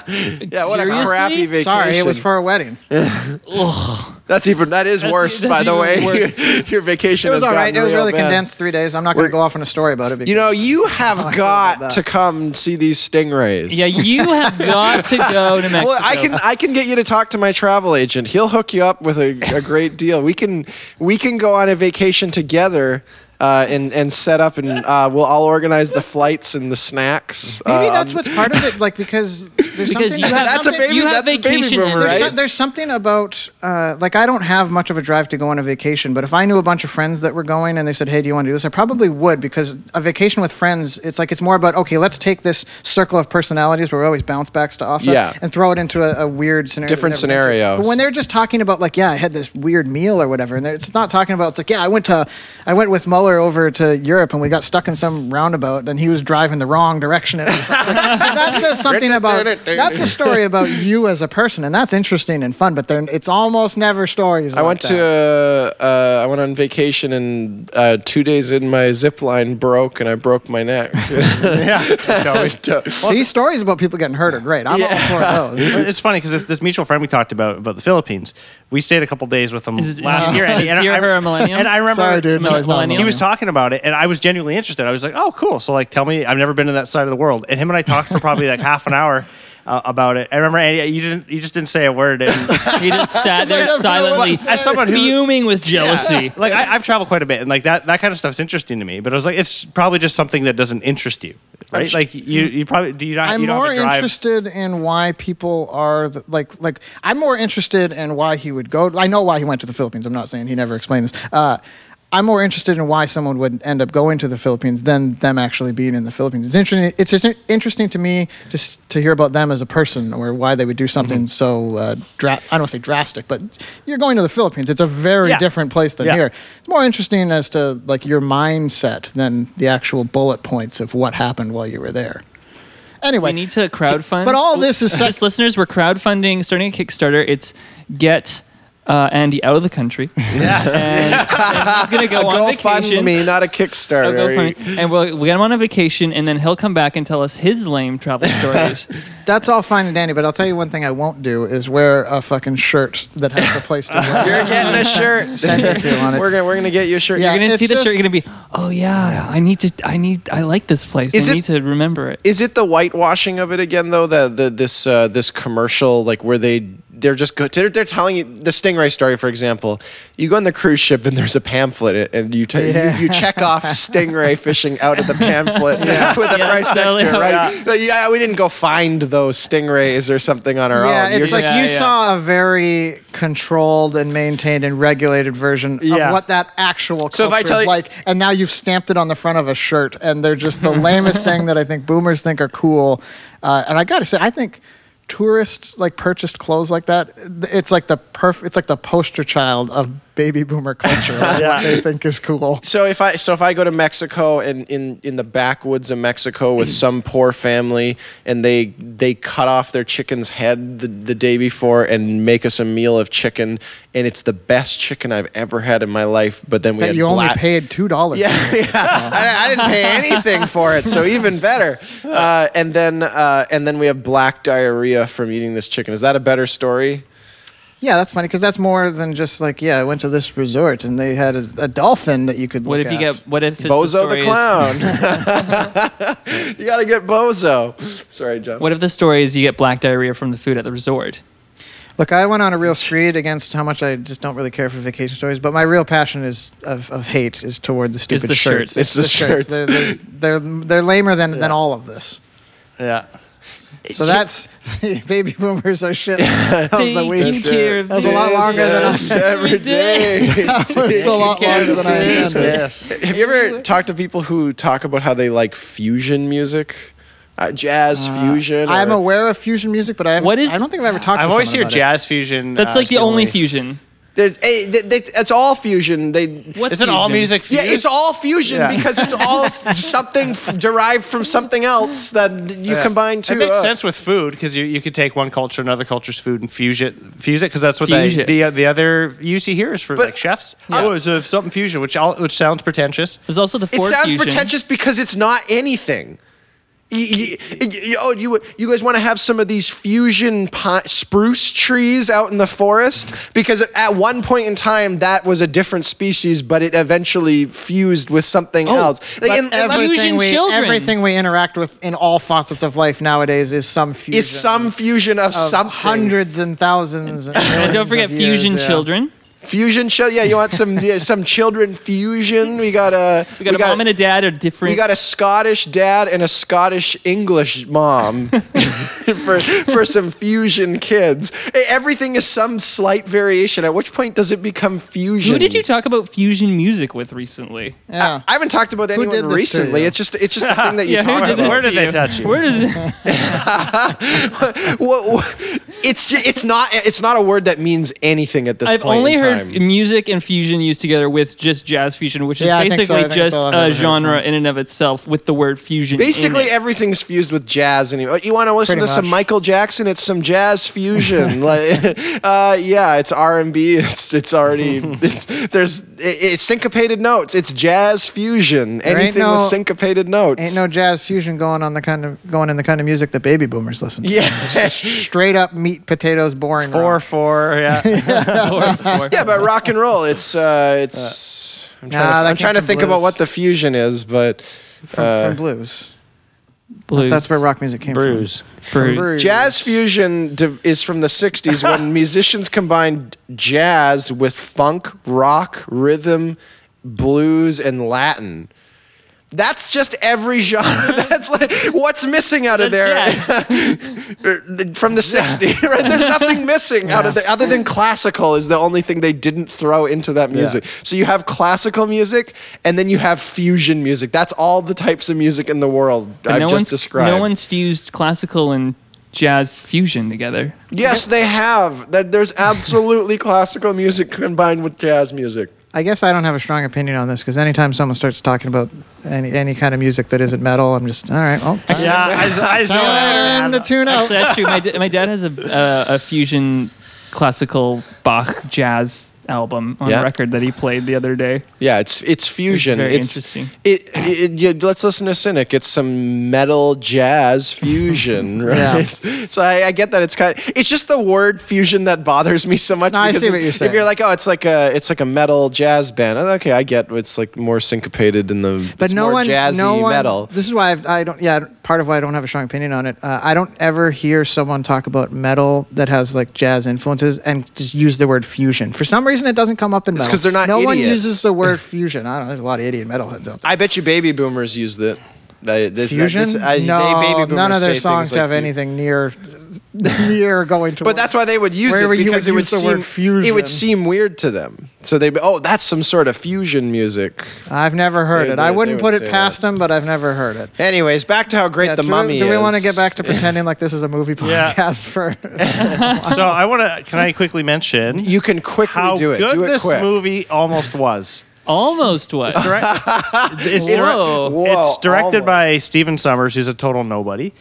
S3: what
S5: Seriously?
S3: a crappy vacation.
S2: Sorry, it was for a wedding.
S3: That's even that is
S5: That's-
S3: worse,
S5: that's
S3: by the
S5: even
S3: way.
S5: worse.
S3: Your- *laughs* Your vacation
S2: It was
S3: has
S2: all right.
S3: gotten
S2: It was
S3: real
S2: really
S3: bad.
S2: condensed three days. I'm not going
S3: We're-
S2: to go off on a story about it. Because
S3: You know, you have
S2: about
S3: got
S2: that.
S3: to come see these stingrays.
S5: Yeah, you *laughs* have got to go to Mexico.
S3: Well, I can I can get you to talk to my travel agent. He'll hook you up with a, a great deal. We can we can go on a vacation together. Uh, and, and set up and uh, we'll all organize the flights and the snacks.
S2: maybe
S3: Uh,
S2: that's what's part of it. Like because
S3: *laughs*
S2: there's
S5: because
S2: something
S5: you have,
S2: about-
S3: That's a
S2: something-
S3: baby-
S5: you have
S3: that's a baby
S5: vacation
S3: boomer,
S5: energy.
S2: There's,
S3: right?
S2: so- there's something about uh, like I don't have much of a drive to go on a vacation, but if I knew a bunch of friends that were going and they said, "Hey, do you want to do this?" I probably would because a vacation with friends, it's like it's more about okay, let's take this circle of personalities where we always bounce backs to off of
S3: Yeah.
S2: and throw it into a, a weird scenario. that
S3: Different
S2: never gets it.
S3: scenarios.
S2: But when they're just talking about like, yeah, I had this weird meal or whatever, and they're- it's not talking about it's like, yeah, I went to, I went with Muller over to Europe and we got stuck in some roundabout and he was driving the wrong direction. It was like, *laughs* that says something about that's a story about you as a person, and that's interesting and fun. But they're, it's almost never stories.
S3: I
S2: like
S3: went
S2: that.
S3: to uh, uh, I went on vacation and uh, two days in my zip line broke and I broke my
S2: *laughs*
S3: neck.
S4: *laughs* yeah. No, it-
S2: see stories about people getting hurt are great. I'm all for those.
S4: But it's funny because this, this mutual friend we talked about about the Philippines, we stayed a couple days with him
S5: Is- is-
S4: last
S5: is-
S4: year. Andy,
S5: is
S4: and
S5: he or
S4: I,
S5: her a millennial?
S4: And I remember
S2: Sorry, dude. No, he's not.
S5: Millennial.
S4: he was talking about it, and I was genuinely interested. I was like, "Oh, cool." So like, tell me, I've never been to that side of the world. And him and I talked for probably like half an hour uh, about it. I remember Andy, you didn't, you just didn't say a word. *laughs* And,
S5: He just sat there
S2: don't know what
S5: silently,
S2: to say.
S4: As someone who-
S5: fuming with jealousy.
S4: Yeah. Like I, I've traveled quite a bit, and like that that kind of stuff's interesting to me. But I was like, it's probably just something that doesn't interest you, right? Like you you probably do you not.
S2: I'm
S4: you don't
S2: more
S4: have a drive.
S2: interested in why people are th- like like I'm more interested in why he would go. I know why he went to the Philippines. I'm not saying he never explained this. Uh, I'm more interested in why someone would end up going to the Philippines than them actually being in the Philippines. It's interesting. It's just interesting to me just to hear about them as a person or why they would do something
S4: Mm-hmm.
S2: so uh, dra- I don't want to say drastic, but you're going to the Philippines. It's a very
S4: Yeah.
S2: different place than
S4: Yeah.
S2: here. It's more interesting as to like your mindset than the actual bullet points of what happened while you were there. Anyway,
S5: We need to crowdfund.
S2: But all this is
S5: just
S2: such.
S5: listeners. We're crowdfunding, starting a Kickstarter. It's get uh, Andy out of the country. And, and he's gonna go on vacation.
S2: *laughs*
S3: GoFundMe, not a
S5: Oh, go
S3: Kickstarter.
S5: find- and we'll we get him on a vacation, and then he'll come back and tell us his
S2: *laughs*
S5: lame travel stories.
S2: That's all fine and dandy, but I'll tell you one thing I won't do is wear a fucking shirt that has the place to wear.
S3: *laughs* You're getting a shirt.
S2: *laughs* Send it to on it.
S3: *laughs* We're gonna we're gonna get you a shirt.
S2: Yeah.
S5: You're gonna
S2: It's
S5: see the shirt.
S2: just-
S5: You're gonna be, oh yeah, I need to. I need. I like this place.
S3: Is
S5: I
S3: it-
S5: need to remember it.
S3: Is it the whitewashing of it again though? The, the this uh, this commercial like where they they're just go- they're, they're telling you the stingray story for example. You go on the cruise ship and there's a pamphlet and you ta- you, you
S2: *laughs*
S3: check off stingray fishing out of the pamphlet with the
S5: Yeah,
S3: price
S5: that's
S3: next to it,
S5: totally how-
S3: right? Yeah. yeah, we didn't go find those stingrays or something on our
S2: yeah,
S3: own.
S2: it's like
S5: just-
S2: you
S5: Yeah, yeah.
S2: saw a very controlled and maintained and regulated version
S4: Yeah.
S2: of what that actual culture
S3: So if I tell
S2: is
S3: you-
S2: like, and now you've stamped it on the front of a shirt, and they're just the lamest thing that I think boomers think are cool. Uh, and I gotta say, I think tourists like purchased clothes like that. It's like the perf- It's like the poster child of baby boomer
S3: *laughs*
S2: culture. like,
S4: Yeah.
S2: What they think is cool.
S3: So if I so if I go to Mexico and in in the backwoods of Mexico with some poor family and they they cut off their chicken's head the, the day before and make us a meal of chicken and it's the best chicken I've ever had in my life but then we
S2: That
S3: had
S2: you only
S3: black- *laughs*
S2: paid two dollars.
S3: yeah, yeah. I, I didn't pay anything for it, so even better. Uh, and then, uh, and then we have black diarrhea from eating this chicken. Is that a better story?
S2: Yeah, that's funny because that's more than just like, yeah, I went to this resort and they had a, a dolphin that you could.
S5: What
S2: look
S5: if you
S2: at.
S5: get? What if it's
S3: Bozo
S5: story
S3: the
S5: is-
S3: clown. *laughs* you gotta get Bozo. Sorry, John.
S5: what if the story is you get black diarrhea from the food at the resort?
S2: Look, I went on a real screed against how much I just don't really care for vacation stories, but my real passion is of, of hate is toward the stupid
S5: the shirts.
S2: shirts.
S3: It's the shirts.
S2: They're, they're, they're, they're lamer than, than all of this.
S4: Yeah.
S2: So that's *laughs* the baby boomers are shit *laughs* of the week.
S5: Taking care of
S2: That was a lot
S5: business
S2: longer than I *laughs*
S3: Yes, every day.
S2: That was a lot longer than I intended.
S4: Yes.
S3: Have you ever talked to people who talk about how they like fusion music, uh, jazz fusion?
S2: I'm
S3: or-
S2: aware of fusion music, but I haven't-
S5: What is-
S2: I don't think I've ever talked.
S4: I've
S2: to
S4: always
S2: someone
S4: heard
S2: about it.
S4: jazz fusion.
S5: That's
S4: uh,
S5: like the only
S4: similarly.
S5: fusion.
S3: There's, hey, they, they, it's all fusion. They
S5: What
S4: Isn't all
S5: fusion?
S4: music
S3: Yeah,
S4: fusion?
S3: it's all fusion
S4: Yeah.
S3: because it's
S2: *laughs*
S3: all s- something f- derived from something else that you combine two.
S4: It makes
S3: uh,
S4: sense with food because you, you could take one culture and another culture's food and fuse it fuse it because that's what
S5: Fuse
S4: they,
S5: it.
S4: the the other use you hear is for
S3: But-
S4: like chefs.
S3: Yeah.
S4: Oh, it's a, something fusion, which all, which sounds pretentious.
S5: There's also the
S3: It
S5: four
S3: sounds
S5: fusion.
S3: pretentious because it's not anything. Y- y- y- Oh, you you guys want to have some of these fusion pi- spruce trees out in the forest because at one point in time that was a different species, but it eventually fused with something else.
S2: But
S3: Like, un- unless-
S5: fusion
S2: everything, we,
S5: children.
S2: everything we interact with in all facets of life nowadays is some fusion.
S3: it's some fusion of,
S2: of
S3: some
S2: hundreds and thousands. And,
S5: And
S2: millions
S5: don't forget
S2: of years,
S5: fusion
S2: yeah.
S5: children.
S3: fusion show. Yeah, you want some yeah, some children fusion? We got a
S5: We got a mom and a dad are different.
S3: We got a Scottish dad and a Scottish English mom *laughs* for for some fusion kids. E- Everything is some slight variation. At which point does it become fusion?
S5: Who did you talk about fusion music with recently?
S2: Yeah.
S3: I haven't talked about anyone
S2: did this to
S3: recently.
S2: you?
S3: It's just it's just a thing that you
S5: *laughs* yeah,
S3: talk
S5: who did
S3: about.
S5: this
S4: Where
S5: to
S4: did they
S5: you?
S4: touch you?
S5: Where
S3: *laughs*
S5: does
S3: Wha- wha- it's ju- it's not it's not a word that means anything at this
S5: I've
S3: point.
S5: only
S3: in
S5: heard
S3: time.
S5: f- music and fusion used together with just jazz fusion, which is
S2: Yeah, I think so. I
S5: basically
S2: think that's
S5: just
S2: all I've ever
S5: a
S2: heard
S5: genre in and of itself with the word fusion. in
S3: Basically,
S5: it.
S3: everything's fused with jazz. And you want to listen
S2: Pretty
S3: to some
S2: much.
S3: Michael Jackson? It's some
S2: *laughs*
S3: jazz fusion. like, uh, yeah, it's R and B. It's
S2: *laughs*
S3: it's already it's, there's it, it's syncopated notes. It's jazz fusion.
S2: ain't
S3: Anything
S2: no-
S3: with syncopated notes.
S2: Ain't no jazz fusion going on the kind of going in the kind of music that baby boomers listen to. *laughs*
S3: *laughs* yeah,
S2: Straight up meat potatoes boring.
S4: Four
S2: rock.
S4: four yeah.
S3: yeah, but rock and roll. It's uh, it's. I'm trying
S2: Uh, Nah,
S3: to,
S2: that
S3: I'm
S2: came
S3: trying to
S2: from
S3: think
S2: blues.
S3: about what the fusion is, but
S2: from,
S3: uh,
S2: from blues.
S5: Blues.
S2: That's where rock music came
S4: Bruise.
S2: from. From
S5: Bruise.
S2: blues.
S3: Jazz fusion div- is from the 60s
S5: *laughs*
S3: when musicians combined jazz with funk, rock, rhythm, blues, and Latin. That's just every genre. *laughs* That's like what's missing out of
S5: That's
S3: there *laughs* from the 60s. Right?
S5: *laughs*
S3: There's nothing missing out of the other than classical is the only thing they didn't throw into that music. So you have classical music and then you have fusion music. That's all the types of music in the world
S5: But
S3: I've
S5: no
S3: just
S5: one's,
S3: described.
S5: No one's fused classical and jazz fusion together.
S3: Yes, they have. That there's absolutely *laughs* classical music combined with jazz music.
S2: I guess I don't have a strong opinion on this because anytime someone starts talking about any any kind of music that isn't metal, I'm just all right. Well, time,
S4: Yeah, I, I saw that.
S2: time to tune out.
S5: Actually, that's true. My, da- my dad has a, uh, a fusion classical Bach jazz album on
S3: Yeah.
S5: record that he played the other day.
S3: Yeah, it's it's fusion.
S5: very
S3: It's,
S5: interesting.
S3: It, it, you- let's listen to Cynic. It's some metal
S2: *laughs*
S3: jazz fusion, right?
S2: Yeah.
S3: It's- So I, I get that it's kind. it's just the word fusion that bothers me so much.
S2: No, I
S3: because
S2: see what you're
S3: If you're
S2: saying.
S3: like, oh, it's like a it's like a metal jazz band. oh, Okay, I get it's like more syncopated in the
S2: but
S3: it's
S2: no
S3: more
S2: one,
S3: jazzy
S2: no one.
S3: metal.
S2: This is why I've, I don't. Yeah, I don't- part of why I don't have a strong opinion on it. Uh, I don't ever hear someone talk about metal that has like jazz influences and just use the word fusion. For some reason, it doesn't come up in metal.
S3: 'cause they're not
S2: No one
S3: idiots.
S2: uses the word fusion. I don't. know. There's a lot of idiot metalheads out there.
S3: I bet you baby boomers used it. They- they-
S2: Fusion?
S3: this- I- they-
S2: no,
S3: baby boomers
S2: none of
S3: say
S2: their
S3: things
S2: songs
S3: like
S2: have
S3: fu-
S2: anything near *laughs* near going to.
S3: But that's why they would use
S2: Wherever
S3: it
S2: you
S3: because
S2: would
S3: it
S2: use
S3: would
S2: the word
S3: seem it
S2: fusion.
S3: would seem weird to them. So they'd be, oh, that's some sort of fusion music.
S2: I've never heard
S3: They-
S2: it.
S3: they-
S2: I
S3: they
S2: wouldn't
S3: would
S2: put it
S3: say that.
S2: past them, but I've never heard it.
S3: Anyways, back to how great
S2: Yeah,
S3: the
S2: do, we-
S3: mummy
S2: Do
S3: is.
S2: we want to get
S3: *laughs*
S2: back to pretending like this is a movie
S4: Yeah.
S2: podcast for?
S4: So I want to. Can I quickly mention
S3: You can quickly
S4: how
S3: do it.
S4: good
S3: do it
S4: this
S3: quick.
S4: movie almost was?
S5: Almost was.
S4: It's, direct-
S5: Whoa.
S3: Whoa,
S4: it's directed
S3: almost.
S4: by Steven Summers, who's a total nobody.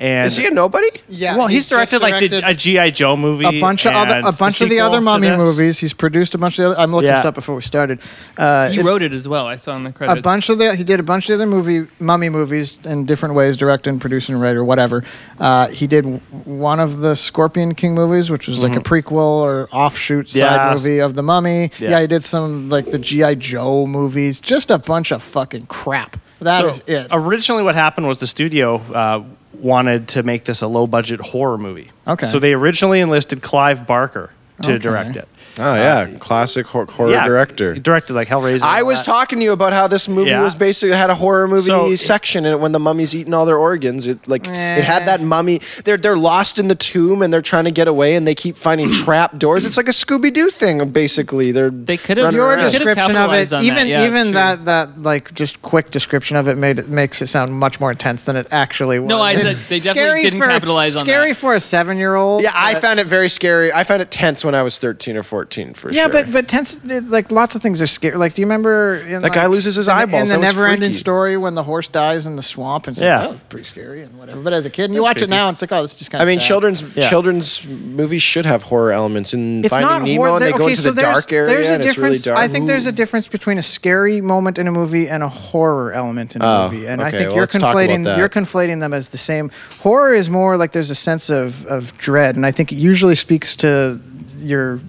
S4: And
S3: Is he a nobody?
S2: yeah.
S4: well, he's, directed,
S2: just
S4: like the, a GI Joe movie,
S2: a bunch of other
S4: and
S2: a bunch of the
S4: sequel
S2: other
S4: to
S2: mummy
S4: this.
S2: movies. He's produced a bunch of the other. I'm looking this
S4: Yeah.
S2: up before we started. Uh,
S5: *laughs* he
S2: it-
S5: wrote it as well. I saw in the
S2: a
S5: credits.
S2: bunch of the he did a bunch of the other movie mummy movies in different ways, directing, producing, writer, whatever. Uh, he did w- one of the Scorpion King movies, which was like a prequel or offshoot side
S4: Mm-hmm. Yeah.
S2: movie of the Mummy.
S4: Yeah.
S2: Yeah. he did some like the GI Joe movies. Just a bunch of fucking crap. That
S4: So
S2: is it.
S4: Originally, what happened was the studio uh, wanted to make this a low budget horror movie.
S2: Okay.
S4: So they originally enlisted Clive Barker to
S2: Okay.
S4: direct it.
S3: Oh yeah, classic hor- horror
S4: Uh, yeah,
S3: director.
S4: he directed like Hellraiser. and
S3: I
S4: all
S3: was
S4: that.
S3: talking to you about how this movie
S4: Yeah.
S3: was basically had a horror movie
S4: So it-
S3: section in it when the mummy's eating all their organs. It like it
S2: Eh.
S3: had that mummy. They're they're lost in the tomb and they're trying to get away and they keep
S2: *clears throat*
S3: finding trap doors. It's like a Scooby Doo thing basically. They're
S5: They could have-
S3: running
S5: Your
S2: Your
S3: around.
S5: Could've
S2: description of it,
S5: capitalized on that.
S2: even
S5: Yeah, it's
S2: even
S5: true.
S2: that that like just quick description of it made it makes it sound much more intense than it actually was.
S5: No, I-
S2: It's
S5: they- they definitely
S2: scary
S5: didn't
S2: for,
S5: capitalize on
S2: Scary
S5: that.
S2: for a Uh, seven year old.
S3: Yeah, I found it very scary. I found it tense when I was thirteen or fourteen for
S2: Yeah,
S3: sure.
S2: but but tense like lots of things are scary. Like, do you remember in,
S3: That guy loses his
S2: in the-
S3: eyeballs.
S2: in
S3: That
S2: the
S3: was
S2: never ending
S3: freaky.
S2: story when the horse dies in the swamp and it's like,
S4: Yeah.
S2: oh, pretty scary and whatever. But as a kid, and you watch it
S4: creepy.
S2: now, and it's like oh, this is just kind
S3: I
S2: of.
S3: mean, children's
S4: Yeah.
S3: children's movies should have horror elements. In
S2: It's
S3: Finding
S2: not
S3: Nemo,
S2: horror.
S3: and they
S2: There-
S3: go
S2: okay,
S3: into
S2: so
S3: the
S2: there's-
S3: dark area,
S2: There's a
S3: and it's really
S2: difference.
S3: dark.
S2: I think there's a difference between a scary moment in a movie and a horror element in a
S3: Oh,
S2: movie, and I
S3: okay,
S2: think
S3: well,
S2: you're
S3: let's talk about
S2: conflating
S3: that.
S2: you're conflating them as the same. Horror is more like there's a sense of of dread, and I think it usually speaks to your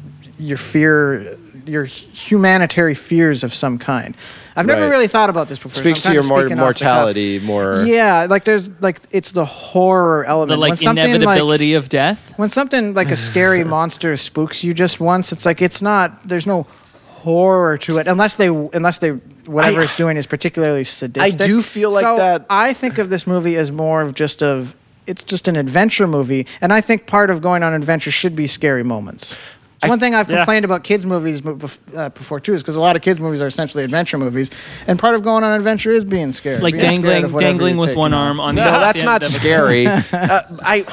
S2: your fear, your humanitarian fears of some kind. I've never
S3: Right.
S2: really thought about this before. so
S3: speaks
S2: I'm
S3: to your
S2: kinda
S3: mor-
S2: speaking off the cuff.
S3: mortality more.
S2: Yeah, like there's like it's the horror element.
S5: the
S2: When
S5: like
S2: something, like-
S5: inevitability of death.
S2: when something like a
S3: *laughs*
S2: scary monster spooks you just once, it's like it's not. There's no horror to it, unless they unless they whatever
S3: I-
S2: it's doing is particularly sadistic.
S3: do feel like
S2: So
S3: that-
S2: I think of this movie as more of just of it's just an adventure movie, and I think part of going on adventure should be scary moments. It's one thing I've
S4: yeah.
S2: complained about kids movies mo- bef- uh, before too is because a lot of kids movies are essentially adventure movies, and part of going on an adventure is being scared,
S5: Like
S2: being scared
S5: dangling,
S2: of whatever
S5: dangling
S2: you're
S5: with
S2: taking
S5: one
S2: on.
S5: arm on the.
S3: No,
S5: the
S3: Oh, that's
S5: end
S3: not
S5: of
S2: *laughs*
S5: a-
S3: scary. uh, I,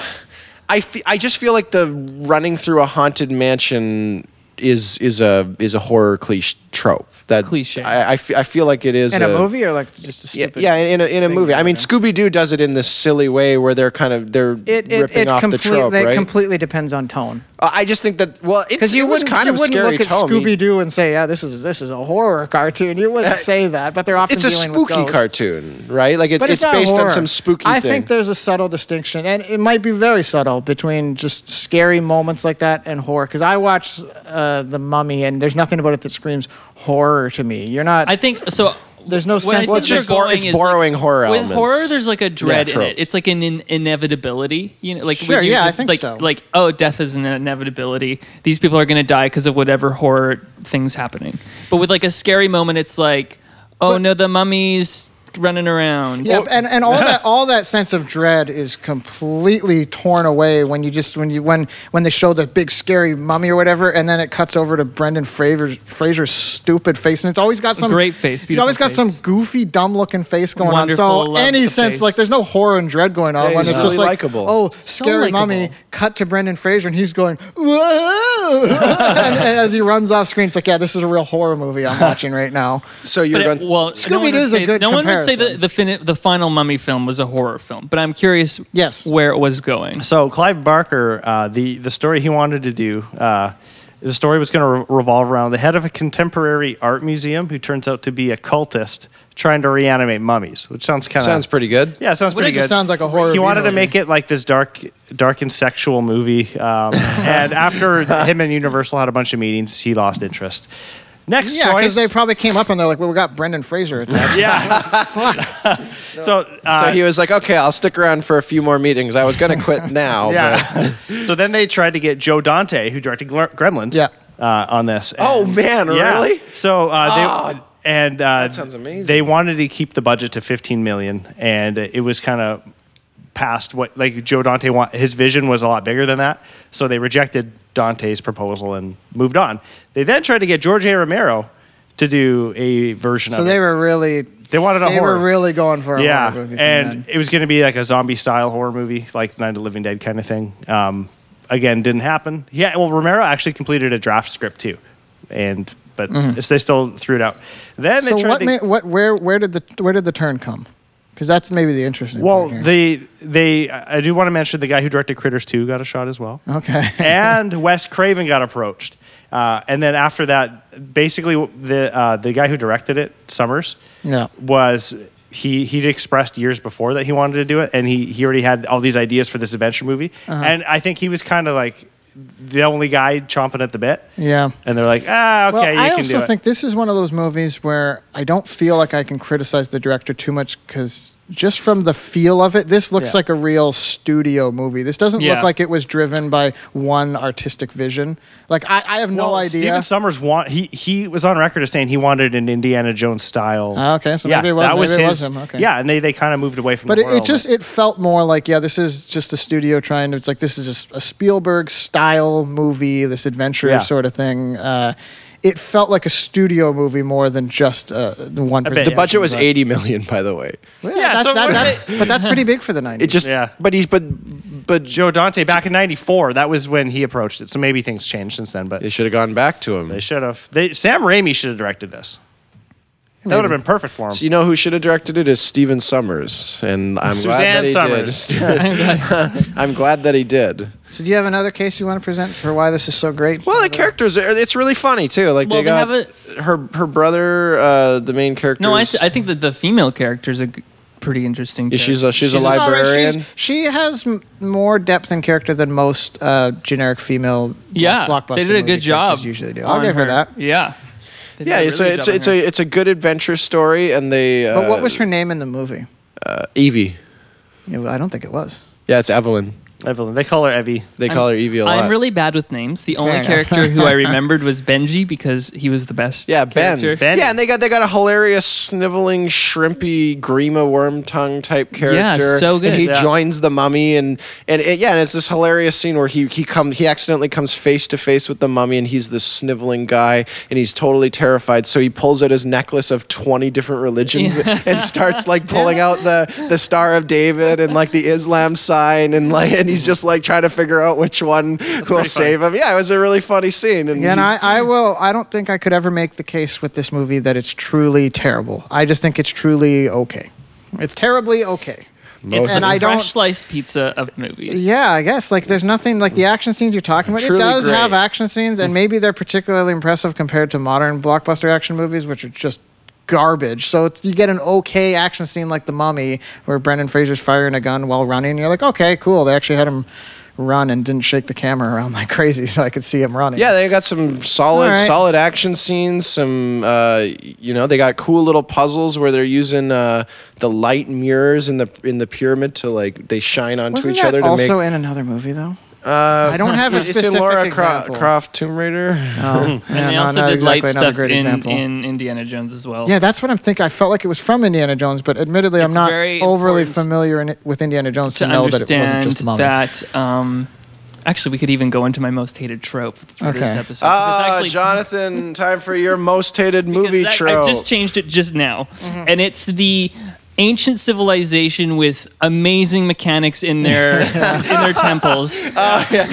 S3: I, fe- I just feel like the running through a haunted mansion is is a is a horror cliche trope. That
S5: Cliche.
S3: I, I, fe- I feel like it is
S2: In a movie or like just a
S3: Yeah,
S2: stupid
S3: yeah, in a, in a
S2: thing
S3: movie. I
S2: or
S3: mean,
S2: whatever.
S3: Scooby Doo does it in this silly way where they're kind of they're
S2: it it,
S3: ripping
S2: it
S3: off
S2: complete-
S3: the trope,
S2: it
S3: right?
S2: completely depends on tone.
S3: Uh, I just think that well, it,
S2: Because
S3: it
S2: you
S3: was
S2: wouldn't
S3: kind
S2: you
S3: of a
S2: wouldn't
S3: scary
S2: look at
S3: tone.
S2: Scooby Doo and say, "Yeah, this is this is a horror cartoon." You wouldn't say that, but they're often
S3: Uh, It's a
S2: dealing with
S3: spooky
S2: ghosts.
S3: cartoon, right? Like it,
S2: But it's,
S3: it's,
S2: not
S3: based
S2: horror.
S3: on some spooky.
S2: I
S3: thing.
S2: think there's a subtle distinction, and it might be very subtle between just scary moments like that and horror. Because I watch uh, the Mummy, and there's nothing about it that screams horror to me. You're not.
S5: I think so.
S2: There's no
S5: when I
S2: sense-
S5: think
S2: Well, it's
S5: they're
S3: just bor-
S5: going
S3: it's
S5: is, like,
S3: borrowing horror
S5: With
S3: elements.
S5: horror, there's like a dread in
S3: trope.
S5: it. It's like an in- inevitability. You know, like when
S2: Sure,
S5: you
S2: yeah, I
S5: just,
S2: think
S5: like,
S2: so.
S5: Like oh, death is an inevitability. These people are going to die because of whatever horror things happening. But with like a scary moment, it's like oh no, the mummy's running around.
S2: Yeah, and, and all
S5: *laughs*
S2: that all that sense of dread is completely torn away when you just when you when when they show the big scary mummy or whatever, and then it cuts over to Brendan Fraser's, Fraser's stupid face, and it's always got some
S5: Great face,
S2: He's always got
S5: beautiful
S2: some
S5: face.
S2: goofy, dumb looking face going on. So
S5: Wonderful,
S2: any
S5: loved
S2: sense
S5: face.
S2: like there's no horror and dread going on
S3: Yeah,
S2: when
S3: he's
S2: it's just
S3: really
S2: like
S3: likable.
S2: oh scary
S5: likable.
S2: mummy. Cut to Brendan Fraser, and he's going whoa, *laughs* and, and as he runs off screen, it's like yeah, this is a real horror movie
S5: *laughs*
S2: I'm watching right now.
S3: so. You're
S5: But it-
S3: going
S5: well, no one
S2: Scooby-Doo
S5: would
S2: is a
S5: say-
S2: good
S5: No one would say
S2: comparison.
S5: the the, fin- the final Mummy film was a horror film, but I'm curious,
S2: Yes.
S5: where it
S2: *laughs*
S5: was going.
S4: So Clive Barker, uh, the the story he wanted to do, uh, the story was going to re- revolve around the head of a contemporary art museum who turns out to be a cultist trying to reanimate mummies, which sounds kind of
S3: sounds pretty good.
S4: Yeah, it sounds
S2: What
S4: pretty
S2: is it?
S4: good.
S2: Sounds like a horror
S4: He wanted to
S2: B-movie.
S4: make it like this dark, dark and sexual movie. Um, and after him and Universal had a bunch of meetings, he lost interest. Next
S2: Yeah,
S4: choice.
S2: because they probably came up and they're like, well, we got Brendan Fraser attached. *laughs*
S4: yeah. *laughs* so, uh,
S3: so he was like, okay, I'll stick around for a few more meetings. I was
S4: *laughs*
S3: going to quit now. But.
S4: Yeah. *laughs* so then they tried to get Joe Dante, who directed Gl- Gremlins,
S2: Yeah.
S4: uh, on this.
S3: Oh,
S4: And-
S3: man, really?
S4: So uh, they
S3: Ah.
S4: and uh, that
S3: sounds amazing.
S4: They wanted to keep the budget to 15 million, and it was kind of past what like Joe Dante want. His vision was a lot bigger than that, so they rejected Dante's proposal and moved on. They then tried to get George A. Romero to do a version
S2: So
S4: of
S2: they
S4: it.
S2: were really
S4: They wanted a
S2: they
S4: horror.
S2: were really going for a
S4: yeah,
S2: horror movie. thing
S4: and
S2: then.
S4: it was going to be like a zombie style horror movie, like Night of the Living Dead kind of thing. Um, again, didn't happen. Yeah, well, Romero actually completed a draft script too, and but it's- they still threw it out. Then they
S2: Mm-hmm. so
S4: tried
S2: what?
S4: to,
S2: ma- what? Where? Where did the where did the turn come? Because that's maybe the interesting.
S4: well,
S2: part here.
S4: they they I do want to mention the guy who directed Critters Two got a shot as well.
S2: okay. *laughs*
S4: and Wes Craven got approached. Uh, and then after that, basically the uh, the guy who directed it, Summers,
S2: Yeah.
S4: was he he'd expressed years before that he wanted to do it, and he he already had all these ideas for this adventure movie,
S2: Uh-huh.
S4: and I think he was kind of like the only guy chomping at the bit.
S2: Yeah.
S4: And they're like, ah, okay,
S2: Well,
S4: you
S2: I
S4: can
S2: also
S4: do it.
S2: think this is one of those movies where I don't feel like I can criticize the director too much because just from the feel of it, this looks
S4: Yeah.
S2: like a real studio movie. This doesn't
S5: Yeah.
S2: look like it was driven by one artistic vision. Like I, I have no
S4: Well,
S2: idea.
S4: Steven Summers want he he was on record as saying he wanted an Indiana Jones style.
S2: Ah, okay, so
S4: yeah,
S2: maybe it was-
S4: that
S2: maybe
S4: was
S2: it
S4: his.
S2: was him, okay.
S4: Yeah, and they they kind of moved away from.
S2: But
S4: the
S2: it, it
S4: world.
S2: just it felt more like yeah, this is just a studio trying to. It's like this is a s- a, Spielberg style movie, this adventure
S4: Yeah.
S2: sort of thing. Uh, it felt like a studio movie more than just uh, the one.
S4: bit,
S2: person.
S4: yeah.
S3: The budget was 80 million, by the way.
S2: Yeah,
S4: Yeah,
S2: that's,
S4: so
S2: that,
S4: what
S2: that's, but that's pretty big for the '90s.
S3: It just,
S4: Yeah.
S3: but he's, but, but
S4: Joe Dante back in '94. That was when he approached it. So maybe things changed since then. But
S3: they should have gone back to him.
S4: they should have. They Sam Raimi should have directed this. That would have been perfect for him.
S3: So you know who should have directed it is Steven Summers, and I'm
S4: Suzanne
S3: glad that he *laughs*
S4: Summers.
S3: did. I'm glad that he did.
S2: so do you have another case you want to present for why this is so great?
S3: Well, the characters, are- it's really funny too. Like
S5: Well,
S3: they
S5: they
S3: got
S5: have
S3: her her brother, uh, the main character.
S5: *laughs* No, I, th- I think that the female characters are g- pretty interesting.
S3: Yeah,
S5: too.
S3: she's a she's, a
S2: She's not really-
S3: librarian.
S2: she's- she has m- more depth in character than most uh, generic female
S5: yeah,
S2: blockbuster.
S5: they did a
S2: movie
S5: good job.
S2: characters Usually do. I'll
S5: on
S2: give her that.
S5: Yeah. They did
S3: yeah,
S5: a
S3: it's
S5: really
S3: a
S5: good
S3: it's
S5: job
S3: a,
S5: on
S3: it's a it's a good adventure story, and they. Uh,
S2: But what was her name in the movie?
S3: uh, Evie?
S2: Yeah, well, I don't think it was.
S3: Yeah, it's Evelyn.
S4: Evelyn. They call her Evie.
S3: They call her Evie a lot.
S5: I'm really bad with names. The only
S2: Fair enough. *laughs*
S5: character who I remembered was Benji because he was the best.
S3: yeah, ben.
S5: character.
S4: Ben.
S3: Yeah, and they got they got a hilarious, sniveling, shrimpy, Grima worm tongue type character.
S5: Yeah, so good.
S3: And he
S5: Yeah.
S3: joins the mummy, and and it, yeah, and it's this hilarious scene where he he comes he accidentally comes face to face with the mummy, and he's this sniveling guy, and he's totally terrified. So he pulls out his necklace of twenty different religions *laughs* and starts
S5: *laughs*
S3: like pulling out the the Star of David and like the Islam sign, and like and he's just like trying to figure out which one will
S4: pretty funny.
S3: save him. Yeah, it was a really funny scene. And
S2: Yeah, and
S3: he's-
S2: I, I will. I don't think I could ever make the case with this movie that it's truly terrible. I just think it's truly okay. It's terribly okay.
S5: It's
S2: And
S5: the
S2: I
S5: fresh
S2: don't-
S5: sliced pizza of movies.
S2: Yeah, I guess like there's nothing like the action scenes you're talking about. It
S3: Truly
S2: does
S3: great.
S2: have action scenes, and maybe they're particularly impressive compared to modern blockbuster action movies, which are just garbage. So it's, you get an okay action scene like The Mummy, where Brendan Fraser's firing a gun while running, and you're like, okay, cool. They actually had him run and didn't shake the camera around like *laughs* crazy, so I could see him running.
S3: Yeah, they got some solid,
S2: All right.
S3: solid action scenes. Some, uh, you know, they got cool little puzzles where they're using uh, the light mirrors in the in the pyramid to like they shine onto
S2: Wasn't
S3: each
S2: that
S3: other to
S2: also
S3: make.
S2: in another movie though.
S3: Uh,
S2: I don't have a
S3: it's
S2: specific
S3: in Laura Cro-
S2: example.
S3: Croft Tomb Raider.
S2: Oh,
S5: And
S2: yeah,
S5: they
S2: no,
S5: also
S2: not
S5: did
S2: exactly
S5: light
S2: another
S5: stuff
S2: great
S5: in,
S2: example.
S5: in Indiana Jones as well.
S2: Yeah, that's what I'm thinking. I felt like it was from Indiana Jones, but admittedly, I'm
S5: It's
S2: not
S5: very
S2: overly
S5: important
S2: familiar in it, with Indiana Jones to,
S5: to
S2: know that it wasn't
S5: understand
S2: just the mummy.
S5: that. Um, actually, we could even go into my most hated trope for this
S2: Okay.
S5: episode. 'cause it's
S3: Ah,
S5: actually-
S3: Jonathan,
S5: *laughs*
S3: time for your most hated
S5: because
S3: movie
S5: that-
S3: trope. Mm-hmm.
S5: I just changed it just now, and it's the ancient civilization with amazing mechanics
S3: *laughs*
S5: in their in their temples.
S3: Oh, Yeah,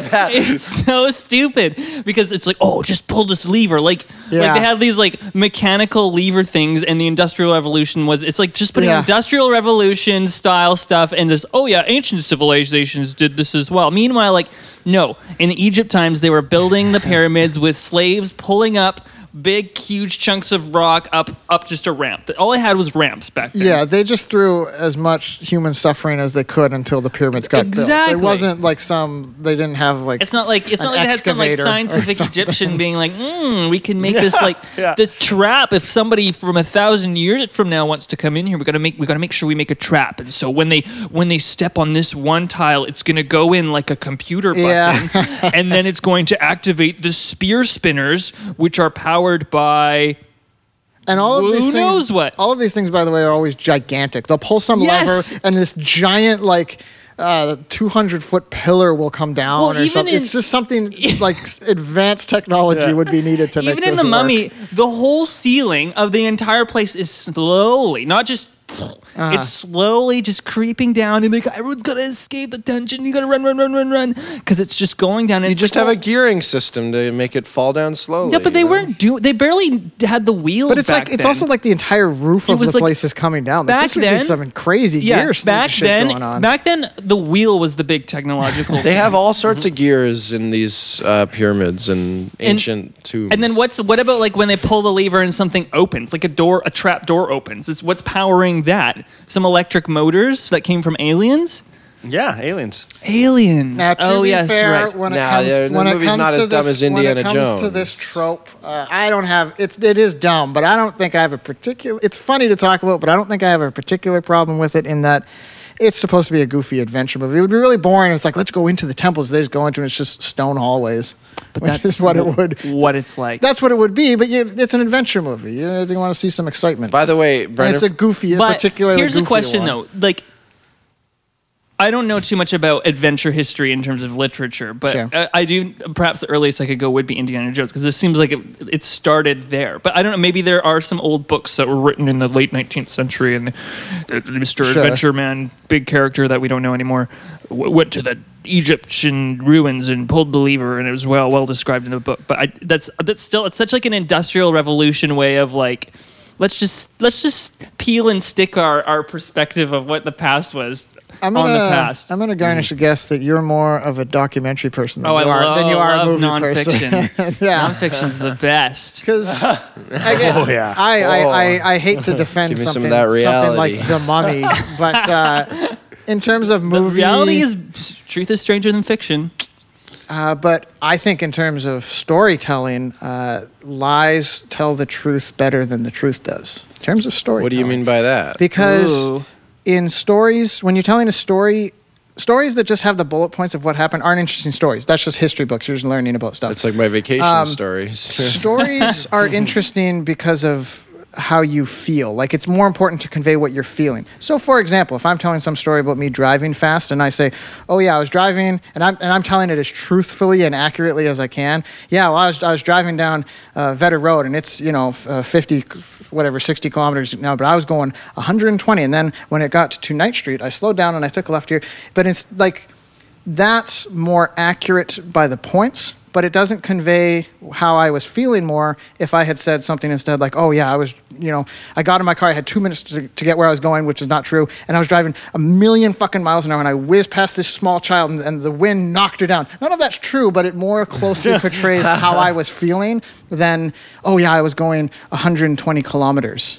S3: that-
S5: it's so stupid because it's like oh just pull this lever like
S2: Yeah.
S5: like they had these like mechanical lever things and the industrial revolution was it's like just putting
S2: Yeah.
S5: industrial revolution style stuff and this oh yeah ancient civilizations did this as well meanwhile like no in the egypt times they were building the pyramids with slaves pulling up big huge chunks of rock up up just a ramp all i had was ramps back then
S2: Yeah, they just threw as much human suffering as they could until the pyramids got built.
S5: Exactly.
S2: It wasn't like some they didn't have like
S5: It's not like it's
S2: an
S5: not like they had some like
S2: excavator or
S5: scientific Egyptian being like, mm, we
S2: *laughs*
S5: can make this like
S4: yeah.
S5: this trap. If somebody from a thousand years from now wants to come in here, we gotta make we gotta make sure we make a trap. And so when they when they step on this one tile, it's gonna go in like a computer button,
S2: Yeah.
S5: and then it's going to activate the spear spinners, which are powered by
S2: and all of
S5: who
S2: these things,
S5: knows what?
S2: All of these things, by the way, are always gigantic. They'll pull some
S5: Yes!
S2: lever and this giant like. Uh, 200 foot pillar will come down
S5: Well,
S2: or
S5: even
S2: something.
S5: in-
S2: it's just
S5: *laughs*
S2: something like s- advanced technology would be needed to make
S5: even in
S2: this
S5: the
S2: work.
S5: mummy the whole ceiling of the entire place is slowly not just
S2: Uh.
S5: it's slowly just creeping down and like everyone's gotta escape the dungeon you gotta run run run run run because it's just going down and
S3: you
S5: it's
S3: just
S5: like,
S3: have a
S5: oh,
S3: gearing system to make it fall down slowly.
S5: yeah but they
S3: you know?
S5: weren't do they barely had the wheels
S2: But it's
S5: back
S2: like it's
S5: then.
S2: also like the entire roof
S5: It
S2: of the
S5: was like-
S2: place is coming down. Like,
S5: back
S2: this would
S5: then-
S2: be some crazy
S5: yeah,
S2: gear
S5: back
S2: shit
S5: then,
S2: going on.
S5: back then the wheel was the big
S2: *laughs*
S5: technological.
S3: They have
S5: Mm-hmm.
S3: all sorts of gears in these uh, pyramids and ancient tombs.
S5: And then what's what about like when they pull the lever and something opens, like a door, a trap door opens? Is what's powering that? Some electric motors that came from aliens?
S4: Yeah, aliens.
S5: Aliens.
S2: Now, to
S5: oh
S2: be
S5: yes,
S2: fair,
S5: right.
S2: when it
S3: Nah,
S2: comes,
S3: yeah, the
S2: when it
S3: movie's
S2: comes
S3: not
S2: to
S3: as dumb
S2: this,
S3: as Indiana
S2: when it comes to
S3: Jones.
S2: this trope, uh, I don't have it's. It is dumb, but I don't think I have a particular. It's funny to talk about, but I don't think I have a particular problem with it in that. It's supposed to be a goofy adventure movie. It would be really boring. It's like let's go into the temples. They just go into, and it's just stone hallways. But which is what it would.
S5: What it's like.
S2: That's what it would be. But you, it's an adventure movie. You, you want to see some excitement.
S3: By the way,
S2: And it's a
S3: Brendan,
S2: goofy, a
S5: but
S2: particularly
S5: here's a
S2: goofy
S5: question
S2: one.
S5: though. Like, I don't know too much about adventure history in terms of literature, but
S2: Sure.
S5: I, I do. Perhaps the earliest I could go would be Indiana Jones because this seems like it, it started there. But I don't know. Maybe there are some old books that were written in the late 19th century, and uh, the, the Mr.
S2: Sure.
S5: Adventure Man, big character that we don't know anymore, w- went to the Egyptian ruins and pulled the lever, and it was well well described in the book. But I, that's that's still it's such like an industrial revolution way of like. Let's just let's just peel and stick our, our perspective of what the past was
S2: I'm
S5: on
S2: gonna,
S5: the past. Mm.
S2: I'm gonna garnish a guess that you're more of a documentary person than
S5: oh, I
S2: you are
S5: love,
S2: than you are a
S5: love
S2: movie person. *laughs*
S5: nonfiction.
S2: yeah,
S5: *laughs* Nonfiction's the best. *laughs*
S2: because oh
S4: yeah.
S2: I, I, I, I hate to defend
S3: Give me some of
S2: something
S3: that
S2: something
S3: reality.
S2: like The
S3: *laughs*
S2: Mummy, but uh, in terms of
S5: The
S2: movie,
S5: reality is truth is stranger than fiction.
S2: Uh, but I think in terms of storytelling, uh, lies tell the truth better than the truth does. In terms of storytelling,
S3: what do you mean by that?
S2: because
S5: Ooh.
S2: in stories when you're telling a story stories that just have the bullet points of what happened aren't interesting stories that's just history books you're just learning about stuff
S3: It's like my vacation
S2: Um, *laughs*
S3: stories.
S2: stories are interesting because of how you feel like it's more important to convey what you're feeling so for example if i'm telling some story about me driving fast and i say oh yeah i was driving and i'm, and I'm telling it as truthfully and accurately as i can yeah well i was, I was driving down uh, vetter road and it's you know f- uh, 50 whatever 60 kilometers now but i was going 120 and then when it got to knight street i slowed down and i took a left here but it's like that's more accurate by the points, but it doesn't convey how I was feeling more if I had said something instead like, oh, yeah, I was, you know, I got in my car, I had two minutes to, to get where I was going, which is not true, and I was driving a million fucking miles an hour and I whizzed past this small child and, and the wind knocked her down. None of that's true, but it more
S5: *laughs*
S2: closely portrays how I was feeling than, oh, yeah, I was going 120 kilometers.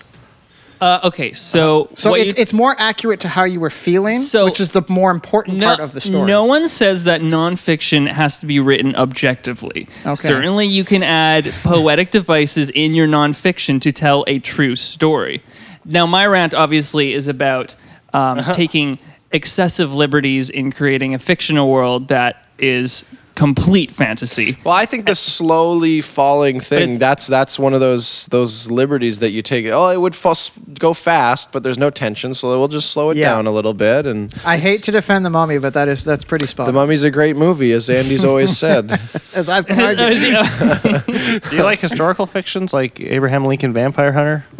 S5: Uh, okay, so
S2: So
S5: what
S2: it's,
S5: you-
S2: it's more accurate to how you were feeling,
S5: So-
S2: which is the more important part of the story.
S5: No one says that nonfiction has to be written objectively.
S2: Okay.
S5: Certainly, you can add poetic devices in your nonfiction to tell a true story. Now, my rant obviously is about um, taking excessive liberties in creating a fictional world that is complete fantasy.
S3: *laughs* Well, I think the slowly falling
S5: it's-
S3: thing—that's that's one of those those liberties that you take. Oh, it would fall, go fast, but there's no tension, so we'll just slow it
S2: Yeah.
S3: down a little bit. And
S2: I hate to defend the mummy, but that is that's pretty spot.
S3: the
S2: on.
S3: Mummy's a great movie, as Andy's
S2: *laughs*
S3: always said.
S2: as I've been arguing.
S4: Do you like historical fictions like Abraham Lincoln
S2: *laughs*
S4: Vampire Hunter? *laughs*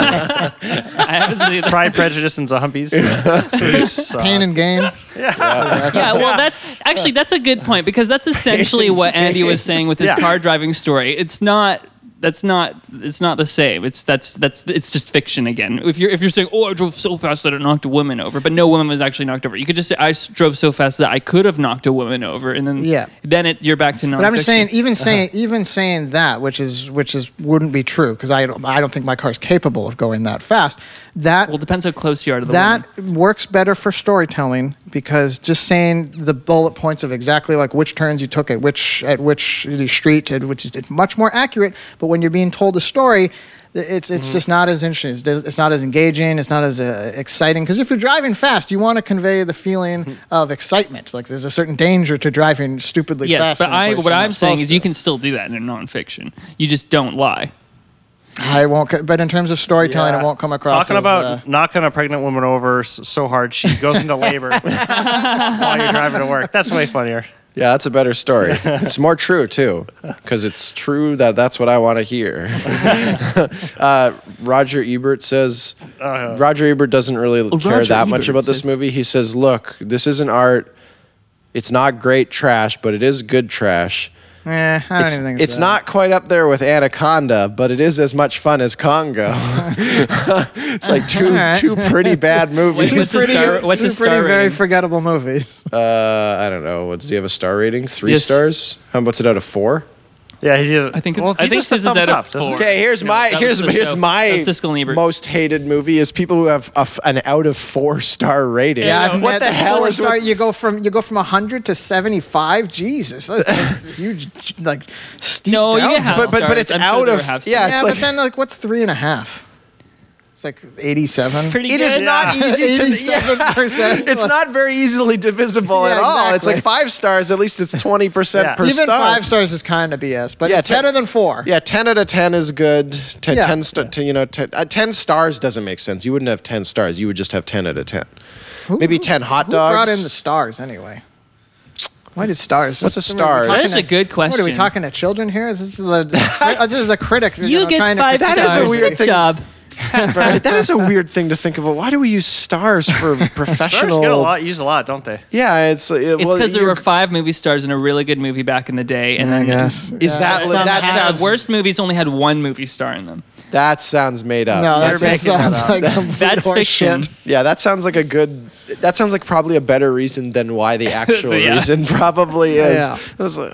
S5: I haven't seen that.
S4: Pride, Prejudice,
S3: *laughs*
S4: and Zombies? Please, uh,
S2: pain and gain.
S5: yeah, well, that's actually that's a good point because
S2: *laughs*
S5: that's essentially what Andy was saying with his
S4: Yeah.
S5: car driving story. It's not. That's not. It's not the same. It's that's that's. It's just fiction again. If you're if you're saying, oh, I drove so fast that it knocked a woman over, but no woman was actually knocked over. You could just say, I s- drove so fast that I could have knocked a woman over, and then
S2: Yeah.
S5: then it you're back to non.
S2: But I'm just saying, even saying, even saying that, which is which is wouldn't be true because I don't, I don't think my car's capable of going that fast. That
S5: Well, it depends how close you are to the woman.
S2: that works better for storytelling because just saying the bullet points of exactly like which turns you took at which at which street at which is much more accurate. But when you're being told a story, it's
S5: Mm-hmm.
S2: it's just not as interesting. It's, it's not as engaging. It's not as uh, exciting because if you're driving fast, you want to convey the
S5: Hmm.
S2: feeling of excitement. Like there's a certain danger to driving stupidly
S5: Yes,
S2: fast.
S5: but
S2: in a
S5: I
S2: place
S5: what
S2: you're not
S5: I'm saying
S2: supposed
S5: is you
S2: to.
S5: can still do that in a nonfiction. You just don't lie.
S2: I won't. co- But in terms of storytelling, it won't come across.
S4: Talking
S2: as,
S4: about
S2: uh,
S4: knocking a pregnant woman over s- so hard she goes
S2: *laughs*
S4: into labor while you're driving to work. That's way funnier.
S3: yeah, that's a better story. It's more true too, because it's true that that's what I want to hear. uh, Roger Ebert says Roger Ebert doesn't really care
S5: Roger
S3: that much
S5: Ebert
S3: about this
S5: said-
S3: movie. He says, "Look, this isn't art. It's not great trash, but it is good trash."
S2: eh, I don't
S3: it's,
S2: even think
S3: it's
S2: that.
S3: not quite up there with Anaconda, but it is as much fun as Congo. *laughs* it's like two
S2: Alright.
S3: two pretty bad movies.
S5: What's the
S2: pretty,
S5: star- what's
S2: two
S5: the star
S2: pretty very
S5: rating?
S2: forgettable movies.
S3: Uh, I don't know. What's do you have a star rating? Three
S5: Yes.
S3: stars? How what's it out of four?
S4: Yeah, he did.
S5: I think.
S4: well,
S5: Well,
S4: he
S5: I think
S4: just said
S5: his is
S4: thumbs
S5: out
S4: up,
S5: of
S4: doesn't he?
S5: four.
S3: Okay, here's
S5: No,
S3: my
S5: that was
S3: here's
S5: the
S3: here's
S5: show.
S3: my
S5: That's Siskel and Ebert.
S3: most hated movie is people who have a f- an out of four star rating.
S5: Yeah,
S2: I've
S3: uh, what
S2: met
S3: the hell
S2: four
S3: is
S2: star,
S3: with-
S2: you go from you go from hundred to seventy five? Jesus,
S3: *laughs*
S2: that's a huge like steep.
S5: No, you get
S2: downhill.
S5: half
S3: But- but- but
S5: stars.
S3: it's
S5: I'm
S3: out
S5: sure there
S3: of-
S5: were half
S3: yeah,
S5: stars.
S2: yeah,
S3: it's
S2: but
S3: like-
S2: then like what's three and a half? It's like eighty seven.
S5: Pretty
S3: It
S5: good.
S3: is not
S4: Yeah.
S2: *laughs*
S3: easy to.
S2: Eighty-seven *laughs*
S3: yeah.
S2: percent.
S3: It's not very easily
S2: *laughs*
S3: divisible
S2: Yeah,
S3: at all. It's like
S2: exactly.
S3: five stars. At least it's twenty
S4: Yeah.
S3: percent per
S2: even
S3: star.
S2: five stars is kind of BS, but
S3: Yeah,
S2: it's
S3: ten-
S2: better than four.
S3: Yeah, ten out of ten is good. Ten,
S2: Yeah.
S3: 10 sta- to, you know, 10, uh, 10 stars doesn't make sense. You wouldn't have ten stars. You would just have ten out of ten. Maybe ten hot
S2: Who
S3: dogs.
S2: brought
S3: *laughs*
S2: in the stars anyway? Why did stars?
S3: What's a
S2: Somebody- we're
S3: star?
S2: talking
S5: That's
S2: to-
S5: a good
S2: What are we
S5: question.
S2: talking to children here? Is this
S3: *laughs*
S2: the this is a critic?
S5: You
S2: know,
S5: get
S2: trying to
S5: five
S2: critique
S3: That is a
S5: stars.
S3: weird
S5: Good
S3: thing.
S5: job.
S3: Right, that is a weird thing to think about. Why do we use stars
S2: *laughs*
S3: for
S4: Stars
S3: professional?
S4: get a lot, used a lot, don't they?
S3: Yeah, it's uh,
S5: It's
S3: well,
S5: because there
S3: you're-
S5: were five movie stars in a really good movie back in the day, and then
S2: guess.
S3: Is that
S5: some
S3: that
S5: half-
S3: sounds
S5: worst movies only had one movie star in them.
S3: that sounds made up.
S2: No, that's,
S5: You're
S2: that
S5: making that
S2: sounds
S5: up.
S2: like complete
S5: That's
S2: horseshit.
S5: fiction.
S3: yeah, that sounds like a good. That sounds like probably a better reason than
S2: *laughs*
S3: why the actual
S5: Yeah.
S3: reason probably is.
S2: Yeah.
S3: Yeah.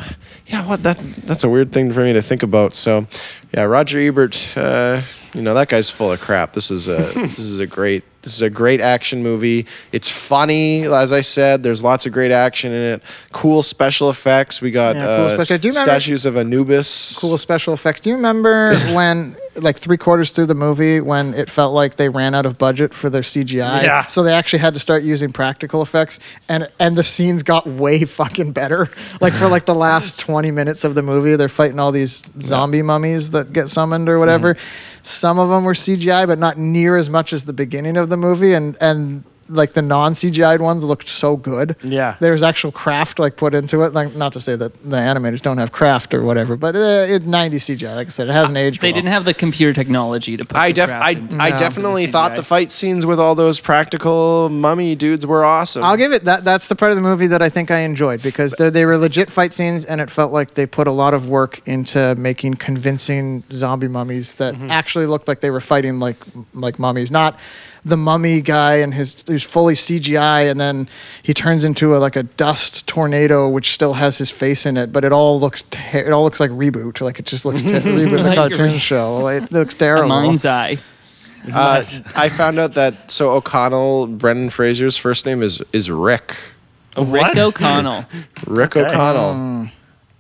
S3: yeah, what that that's a weird thing for me to think about. So, yeah, Roger Ebert, uh, you know that guy's full of crap.
S2: *laughs*
S3: This is a this is a great this is a great action movie. It's funny, as I said. There's lots of great action in it. Cool special effects. We got
S2: Yeah, cool
S3: uh,
S2: special- do you remember-
S3: statues of Anubis.
S2: cool special effects. Do you
S4: *laughs*
S2: remember when, like three quarters through the movie, when it felt like they ran out of budget for their CGI?
S4: Yeah.
S2: So they actually had to start using practical effects, and and the scenes got way fucking better. *laughs* Like for like the
S4: *laughs*
S2: last twenty minutes of the movie, they're fighting all these zombie mummies that get summoned or whatever.
S4: Mm-hmm.
S2: Some of them were CGI, but not near as much as the beginning of the movie, and and. Like the non CGI ones looked so good.
S4: Yeah.
S2: There was actual craft like put into it. Like not to say that the animators don't have craft or whatever, but uh, it's 90 CGI. Like I said, it hasn't aged.
S5: Uh, They
S2: well.
S5: didn't have the computer technology to put.
S3: I
S5: the
S3: def
S5: crap
S3: I, *laughs*
S5: into
S3: I
S2: No.
S3: definitely thought
S5: CGI.
S3: the fight scenes with all those practical mummy dudes were awesome.
S2: I'll give it that. That's the part of the movie that I think I enjoyed because they they were legit fight scenes, and it felt like they put a lot of work into making convincing zombie mummies that
S5: Mm-hmm.
S2: actually looked like they were fighting like like mummies, not the mummy guy and his who's fully CGI, and then he turns into a, like a dust tornado, which still has his face in it, but it all looks ter- it all looks like reboot, like it just looks
S5: *laughs*
S2: ter- reboot the
S5: Like
S2: cartoon
S5: reboot.
S2: show. Like, it looks
S5: *laughs* A
S2: terrible.
S5: mind's eye.
S3: Uh,
S5: *laughs*
S3: I found out that so O'Connell, Brendan Fraser's first name is is Rick.
S5: Rick O'Connell.
S3: Rick
S5: Oh,
S3: O'Connell.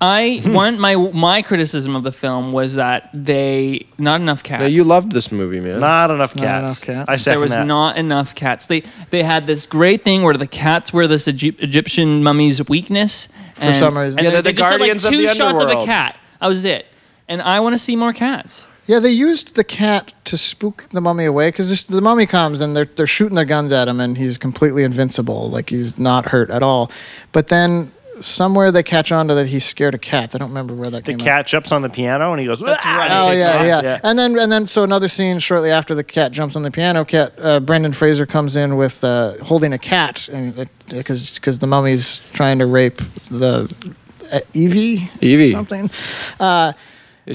S5: I one my my criticism of the film was that they not enough cats.
S3: Now you loved this movie, man.
S4: Not enough cats.
S2: enough cats.
S4: I
S5: there
S4: second
S5: was
S4: that.
S5: not enough cats. They they had this great thing where the cats were this Egy- Egyptian mummy's weakness for
S2: some reason.
S3: Yeah, they're the guardians of
S5: two
S3: the
S5: shots of a
S3: underworld.
S5: cat. That was it. And I want to see more cats.
S2: Yeah, they used the cat to spook the mummy away because the mummy comes and they're they're shooting their guns at him and he's completely invincible, like he's not hurt at all. But then somewhere they catch on to that he's scared of cats. I don't remember where that
S4: The
S2: came up.
S4: cat jumps on the piano and he goes. That's
S5: right.
S2: Oh
S5: takes
S2: yeah,
S5: off.
S2: yeah, And then and then so another scene shortly after the cat jumps on the piano. Cat uh, Brendan Fraser comes in with uh, holding a cat because because the mummy's trying to rape the uh, Evie
S3: Evie.
S2: something. Uh,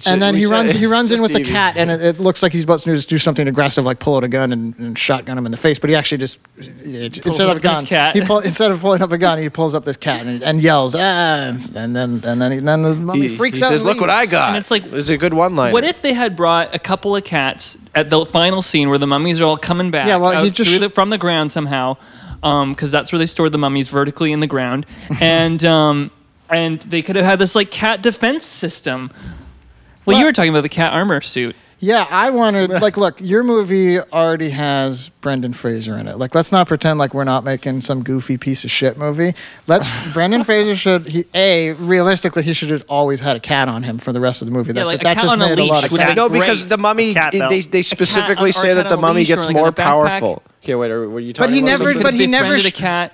S2: and then he runs. He runs in with the cat, and it, it looks like he's about to do something aggressive, like pull out a gun and, and shotgun him in the face. But he actually just it, instead
S5: up
S2: of a gun,
S5: this cat.
S2: he pull, instead of pulling up a gun, he pulls up this cat and, and yells, ah, and then and then he, then the mummy
S3: He,
S2: freaks
S3: he
S2: out.
S3: says,
S2: and
S3: "Look what
S2: leaves."
S3: I got."
S5: And it's like-
S3: it's a good one line.
S5: What if they had brought a couple of cats at the final scene where the mummies are all coming back?
S2: Yeah, well,
S5: out
S2: he just-
S5: through the, from the ground somehow, because that's where they stored the mummies vertically in
S2: *laughs*
S5: the ground, and um, and they could have had this like cat defense system. Well, you were talking about the cat armor suit.
S2: Yeah, I wanted
S5: *laughs*
S2: like look, your movie already has Brendan Fraser in it. Like let's not pretend like we're not making some goofy piece of shit movie.
S5: *laughs*
S2: Let's Brendan Fraser should he a realistically he should have always had a cat on him for the rest of the movie. That,
S5: Yeah, like
S2: ju-
S5: a
S2: that
S5: cat
S2: just
S5: on a
S2: made a, lot
S5: leash
S2: of
S5: would have
S2: sense.
S5: been
S3: no, because
S5: great.
S3: the mummy
S4: A cat
S3: it- they
S4: belt.
S3: they specifically
S5: or
S3: say
S5: a
S3: that
S5: cat
S3: the
S5: on a
S3: mummy
S5: leash or
S3: gets
S5: like on
S3: more
S5: a backpack.
S3: powerful. Okay, wait, are, were you
S2: But
S3: talking
S2: he
S3: about
S2: never-
S3: something?
S5: Could
S2: but
S5: have
S2: he never
S5: befriended
S2: sh-
S5: a cat.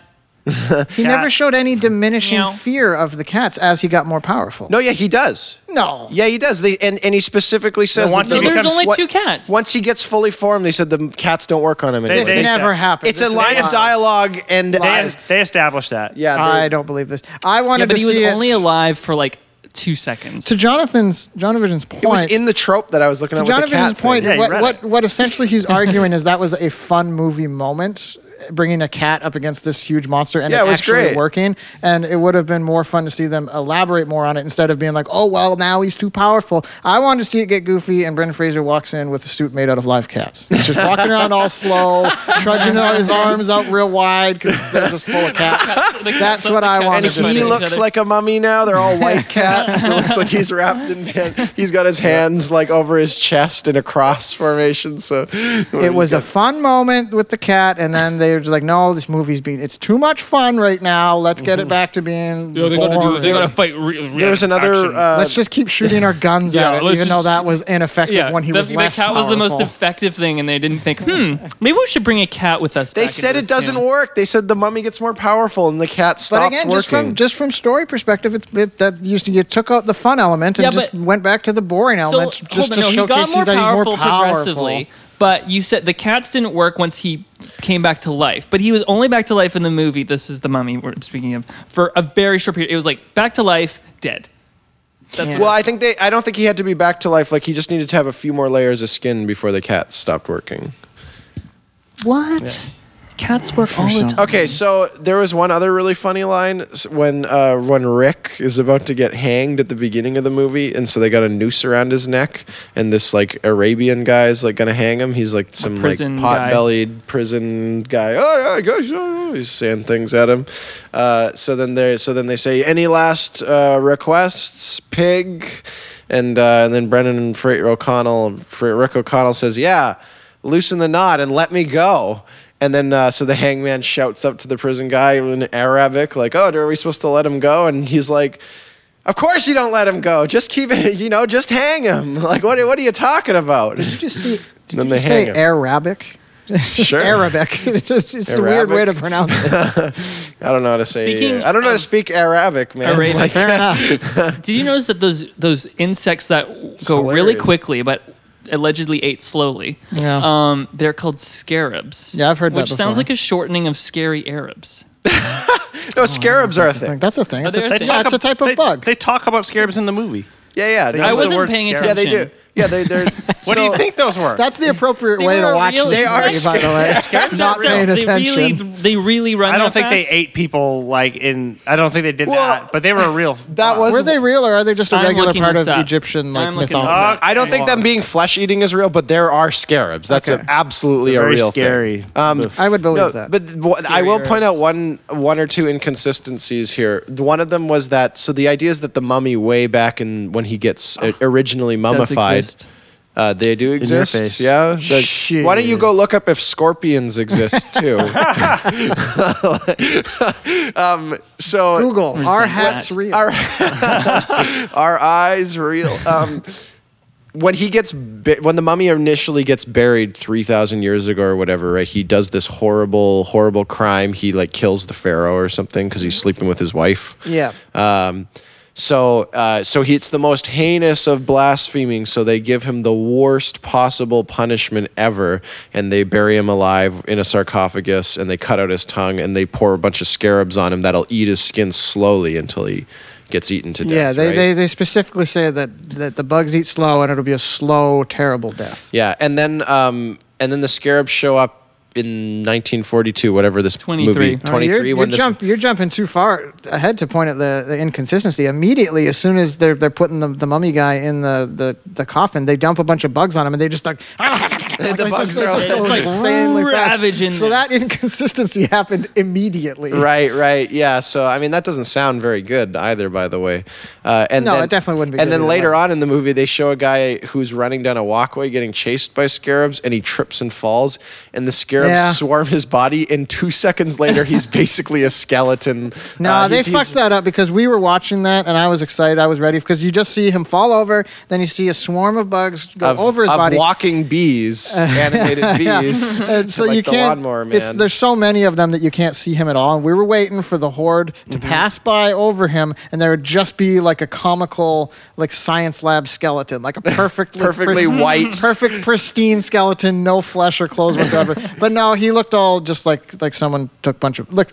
S2: He never showed any diminishing
S5: Meow.
S2: fear of the cats as he got more powerful.
S3: No, yeah, he does.
S2: No.
S3: Yeah, he does. They, and, and he specifically says
S4: once
S3: that
S4: he
S3: the-
S5: There's
S4: becomes-
S5: only
S3: what-
S5: two cats.
S3: Once he gets fully formed, they said the cats don't work on him
S4: They-
S2: This
S3: anymore.
S4: they-
S2: never
S4: yeah.
S2: happened.
S3: it's a
S2: This is
S3: line of
S2: lies.
S3: dialogue and
S4: They,
S3: lies.
S4: they established that.
S3: Yeah,
S2: I
S3: they-
S2: don't believe this. I wanted
S5: Yeah, but
S2: to
S5: he was
S2: see it-
S5: only alive for like two seconds.
S2: to Jonathan's Jonathan's point.
S3: it was in the trope that I was looking at.
S2: to
S3: with the
S2: Jonathan's
S3: cat thing.
S2: point,
S4: Yeah,
S3: *laughs*
S4: you
S2: what,
S4: read
S2: what
S4: it.
S2: what essentially he's arguing is that was a fun movie moment, bringing a cat up against this huge monster and
S3: Yeah,
S2: it,
S3: it was
S2: actually
S3: great.
S2: working. And it would have been more fun to see them elaborate more on it instead of being like, oh, well, now he's too powerful. I wanted to see it get goofy. And Brendan Fraser walks in with a suit made out of live cats. He's just walking around all
S3: *laughs*
S2: slow, trudging out his arms out real wide because they're just full of cats. That's what I
S3: And
S2: wanted to
S3: he
S2: see.
S3: looks like a mummy now. They're all
S5: *laughs*
S3: white cats. it looks like he's wrapped in. Van- he's got his hands like over his chest in a cross formation. So
S2: it was a fun moment with the cat, and then they were just like, "No, this movie's being it's too much fun right now. Let's get it back to being
S5: Yo, Mm-hmm. they gotta do. They
S2: boring.
S5: gotta fight. Re-
S3: There was another. Uh,
S2: let's just keep shooting our guns
S5: Yeah,
S2: at it,
S5: let's
S2: even though
S5: just-
S2: that was ineffective
S5: yeah,
S2: when he
S5: the,
S2: was
S5: the
S2: less
S5: cat was the most
S2: powerful.
S5: effective thing, and they didn't think, hmm, maybe we should bring a cat with us.
S3: They
S5: back
S3: said
S5: into
S3: it
S5: this
S3: doesn't
S5: town.
S3: work. They said the mummy gets more powerful and the cat stops
S2: But again,
S3: working.
S2: just from just from story perspective, it, it, that used to you took out the fun element and
S5: Yeah,
S2: just
S5: but-
S2: went back to the boring
S5: So
S2: element, just
S5: hold on,
S2: to
S5: no, he got
S2: showcase
S5: more
S2: that he's more
S5: powerful
S2: powerful.
S5: progressively. But you said the cats didn't work once he came back to life. But he was only back to life in the movie. This is the mummy we're speaking of for a very short period. It was like back to life, dead. That's
S2: Yeah.
S5: what
S3: well, I think they. I don't think he had to be back to life. Like he just needed to have a few more layers of skin before the cat stopped working.
S5: What? Cats work all the
S2: some-
S5: time.
S3: Okay, so there was one other really funny line s- when uh, when Rick is about to get hanged at the beginning of the movie, and so they got a noose around his neck, and this like Arabian guy is like gonna hang him. He's like some like
S5: prison
S3: pot
S5: guy.
S3: bellied prison guy. Oh, yeah, gosh, oh, oh," he's saying things at him. Uh, so then they so then they say, any last uh, requests, pig, and uh, and then Brennan and Fra- O'Connell, Fra- Rick O'Connell says, yeah, loosen the knot and let me go. And then, uh, so the hangman shouts up to the prison guy in Arabic, like, "Oh, are we supposed to let him go?" And he's like, "Of course you don't let him go. Just keep it, you know, just hang him. *laughs* Like, what? What are you talking about?" *laughs*
S2: Did you just
S5: *laughs*
S2: see? Did
S3: Then
S2: you
S3: they
S2: just
S3: hang
S2: say
S3: him.
S2: Arabic? *laughs* It's just
S3: Sure.
S2: Arabic. *laughs* It's, just, it's a weird
S3: Arabic.
S2: way to pronounce
S5: *laughs*
S2: it.
S3: I don't know how to say. uh,
S5: Speaking
S3: I don't know how to
S5: of-
S3: speak Arabic,
S2: Oh
S3: man.
S5: Arabic.
S3: Like,
S2: Fair *laughs* enough.
S5: Did you notice that those those insects that go really
S3: hilarious.
S5: quickly, but allegedly ate slowly?
S2: Yeah.
S5: Um, they're called scarabs.
S2: Yeah, I've heard that
S5: Which sounds
S2: before.
S5: like a shortening of scary Arabs.
S3: *laughs* no, scarabs are a thing.
S2: That's a thing. That's
S5: they
S2: a,
S5: a thing?
S2: yeah, it's a
S4: ab-
S2: type of
S4: they-
S2: bug.
S4: They talk about scarabs in the movie.
S3: Yeah, yeah.
S4: They
S3: no,
S4: use
S5: I
S3: no.
S4: the
S5: wasn't
S4: word
S5: paying
S3: Yeah,
S4: scarab.
S3: they do.
S5: attention.
S3: Yeah, they,
S4: *laughs*
S3: they're.
S4: What do you think those were?
S2: That's the appropriate
S5: They
S2: way
S5: were
S2: to watch
S5: real-
S2: this
S5: they are
S2: movie, by the way. Not paying
S5: they
S2: attention.
S5: really they really run.
S4: I don't
S5: that
S4: think
S5: fast.
S4: they ate people like in. I don't think they did
S3: Well,
S4: that, but they were real.
S3: That was.
S2: Were they real, or are they just a
S5: I'm
S2: regular
S5: looking
S2: part
S5: this
S2: of
S5: up.
S2: Egyptian like
S5: I'm looking this
S2: mythology?
S5: up.
S3: I don't think them being flesh eating is real, but there are scarabs. That's
S2: Okay.
S3: a, absolutely a
S4: Very
S3: real thing.
S4: scary. Um,
S2: I would believe
S3: No,
S2: that.
S3: But th- wha- I
S5: Scary
S3: will point out
S5: Arabs.
S3: one one or two inconsistencies here. The- One of them was that so the idea is that the mummy way back in when he gets uh, originally mummified.
S5: exist.
S3: Uh, they do
S4: your
S3: exist.
S4: face.
S3: Yeah. The- why don't you go look up if scorpions exist too?
S4: *laughs*
S3: um, so
S2: Google,
S5: Or
S2: are
S5: some
S2: hats
S5: rat.
S2: real?
S3: our, our eyes real. Um, *laughs* when he gets bu- when the mummy initially gets buried three thousand years ago or whatever, right? He does this horrible, horrible crime. He like kills the pharaoh or something because he's sleeping with his wife.
S2: yeah.
S3: Um, so, uh, so he, it's the most heinous of blaspheming. So they give him the worst possible punishment ever, and they bury him alive in a sarcophagus, and they cut out his tongue, and they pour a bunch of scarabs on him that'll eat his skin slowly until he gets eaten to death.
S2: yeah, they,
S3: right?
S2: they, they specifically say that, that the bugs eat slow and it'll be a slow, terrible death.
S3: Yeah, and then um, and then the scarabs show up in 1942, whatever this
S5: 23.
S3: movie,
S5: Oh,
S2: All right,
S3: 23.
S2: you're, you're
S3: when this,
S2: jump, you're jumping too far ahead to point at the, the inconsistency. Immediately, as soon as they're, they're putting the, the mummy guy in the, the, the coffin, they dump a bunch of bugs on him and they just
S3: *laughs*
S2: like,
S3: the bugs are all
S2: just go
S5: just, like,
S2: insanely fast.
S5: ravaging
S2: So
S5: them.
S2: that inconsistency *laughs* happened immediately.
S3: *laughs* Right, right, yeah. So I mean, that doesn't sound very good either, by the way. Uh, and
S2: No,
S3: then,
S2: it definitely wouldn't be
S3: And
S2: good
S3: then
S2: either
S3: later
S2: way.
S3: on in the movie, they show a guy who's running down a walkway, getting chased by scarabs, and he trips and falls, and the scarabs
S2: Yeah.
S3: swarm his body. And two
S2: *laughs*
S3: seconds later, he's basically a skeleton.
S2: No,
S3: Uh,
S2: they
S3: he's- he's-
S2: fucked that up because we were watching that and I was excited. I was ready because you just see him fall over, then you see a swarm of bugs go
S3: Of,
S2: over his
S3: of
S2: body. *laughs*
S3: walking bees, animated bees.
S2: and so
S3: like
S2: you
S3: the
S2: can't.
S3: lawnmower man.
S2: it's, there's so many of them that you can't see him at all. And we were waiting for the horde to
S3: Mm-hmm.
S2: pass by over him, and there would just be like a comical, like science lab skeleton, like a
S3: *laughs*
S2: perfectly
S3: Perfectly white.
S2: perfect pristine skeleton, no flesh or clothes
S3: *laughs*
S2: whatsoever. but no, he looked all just like like someone took bunch of look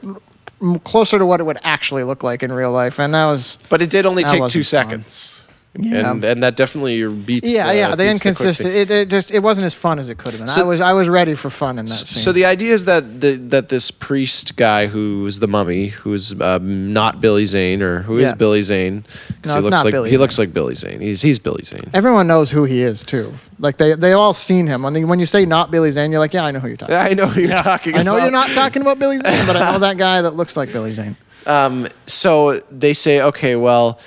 S2: m- closer to what it would actually look like in real life, and that was.
S3: But it did only
S2: That
S3: take
S2: wasn't
S3: two
S2: fun.
S3: seconds.
S2: Yeah.
S3: and and that definitely beats.
S2: Yeah,
S3: uh, the,
S2: yeah, the
S3: beats quick
S2: inconsistent.
S3: thing.
S2: it, it just it wasn't as fun as it could have been.
S3: So-
S2: I was I was ready for fun in that scene.
S3: So the idea is that the, that this priest guy who's the mummy, who's um, not Billy Zane, or who is
S2: Yeah.
S3: Billy Zane? 'Cause
S2: No,
S3: he
S2: it's
S3: looks
S2: not
S3: like
S2: Billy
S3: he
S2: Zane.
S3: looks like Billy Zane. He's he's Billy
S2: *laughs*
S3: Zane.
S2: Everyone knows who he is too. Like they they all seen him. When they- when you say not Billy Zane, you're like, yeah, I know who you're talking. about.
S3: I know who you're talking.
S2: I know
S3: about.
S2: you're not talking about Billy Zane, but I know that guy that looks like Billy Zane.
S3: Um, so they say, okay, well,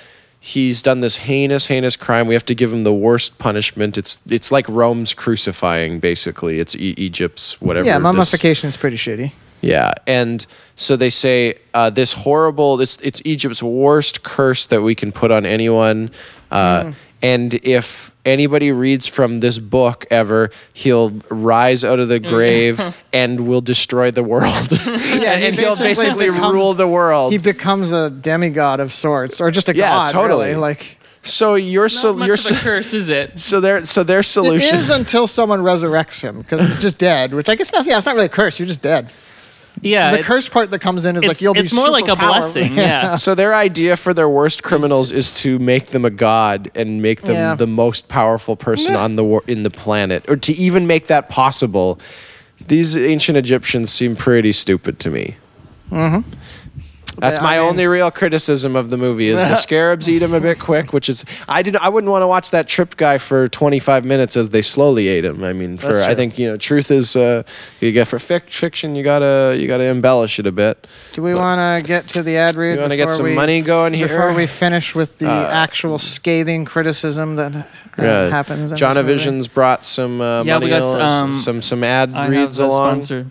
S3: he's done this heinous, heinous crime. We have to give him the worst punishment. It's it's like Rome's crucifying, basically. It's e- Egypt's whatever.
S2: Yeah,
S3: this-
S2: mummification is pretty shitty.
S3: yeah, and so they say uh, this horrible. It's it's Egypt's worst curse that we can put on anyone. Uh, And if anybody reads from this book ever, he'll rise out of the grave and will destroy the world.
S2: Yeah,
S3: and, and *laughs* he'll basically
S2: becomes-
S3: rule the world.
S2: He becomes a demigod of sorts, or just a
S3: Yeah,
S2: god.
S3: totally.
S2: really. Like
S3: So your
S5: Not
S3: sol-
S5: much
S3: your
S5: of a
S3: so,
S5: curse, is it?
S3: so their so their solution
S2: it is until someone resurrects him because he's just dead. Which I guess that's yeah, it's not really a curse. You're just dead.
S5: *laughs* Yeah,
S2: the
S5: it's-
S2: curse part that comes in is
S5: It's,
S2: like you'll be.
S5: it's more like a
S2: superpower- *laughs*
S5: blessing. Yeah.
S3: So their idea for their worst criminals is to make them a god and make them
S2: Yeah.
S3: the most powerful person on the wor- in the planet, or to even make that possible. These ancient Egyptians seem pretty stupid to me. Mm-hmm. That's
S2: Yeah,
S3: my
S2: I mean-
S3: only real criticism of the movie is
S2: *laughs*
S3: the scarabs eat him a bit quick, which is I did I wouldn't want to watch that tripped guy for 25 minutes as they slowly ate him. I mean, for I think you know, truth is uh, you get for fic- fiction you gotta you gotta embellish it a bit.
S2: Do we want to get to the ad read?
S3: You want to get
S2: before
S3: some
S2: we-
S3: money going here Uh,
S2: Before we finish with the actual scathing criticism that uh,
S3: Yeah.
S2: happens, in
S3: Johna
S2: this movie.
S3: Vision's brought some uh,
S5: Yeah,
S3: money
S5: we got
S3: al-
S5: some-
S3: s- some some ad
S5: I
S3: reads
S5: have a
S3: along.
S5: sponsor.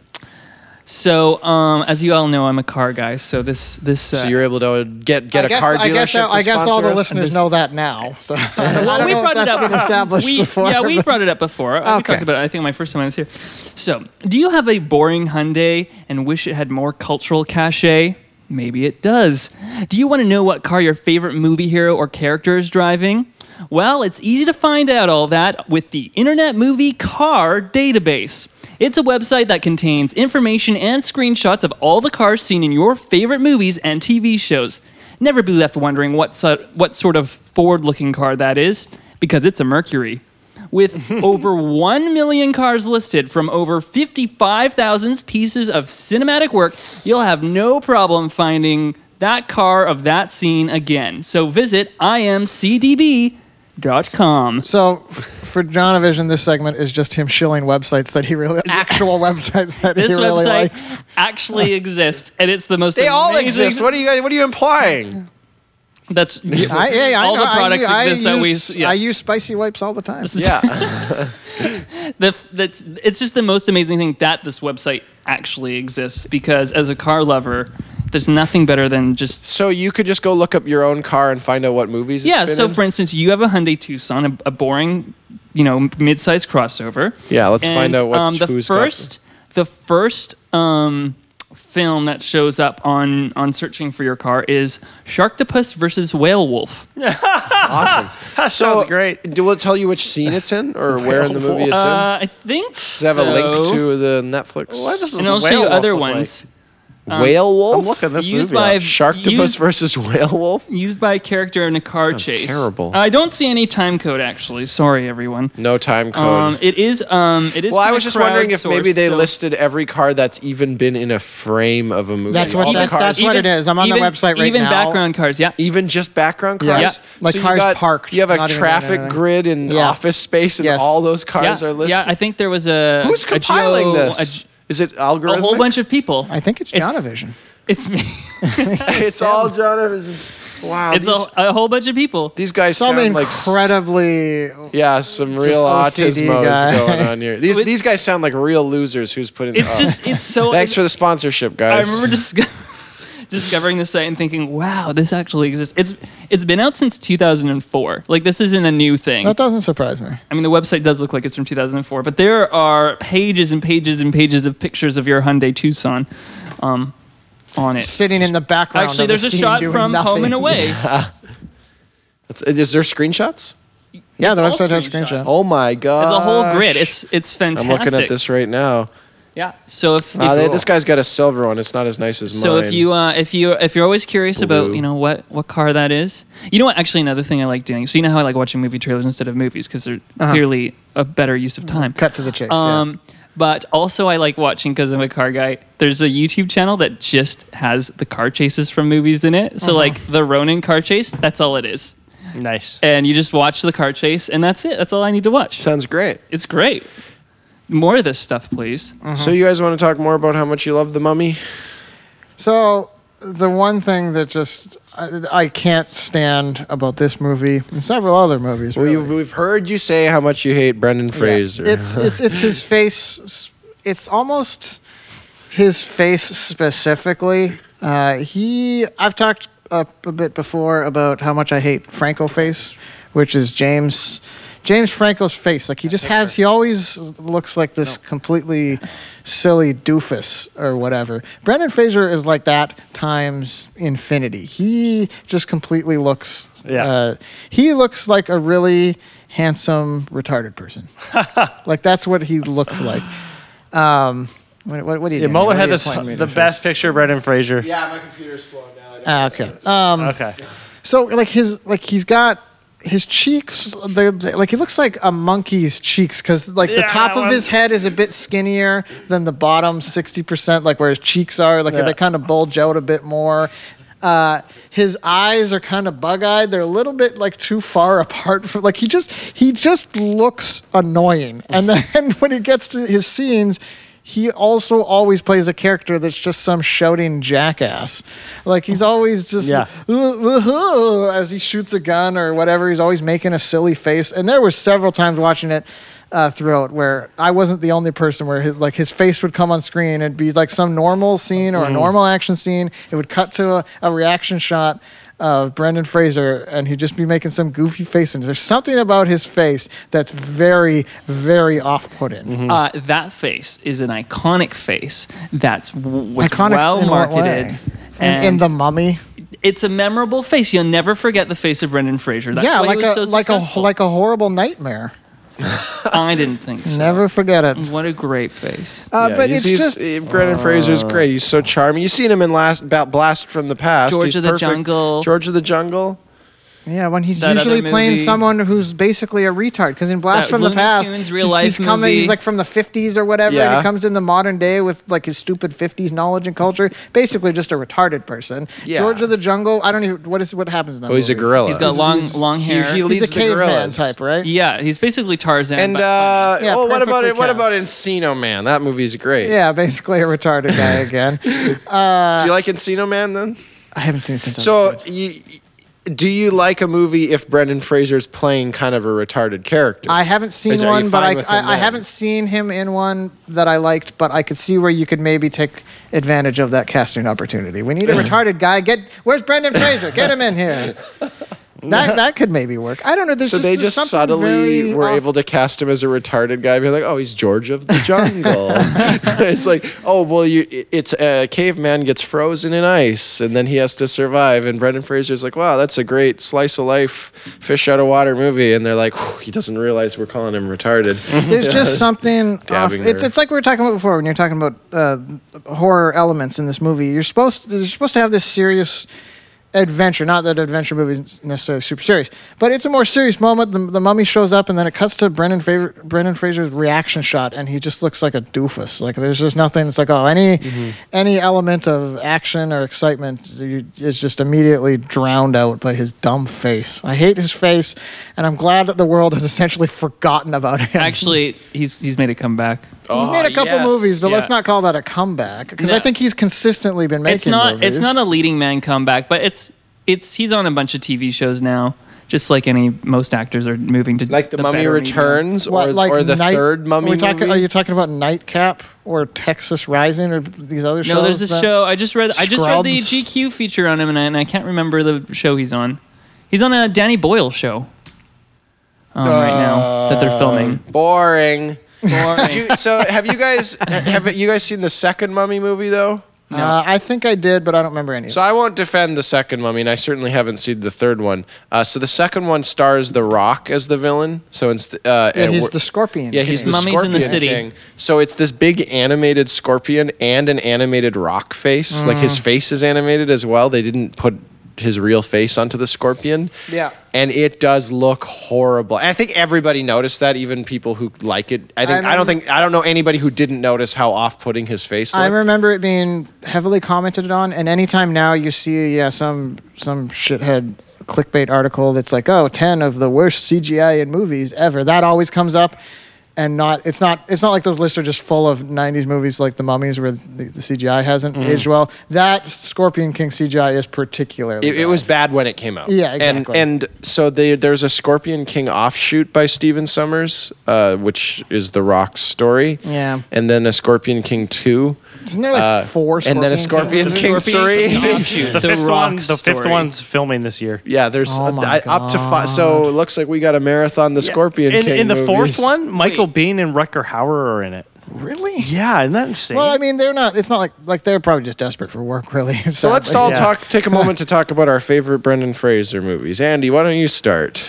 S5: So, um, as you all know, I'm a car guy. So this this uh,
S3: So you're able to get
S2: I
S3: get a
S2: guess,
S3: car
S2: I
S3: dealership.
S2: guess, uh, I
S3: to
S2: guess all
S3: sponsor
S2: the
S3: us?
S2: listeners
S5: This-
S2: know that now.
S3: *laughs*
S2: So I
S5: Well,
S2: don't
S5: we
S2: know if
S5: brought it
S2: that's
S5: up.
S2: been established
S5: we,
S2: before.
S5: Yeah, we
S2: but-
S5: brought it up before. We
S2: Okay.
S5: talked about it. I think my first time I was here. So, do you have a boring Hyundai and wish it had more cultural cachet? Maybe it does. Do you want to know what car your favorite movie hero or character is driving? Well, it's easy to find out all that with the Internet Movie Car Database. It's a website that contains information and screenshots of all the cars seen in your favorite movies and TV shows. Never be left wondering what, so- what sort of forward looking car that is, because it's a Mercury.
S2: *laughs*
S5: With over 1 million cars listed from over 55,000 pieces of cinematic work, you'll have no problem finding that car of that scene again. So visit imcdb.com.
S2: So f- for John Vision, this segment is just him shilling websites that he
S5: *laughs*
S2: really actual websites that
S5: This
S2: he really
S5: website
S2: likes. *laughs*
S5: actually exists, and it's the most
S3: They all
S5: amazing-
S3: exist. What are you guys? What are you implying?
S5: That's
S2: *laughs* I, yeah, I
S5: all
S2: know.
S5: the
S2: I
S5: products
S2: u- I
S5: exist that
S2: use-
S5: we. yeah.
S2: I use spicy wipes all the time.
S3: *laughs* yeah,
S5: the, that's it's just the most amazing thing that this website actually exists because as a car lover there's nothing better than just
S3: so you could just go look up your own car and find out what movies.
S5: yeah
S3: It's been
S5: so
S3: in?
S5: for instance you have a Hyundai Tucson a, a boring you know mid-sized crossover
S3: Yeah, let's
S5: And,
S3: find out what-
S5: um, the
S3: who's got-
S5: first the first um film that shows up on on searching for your car is Sharktopus versus Whale Wolf
S3: awesome.
S4: That
S3: so
S4: sounds great.
S3: Do we tell you which scene it's in or where in the movie it's in?
S5: uh, I think
S3: Does it have a link
S5: so.
S3: to the Netflix?
S4: Why does
S5: and
S4: Does
S5: I'll
S4: Whale
S5: show you
S4: Wolf
S5: other
S4: look like?
S5: ones
S3: whale wolf?
S4: I'm looking this
S5: used
S4: movie
S5: by
S4: up.
S3: Sharktopus
S5: used-
S3: versus *laughs* whale wolf.
S5: used by a character in a car
S3: Sounds
S5: chase.
S3: terrible.
S5: I don't see any time code actually. Sorry, everyone.
S3: No time code.
S5: Um, it is. Um, it is.
S3: Well, I
S5: kinda
S3: was just wondering if maybe
S5: crowdsourced,
S3: they
S5: so-
S3: listed every car that's even been in a frame of a movie.
S2: That's what
S3: All the
S2: that-
S3: cars,
S2: that's what it is. I'm on the
S5: even-
S2: website right
S5: even
S2: now.
S5: background cars. Yeah.
S3: even just background cars.
S2: Yeah.
S5: Yeah.
S2: Like
S3: you
S2: cars
S3: got-
S2: parked,
S3: You have a
S2: not even
S3: traffic
S2: anything.
S3: grid and
S2: Yeah.
S3: office space, and
S2: Yes.
S3: all those cars
S5: yeah,
S3: are listed.
S5: Yeah. I think there was a.
S3: Who's
S5: a
S3: compiling
S5: Joe-
S3: this? is it
S5: A,
S3: algorithm?
S5: a whole bunch of people.
S2: I think it's
S5: It's-
S2: John Vision.
S5: It's me.
S3: *laughs* it's all Jonovan. Wow.
S5: it's
S3: these,
S5: a, a whole bunch of people.
S3: these guys
S2: Some
S3: sound like
S2: incredibly
S3: s- yeah, some real
S2: OCD
S3: autismos
S2: guy.
S3: going on here. These
S5: With-
S3: these guys sound like real losers who's putting.
S5: It's
S3: oh.
S5: just. It's so. *laughs*
S3: thanks for the sponsorship,
S5: I
S3: guys.
S5: remember disco- *laughs* discovering this site and thinking, "Wow, this actually exists." It's it's been out since 2004. Like this isn't a new thing.
S2: That doesn't surprise me.
S5: I mean, the website does look like it's from 2004, but there are pages and pages and pages of pictures of your Hyundai Tucson um, on it.
S2: Sitting in the background.
S5: Actually,
S2: of the
S5: there's a
S2: scene
S5: shot
S2: doing
S5: from
S2: nothing.
S5: Home and *laughs* Away.
S3: *laughs* is there screenshots?
S2: Yeah, the
S5: It's all
S2: website has
S5: screenshots.
S2: screenshots.
S3: Oh my god!
S5: It's a whole grid. It's it's
S3: I'm
S5: fantastic.
S3: looking at this right now.
S5: Yeah. So if,
S3: Uh,
S5: if-
S3: they- this guy's got a silver one. It's not as nice as
S5: so
S3: mine.
S5: if you uh, if you if you're always curious about
S3: Blue.
S5: you know what what car that is, you know what? Actually, another thing I like doing. So you know how I like watching movie trailers instead of movies because they're clearly a better use of time.
S2: Cut to the chase. yeah.
S5: Um, But also, I like watching because I'm a car guy. There's a YouTube channel that just has the car chases from movies in it. So, like the Ronin car chase, that's all it is.
S4: Nice.
S5: And you just watch the car chase, and that's it. That's all I need to watch.
S3: sounds great.
S5: It's great. More of this stuff, please.
S3: So you guys want to talk more about how much you love the mummy?
S2: So the one thing that just I, I can't stand about this movie and several other movies.
S3: Well,
S2: Really.
S3: you've, we've heard you say how much you hate Brendan Fraser. *laughs*
S2: It's it's it's his face. It's almost his face specifically. Uh, he I've talked a, a bit before about how much I hate Franco face, which is James James Franco's face. Like he just has he always looks like this completely silly doofus or whatever. Brendan Fraser is like that times infinity. He just completely looks.
S4: Yeah.
S2: Uh, he looks like a really handsome retarded person. Like that's what he looks like. Um, what, what, what do you?
S4: Yeah,
S2: do?
S4: Mueller
S2: What
S4: had
S2: do you
S4: this,
S2: point me
S4: the
S2: to?
S4: best picture of Brendan Fraser.
S3: yeah, my computer's slow now.
S2: Ah, okay. Um,
S4: Okay.
S2: so like his like he's got his cheeks. They, they- like he looks like a monkey's cheeks because like the
S4: Yeah,
S2: top of
S4: well-
S2: his head is a bit skinnier than the bottom sixty percent. Like where his cheeks are, like
S4: Yeah.
S2: they kind of bulge out a bit more. Uh, his eyes are kind of bug-eyed. They're a little bit like too far *laughs* apart. For, like he just he just looks annoying. And then when he gets to his scenes, he also always plays a character that's just some shouting jackass. Like he's always just
S4: Yeah.
S2: "Ooh, ooh," as he shoots a gun or whatever. He's always making a silly face. And there were several times watching it uh, throughout where I wasn't the only person where his like his face would come on screen and be like some normal scene
S5: Mm.
S2: or a normal action scene. It would cut to a, a reaction shot of Brendan Fraser and he'd just be making some goofy face. And there's something about his face that's very, very off-putting.
S5: Uh, that face is an iconic face that's w- was
S2: Iconic
S5: well
S2: in what
S5: marketed.
S2: way? And in the Mummy,
S5: it's a memorable face. You'll never forget the face of Brendan Fraser. That's
S2: yeah,
S5: why
S2: like
S5: he was
S2: a
S5: so
S2: like a
S5: successful.
S2: like a horrible nightmare.
S5: I didn't think so.
S2: Never forget it.
S5: What a great face.
S2: Uh, but
S3: he's,
S2: it's
S3: he's,
S2: just Uh.
S3: eh, Brendan Fraser's great. He's so charming. You've seen him in last ba- Blast from the Past.
S5: George
S3: He's
S5: of the
S3: perfect.
S5: Jungle.
S3: George of the Jungle.
S2: Yeah, when he's
S5: That
S2: usually
S5: other
S2: playing
S5: movie.
S2: someone who's basically a retard. Because in Blast
S5: That
S2: from the
S5: Looney
S2: Past,
S5: Tunes
S2: he's,
S5: real
S2: he's
S5: life
S2: coming.
S5: movie.
S2: He's like from the '50s or whatever, and
S3: Yeah.
S2: he comes in the modern day with like his stupid '50s knowledge and culture. Basically, just a retarded person.
S3: Yeah.
S2: George of the Jungle. I don't even. What is what happens in that?
S3: Oh, he's a
S2: movie?
S3: gorilla.
S5: He's got long, long
S3: He-
S5: hair.
S3: he
S2: He's a
S3: leads the
S2: caveman
S3: gorillas.
S2: type, right?
S5: yeah, he's basically Tarzan.
S3: And
S5: but
S3: uh,
S5: funny.
S2: Yeah,
S3: oh, what about
S2: perfectly
S3: it? What
S2: cast.
S3: about Encino Man? That movie's great.
S2: Yeah, basically a retarded guy again.
S3: Do you like Encino Man then?
S2: I haven't seen it since. I was a
S3: So,
S2: kid.
S3: you, do you like a movie if Brendan Fraser's playing kind of a retarded character?
S2: I haven't seen
S3: Is- are you
S2: one, but
S3: fine
S2: I,
S3: with him
S2: I, I
S3: then?
S2: haven't seen him in one that I liked. But I could see where you could maybe take advantage of that casting opportunity. We
S3: *clears throat*
S2: need a retarded guy. Get where's Brendan Fraser? Get him in
S3: *laughs*
S2: here. That that could maybe work. I don't know. There's
S3: so
S2: just,
S3: they
S2: there's
S3: just
S2: something
S3: subtly
S2: very
S3: were
S2: off-
S3: able to cast him as a retarded guy, be like, "Oh, he's George of the
S2: *laughs*
S3: Jungle." *laughs* it's like, "Oh, well, you, it- it's uh, a caveman gets frozen in ice, and then he has to survive." And Brendan Fraser's like, "Wow, that's a great slice of life, fish out of water movie." And they're like, "Whew, "He doesn't realize we're calling him
S2: *laughs*
S3: retarded."
S2: There's just something off.
S3: Dabbing
S2: It's,
S3: her.
S2: it's like we were talking about before when you're talking about uh, horror elements in this movie. You're supposed to, you're supposed to have this serious adventure. Not that adventure movies necessarily super serious, but it's a more serious moment. The, the mummy shows up, and then it cuts to Brendan Favor- Brendan Fraser's reaction shot, and he just looks like a doofus. Like there's just nothing. It's like oh, any any element of action or excitement you- is just immediately drowned out by his dumb face. I hate his face, and I'm glad that the world has essentially forgotten about him.
S5: actually, he's he's made a comeback.
S3: Oh,
S2: He's made a couple
S3: yes.
S2: movies, but let's
S3: Yeah.
S2: not call that a comeback because I
S5: No.
S2: think he's consistently been making.
S5: It's not
S2: Movies.
S5: it's not a leading man comeback, but it's it's he's on a bunch of TV shows now. Just like any most actors are moving to
S3: Like the, Mummy
S5: better medium.
S3: Returns, or, or the
S2: Night-
S3: third Mummy
S2: Are, we talking,
S3: movie.
S2: are you talking about Nightcap or Texas Rising or these other shows?
S5: No, there's this
S2: that-
S5: show I just read. I just read the
S2: Scrubs.
S5: GQ feature on him, and I, and I can't remember the show he's on. He's on a Danny Boyle show um, right now that they're filming.
S2: Uh,
S5: *laughs*
S3: Boring. Boring. so have you guys have you guys seen the second Mummy movie though?
S2: Uh, I think I did, but I don't remember any. of
S3: So I won't defend the second mummy, and I certainly haven't seen the third one. Uh, so the second one stars The Rock as the villain. So inst- uh,
S2: Yeah,
S3: and
S2: he's
S3: we're-
S2: the scorpion
S3: Yeah, he's
S2: king.
S3: the
S5: Mummies
S3: scorpion
S5: in the City.
S3: king. So it's this big animated scorpion and an animated rock face. Like his
S5: Mm.
S3: face is animated as well. They didn't put his real face onto the scorpion.
S2: Yeah.
S3: And it does look horrible. And I think everybody noticed that, even people who like it. I think I,
S2: I'm-
S3: don't think I don't know anybody who didn't notice how off-putting his face.
S2: I
S3: looked.
S2: remember it being heavily commented on, and anytime now you see yeah some some shithead clickbait article that's like oh 10 of the worst CGI in movies ever that always comes up and not it's not it's not like those lists are just full of 90s movies like the mummies where the, the CGI hasn't
S3: Mm.
S2: aged well that Scorpion King CGI is particularly
S3: It, it
S2: bad.
S3: was bad when it came out.
S2: Yeah,
S3: And-
S2: exactly.
S3: And, so they, there's a Scorpion King offshoot by Steven Summers, uh, which is The Rock's story.
S2: Yeah.
S3: And then a Scorpion King 2.
S2: isn't there like
S3: uh,
S2: four
S3: and then a Scorpion
S2: Scorpion Kings?
S3: King
S5: Scorpion
S3: 3.
S5: King.
S4: The,
S5: The
S4: fifth,
S5: Rock
S4: one, the fifth
S5: story.
S4: one's filming this year.
S3: Yeah, there's
S2: Oh
S3: uh,
S2: my
S3: up to five. So it looks like we got a marathon the Scorpion
S4: in,
S3: King.
S4: in the fourth
S3: movies.
S4: one, Michael
S5: Wait.
S4: Bean and Rucker Hauer are in it. Really? Yeah, isn't that insane?
S2: well I mean they're not it's not like like they're probably just desperate for work really *laughs*
S3: So let's all
S4: Yeah.
S3: talk. Take a moment to talk about our favorite Brendan Fraser movies. Andy, why don't you start?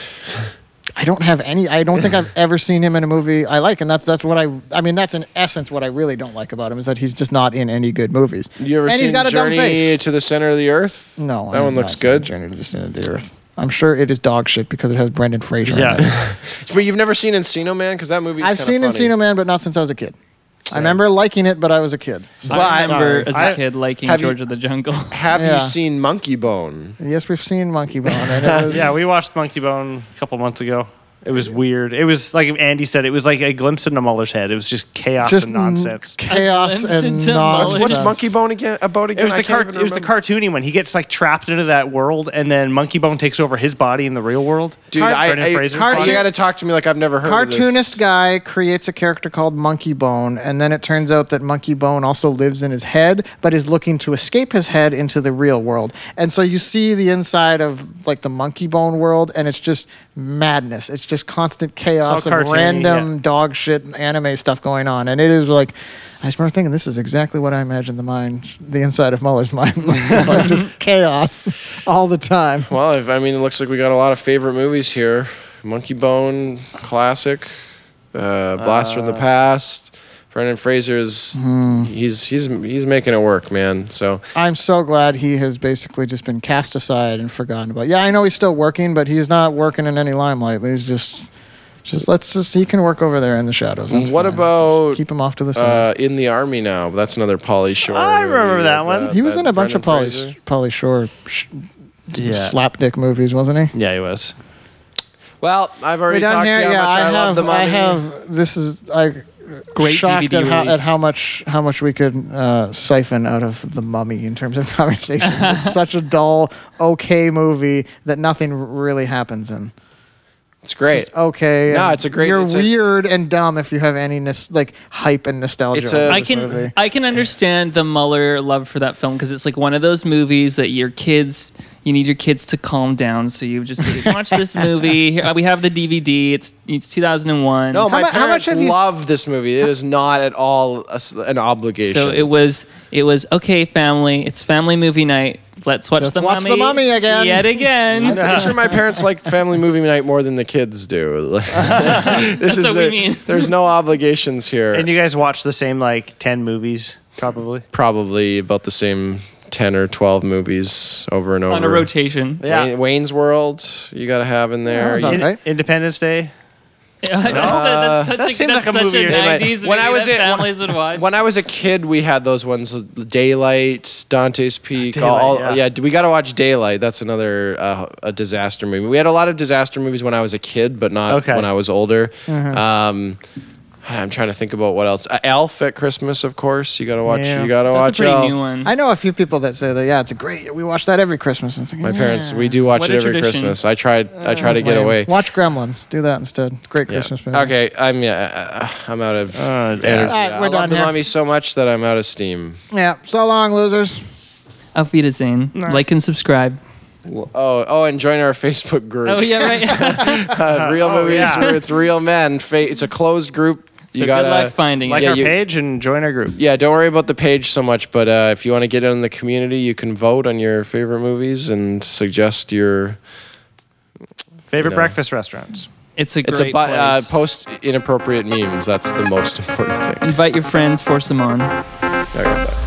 S2: I don't have any. I don't
S3: *laughs*
S2: think I've ever seen him in a movie I like, and that's that's what I. I mean, that's in essence what I really don't like about him is that he's just not in any good movies.
S3: You ever
S2: and
S3: seen
S2: he's got a dumb
S3: Journey
S2: face.
S3: to the Center of the Earth?
S2: No, I
S3: that
S2: have
S3: one
S2: not
S3: looks
S2: seen
S3: good.
S2: Journey to the Center of the Earth. I'm sure it is dog shit because it has Brendan Fraser. in it.
S4: yeah.
S3: But you've never seen Encino Man because that movie.
S2: I've seen Encino Man, but not since I was a kid. I remember liking it, but I was a kid. So-
S5: I remember as a
S3: I-
S5: kid liking
S3: have you-
S5: George of the Jungle.
S3: Have
S2: Yeah.
S3: you seen Monkey Bone?
S2: yes, we've seen Monkey Bone. And it was,
S4: yeah, we watched Monkey Bone a couple months ago. It was weird. It was like Andy said. It was like a glimpse into Muller's head. It was just chaos
S2: just
S4: and nonsense.
S2: chaos
S5: Glimpse
S2: and
S5: into
S2: nonsense.
S5: Molly's-
S3: What's
S5: Yes.
S3: Monkey Bone again? About again?
S4: It was
S3: I
S4: the
S3: can't
S4: car-
S3: even
S4: It was the
S3: remember.
S4: cartoony one. He gets like trapped into that world, and then Monkey Bone takes over his body in the real world.
S3: Dude, I,
S4: Brendan
S3: I,
S4: Fraser.
S3: you
S2: Cartoon-
S3: got to talk to me like I've never heard. of this.
S2: cartoonist guy creates a character called Monkey Bone, and then it turns out that Monkey Bone also lives in his head, but is looking to escape his head into the real world. And so you see the inside of like the Monkey Bone world, and it's just madness. It's just constant chaos
S4: all
S2: of
S4: cartoony,
S2: random
S4: yeah.
S2: dog shit and anime stuff going on, and it is like. I just remember thinking, this is exactly what I imagined the mind, the inside of Muller's mind *laughs* looks like. just chaos all the time.
S3: Well, if, I mean, it looks like we got a lot of favorite movies here. Monkey Bone, classic. Uh, Blast from the Past. Brendan Fraser's. He's he's he's making it work, man. So
S2: I'm so glad he has basically just been cast aside and forgotten about. Yeah, I know he's still working, but he's not working in any limelight. He's just, just let's just he can work over there in the shadows. That's
S3: What
S2: fine.
S3: about,
S2: keep him off to the side?
S3: uh, in the army now. That's another Polly Shore.
S4: I remember
S3: movie
S4: that
S3: with,
S4: one.
S3: uh,
S2: he was in a bunch
S3: Brendan
S2: of Polly
S3: Fraser.
S2: Polly Shore sh-
S4: Yeah.
S2: slapdick movies, wasn't he?
S4: yeah, he was.
S3: Well, I've already
S2: Way
S3: talked to you how
S2: yeah,
S3: much I,
S2: I
S3: love
S2: have,
S3: the mummy.
S2: I have. This is I.
S5: Great
S2: shocked
S5: DVD
S2: at how, at
S5: release.
S2: how much how much we could uh, siphon out of the mummy in terms of *laughs* conversation.
S5: *laughs*
S2: it's such a dull, okay movie that nothing really happens in.
S3: It's great.
S2: oh, okay.
S3: No,
S2: and
S3: it's a great-
S2: You're
S3: it's a-
S2: weird and dumb if you have any nos- like hype and nostalgia.
S3: It's a-
S2: over
S5: I
S2: this
S5: can
S2: movie.
S5: I can understand the Muller love for that film because it's like one of those movies that your kids you need your kids to calm down, so you just
S2: *laughs*
S5: watch this movie. Here, we have the DVD. It's it's 2001.
S3: No, my
S2: mu- how
S3: parents
S2: much have you s-
S3: love this movie. It is not at all a s an obligation.
S5: so it was it was okay, family. It's family movie night. Let's watch
S2: Let's
S5: the
S2: watch
S5: mummy.
S2: The Mummy again.
S5: Yet
S4: *laughs*
S5: again.
S3: I'm sure my parents like family movie night more than the kids do. *laughs*
S5: *laughs*
S3: this That's is
S5: what we
S3: their-
S5: mean.
S3: *laughs* There's no obligations here.
S4: And you guys watched the same like ten movies probably.
S3: Probably about the same ten or twelve movies over and over.
S5: On a rotation.
S4: Yeah.
S3: Wayne- Wayne's World, you got to have in there.
S2: Yeah, that was
S3: You-
S2: on- Right.
S4: Independence Day.
S5: Yeah, *laughs* that's, a, that's such
S4: That
S5: a,
S4: seemed
S5: that's
S4: like a
S5: such
S4: movie
S5: a
S4: they
S3: might-
S5: 90s
S3: When I
S5: movie
S3: was
S5: that
S3: in- when-
S5: families would watch.
S3: When I was a kid, we had those ones: Daylight, Dante's Peak.
S4: Daylight,
S3: all,
S4: yeah.
S3: yeah. we got to watch Daylight. That's another uh, a disaster movie. We had a lot of disaster movies when I was a kid, but not
S4: Okay.
S3: when I was older.
S2: Mm-hmm.
S3: Um, I'm trying to think about what else. Uh, Elf at Christmas, of course. You got to watch.
S2: Yeah.
S3: You got to
S5: that's a
S3: watch uh,
S5: pretty
S3: Elf.
S5: new one.
S2: I know a few people that say that. Yeah, it's a great. We watch that every Christmas. And it's like,
S3: My
S2: yeah. Uh,
S3: parents, we do watch
S5: What
S3: it
S5: a
S3: every
S5: tradition.
S3: Christmas. I tried. I try to get
S2: Lame.
S3: away.
S2: Watch Gremlins. Do that instead. It's a Great
S3: Yeah.
S2: Christmas movie.
S3: Okay, I'm yeah, uh, I'm out of energy.
S4: yeah.
S2: All right,
S3: I
S2: we're
S3: love
S2: done
S3: the
S2: here.
S3: mummy so much that I'm out of steam.
S2: Yeah. So long, losers.
S5: Auf Wiedersehen. Like
S3: *laughs*
S5: and subscribe.
S3: Oh, oh, and join our Facebook group.
S5: Oh yeah, right.
S3: Uh, real movies
S4: yeah.
S3: with real men. Fa- it's a closed group.
S5: So *laughs* good luck finding it.
S4: Like
S5: Yeah,
S4: our
S3: you-
S4: page and join our group.
S3: Yeah, don't worry about the page so much, but uh, if you want to get in the community, you can vote on your favorite movies and suggest your.
S4: Favorite
S3: Yeah.
S4: breakfast restaurants.
S5: It's a
S3: It's
S5: great
S3: a bu- uh,
S5: place.
S3: post inappropriate memes. That's the most *laughs* important thing.
S5: Invite your friends, force them on.
S3: All right, bye.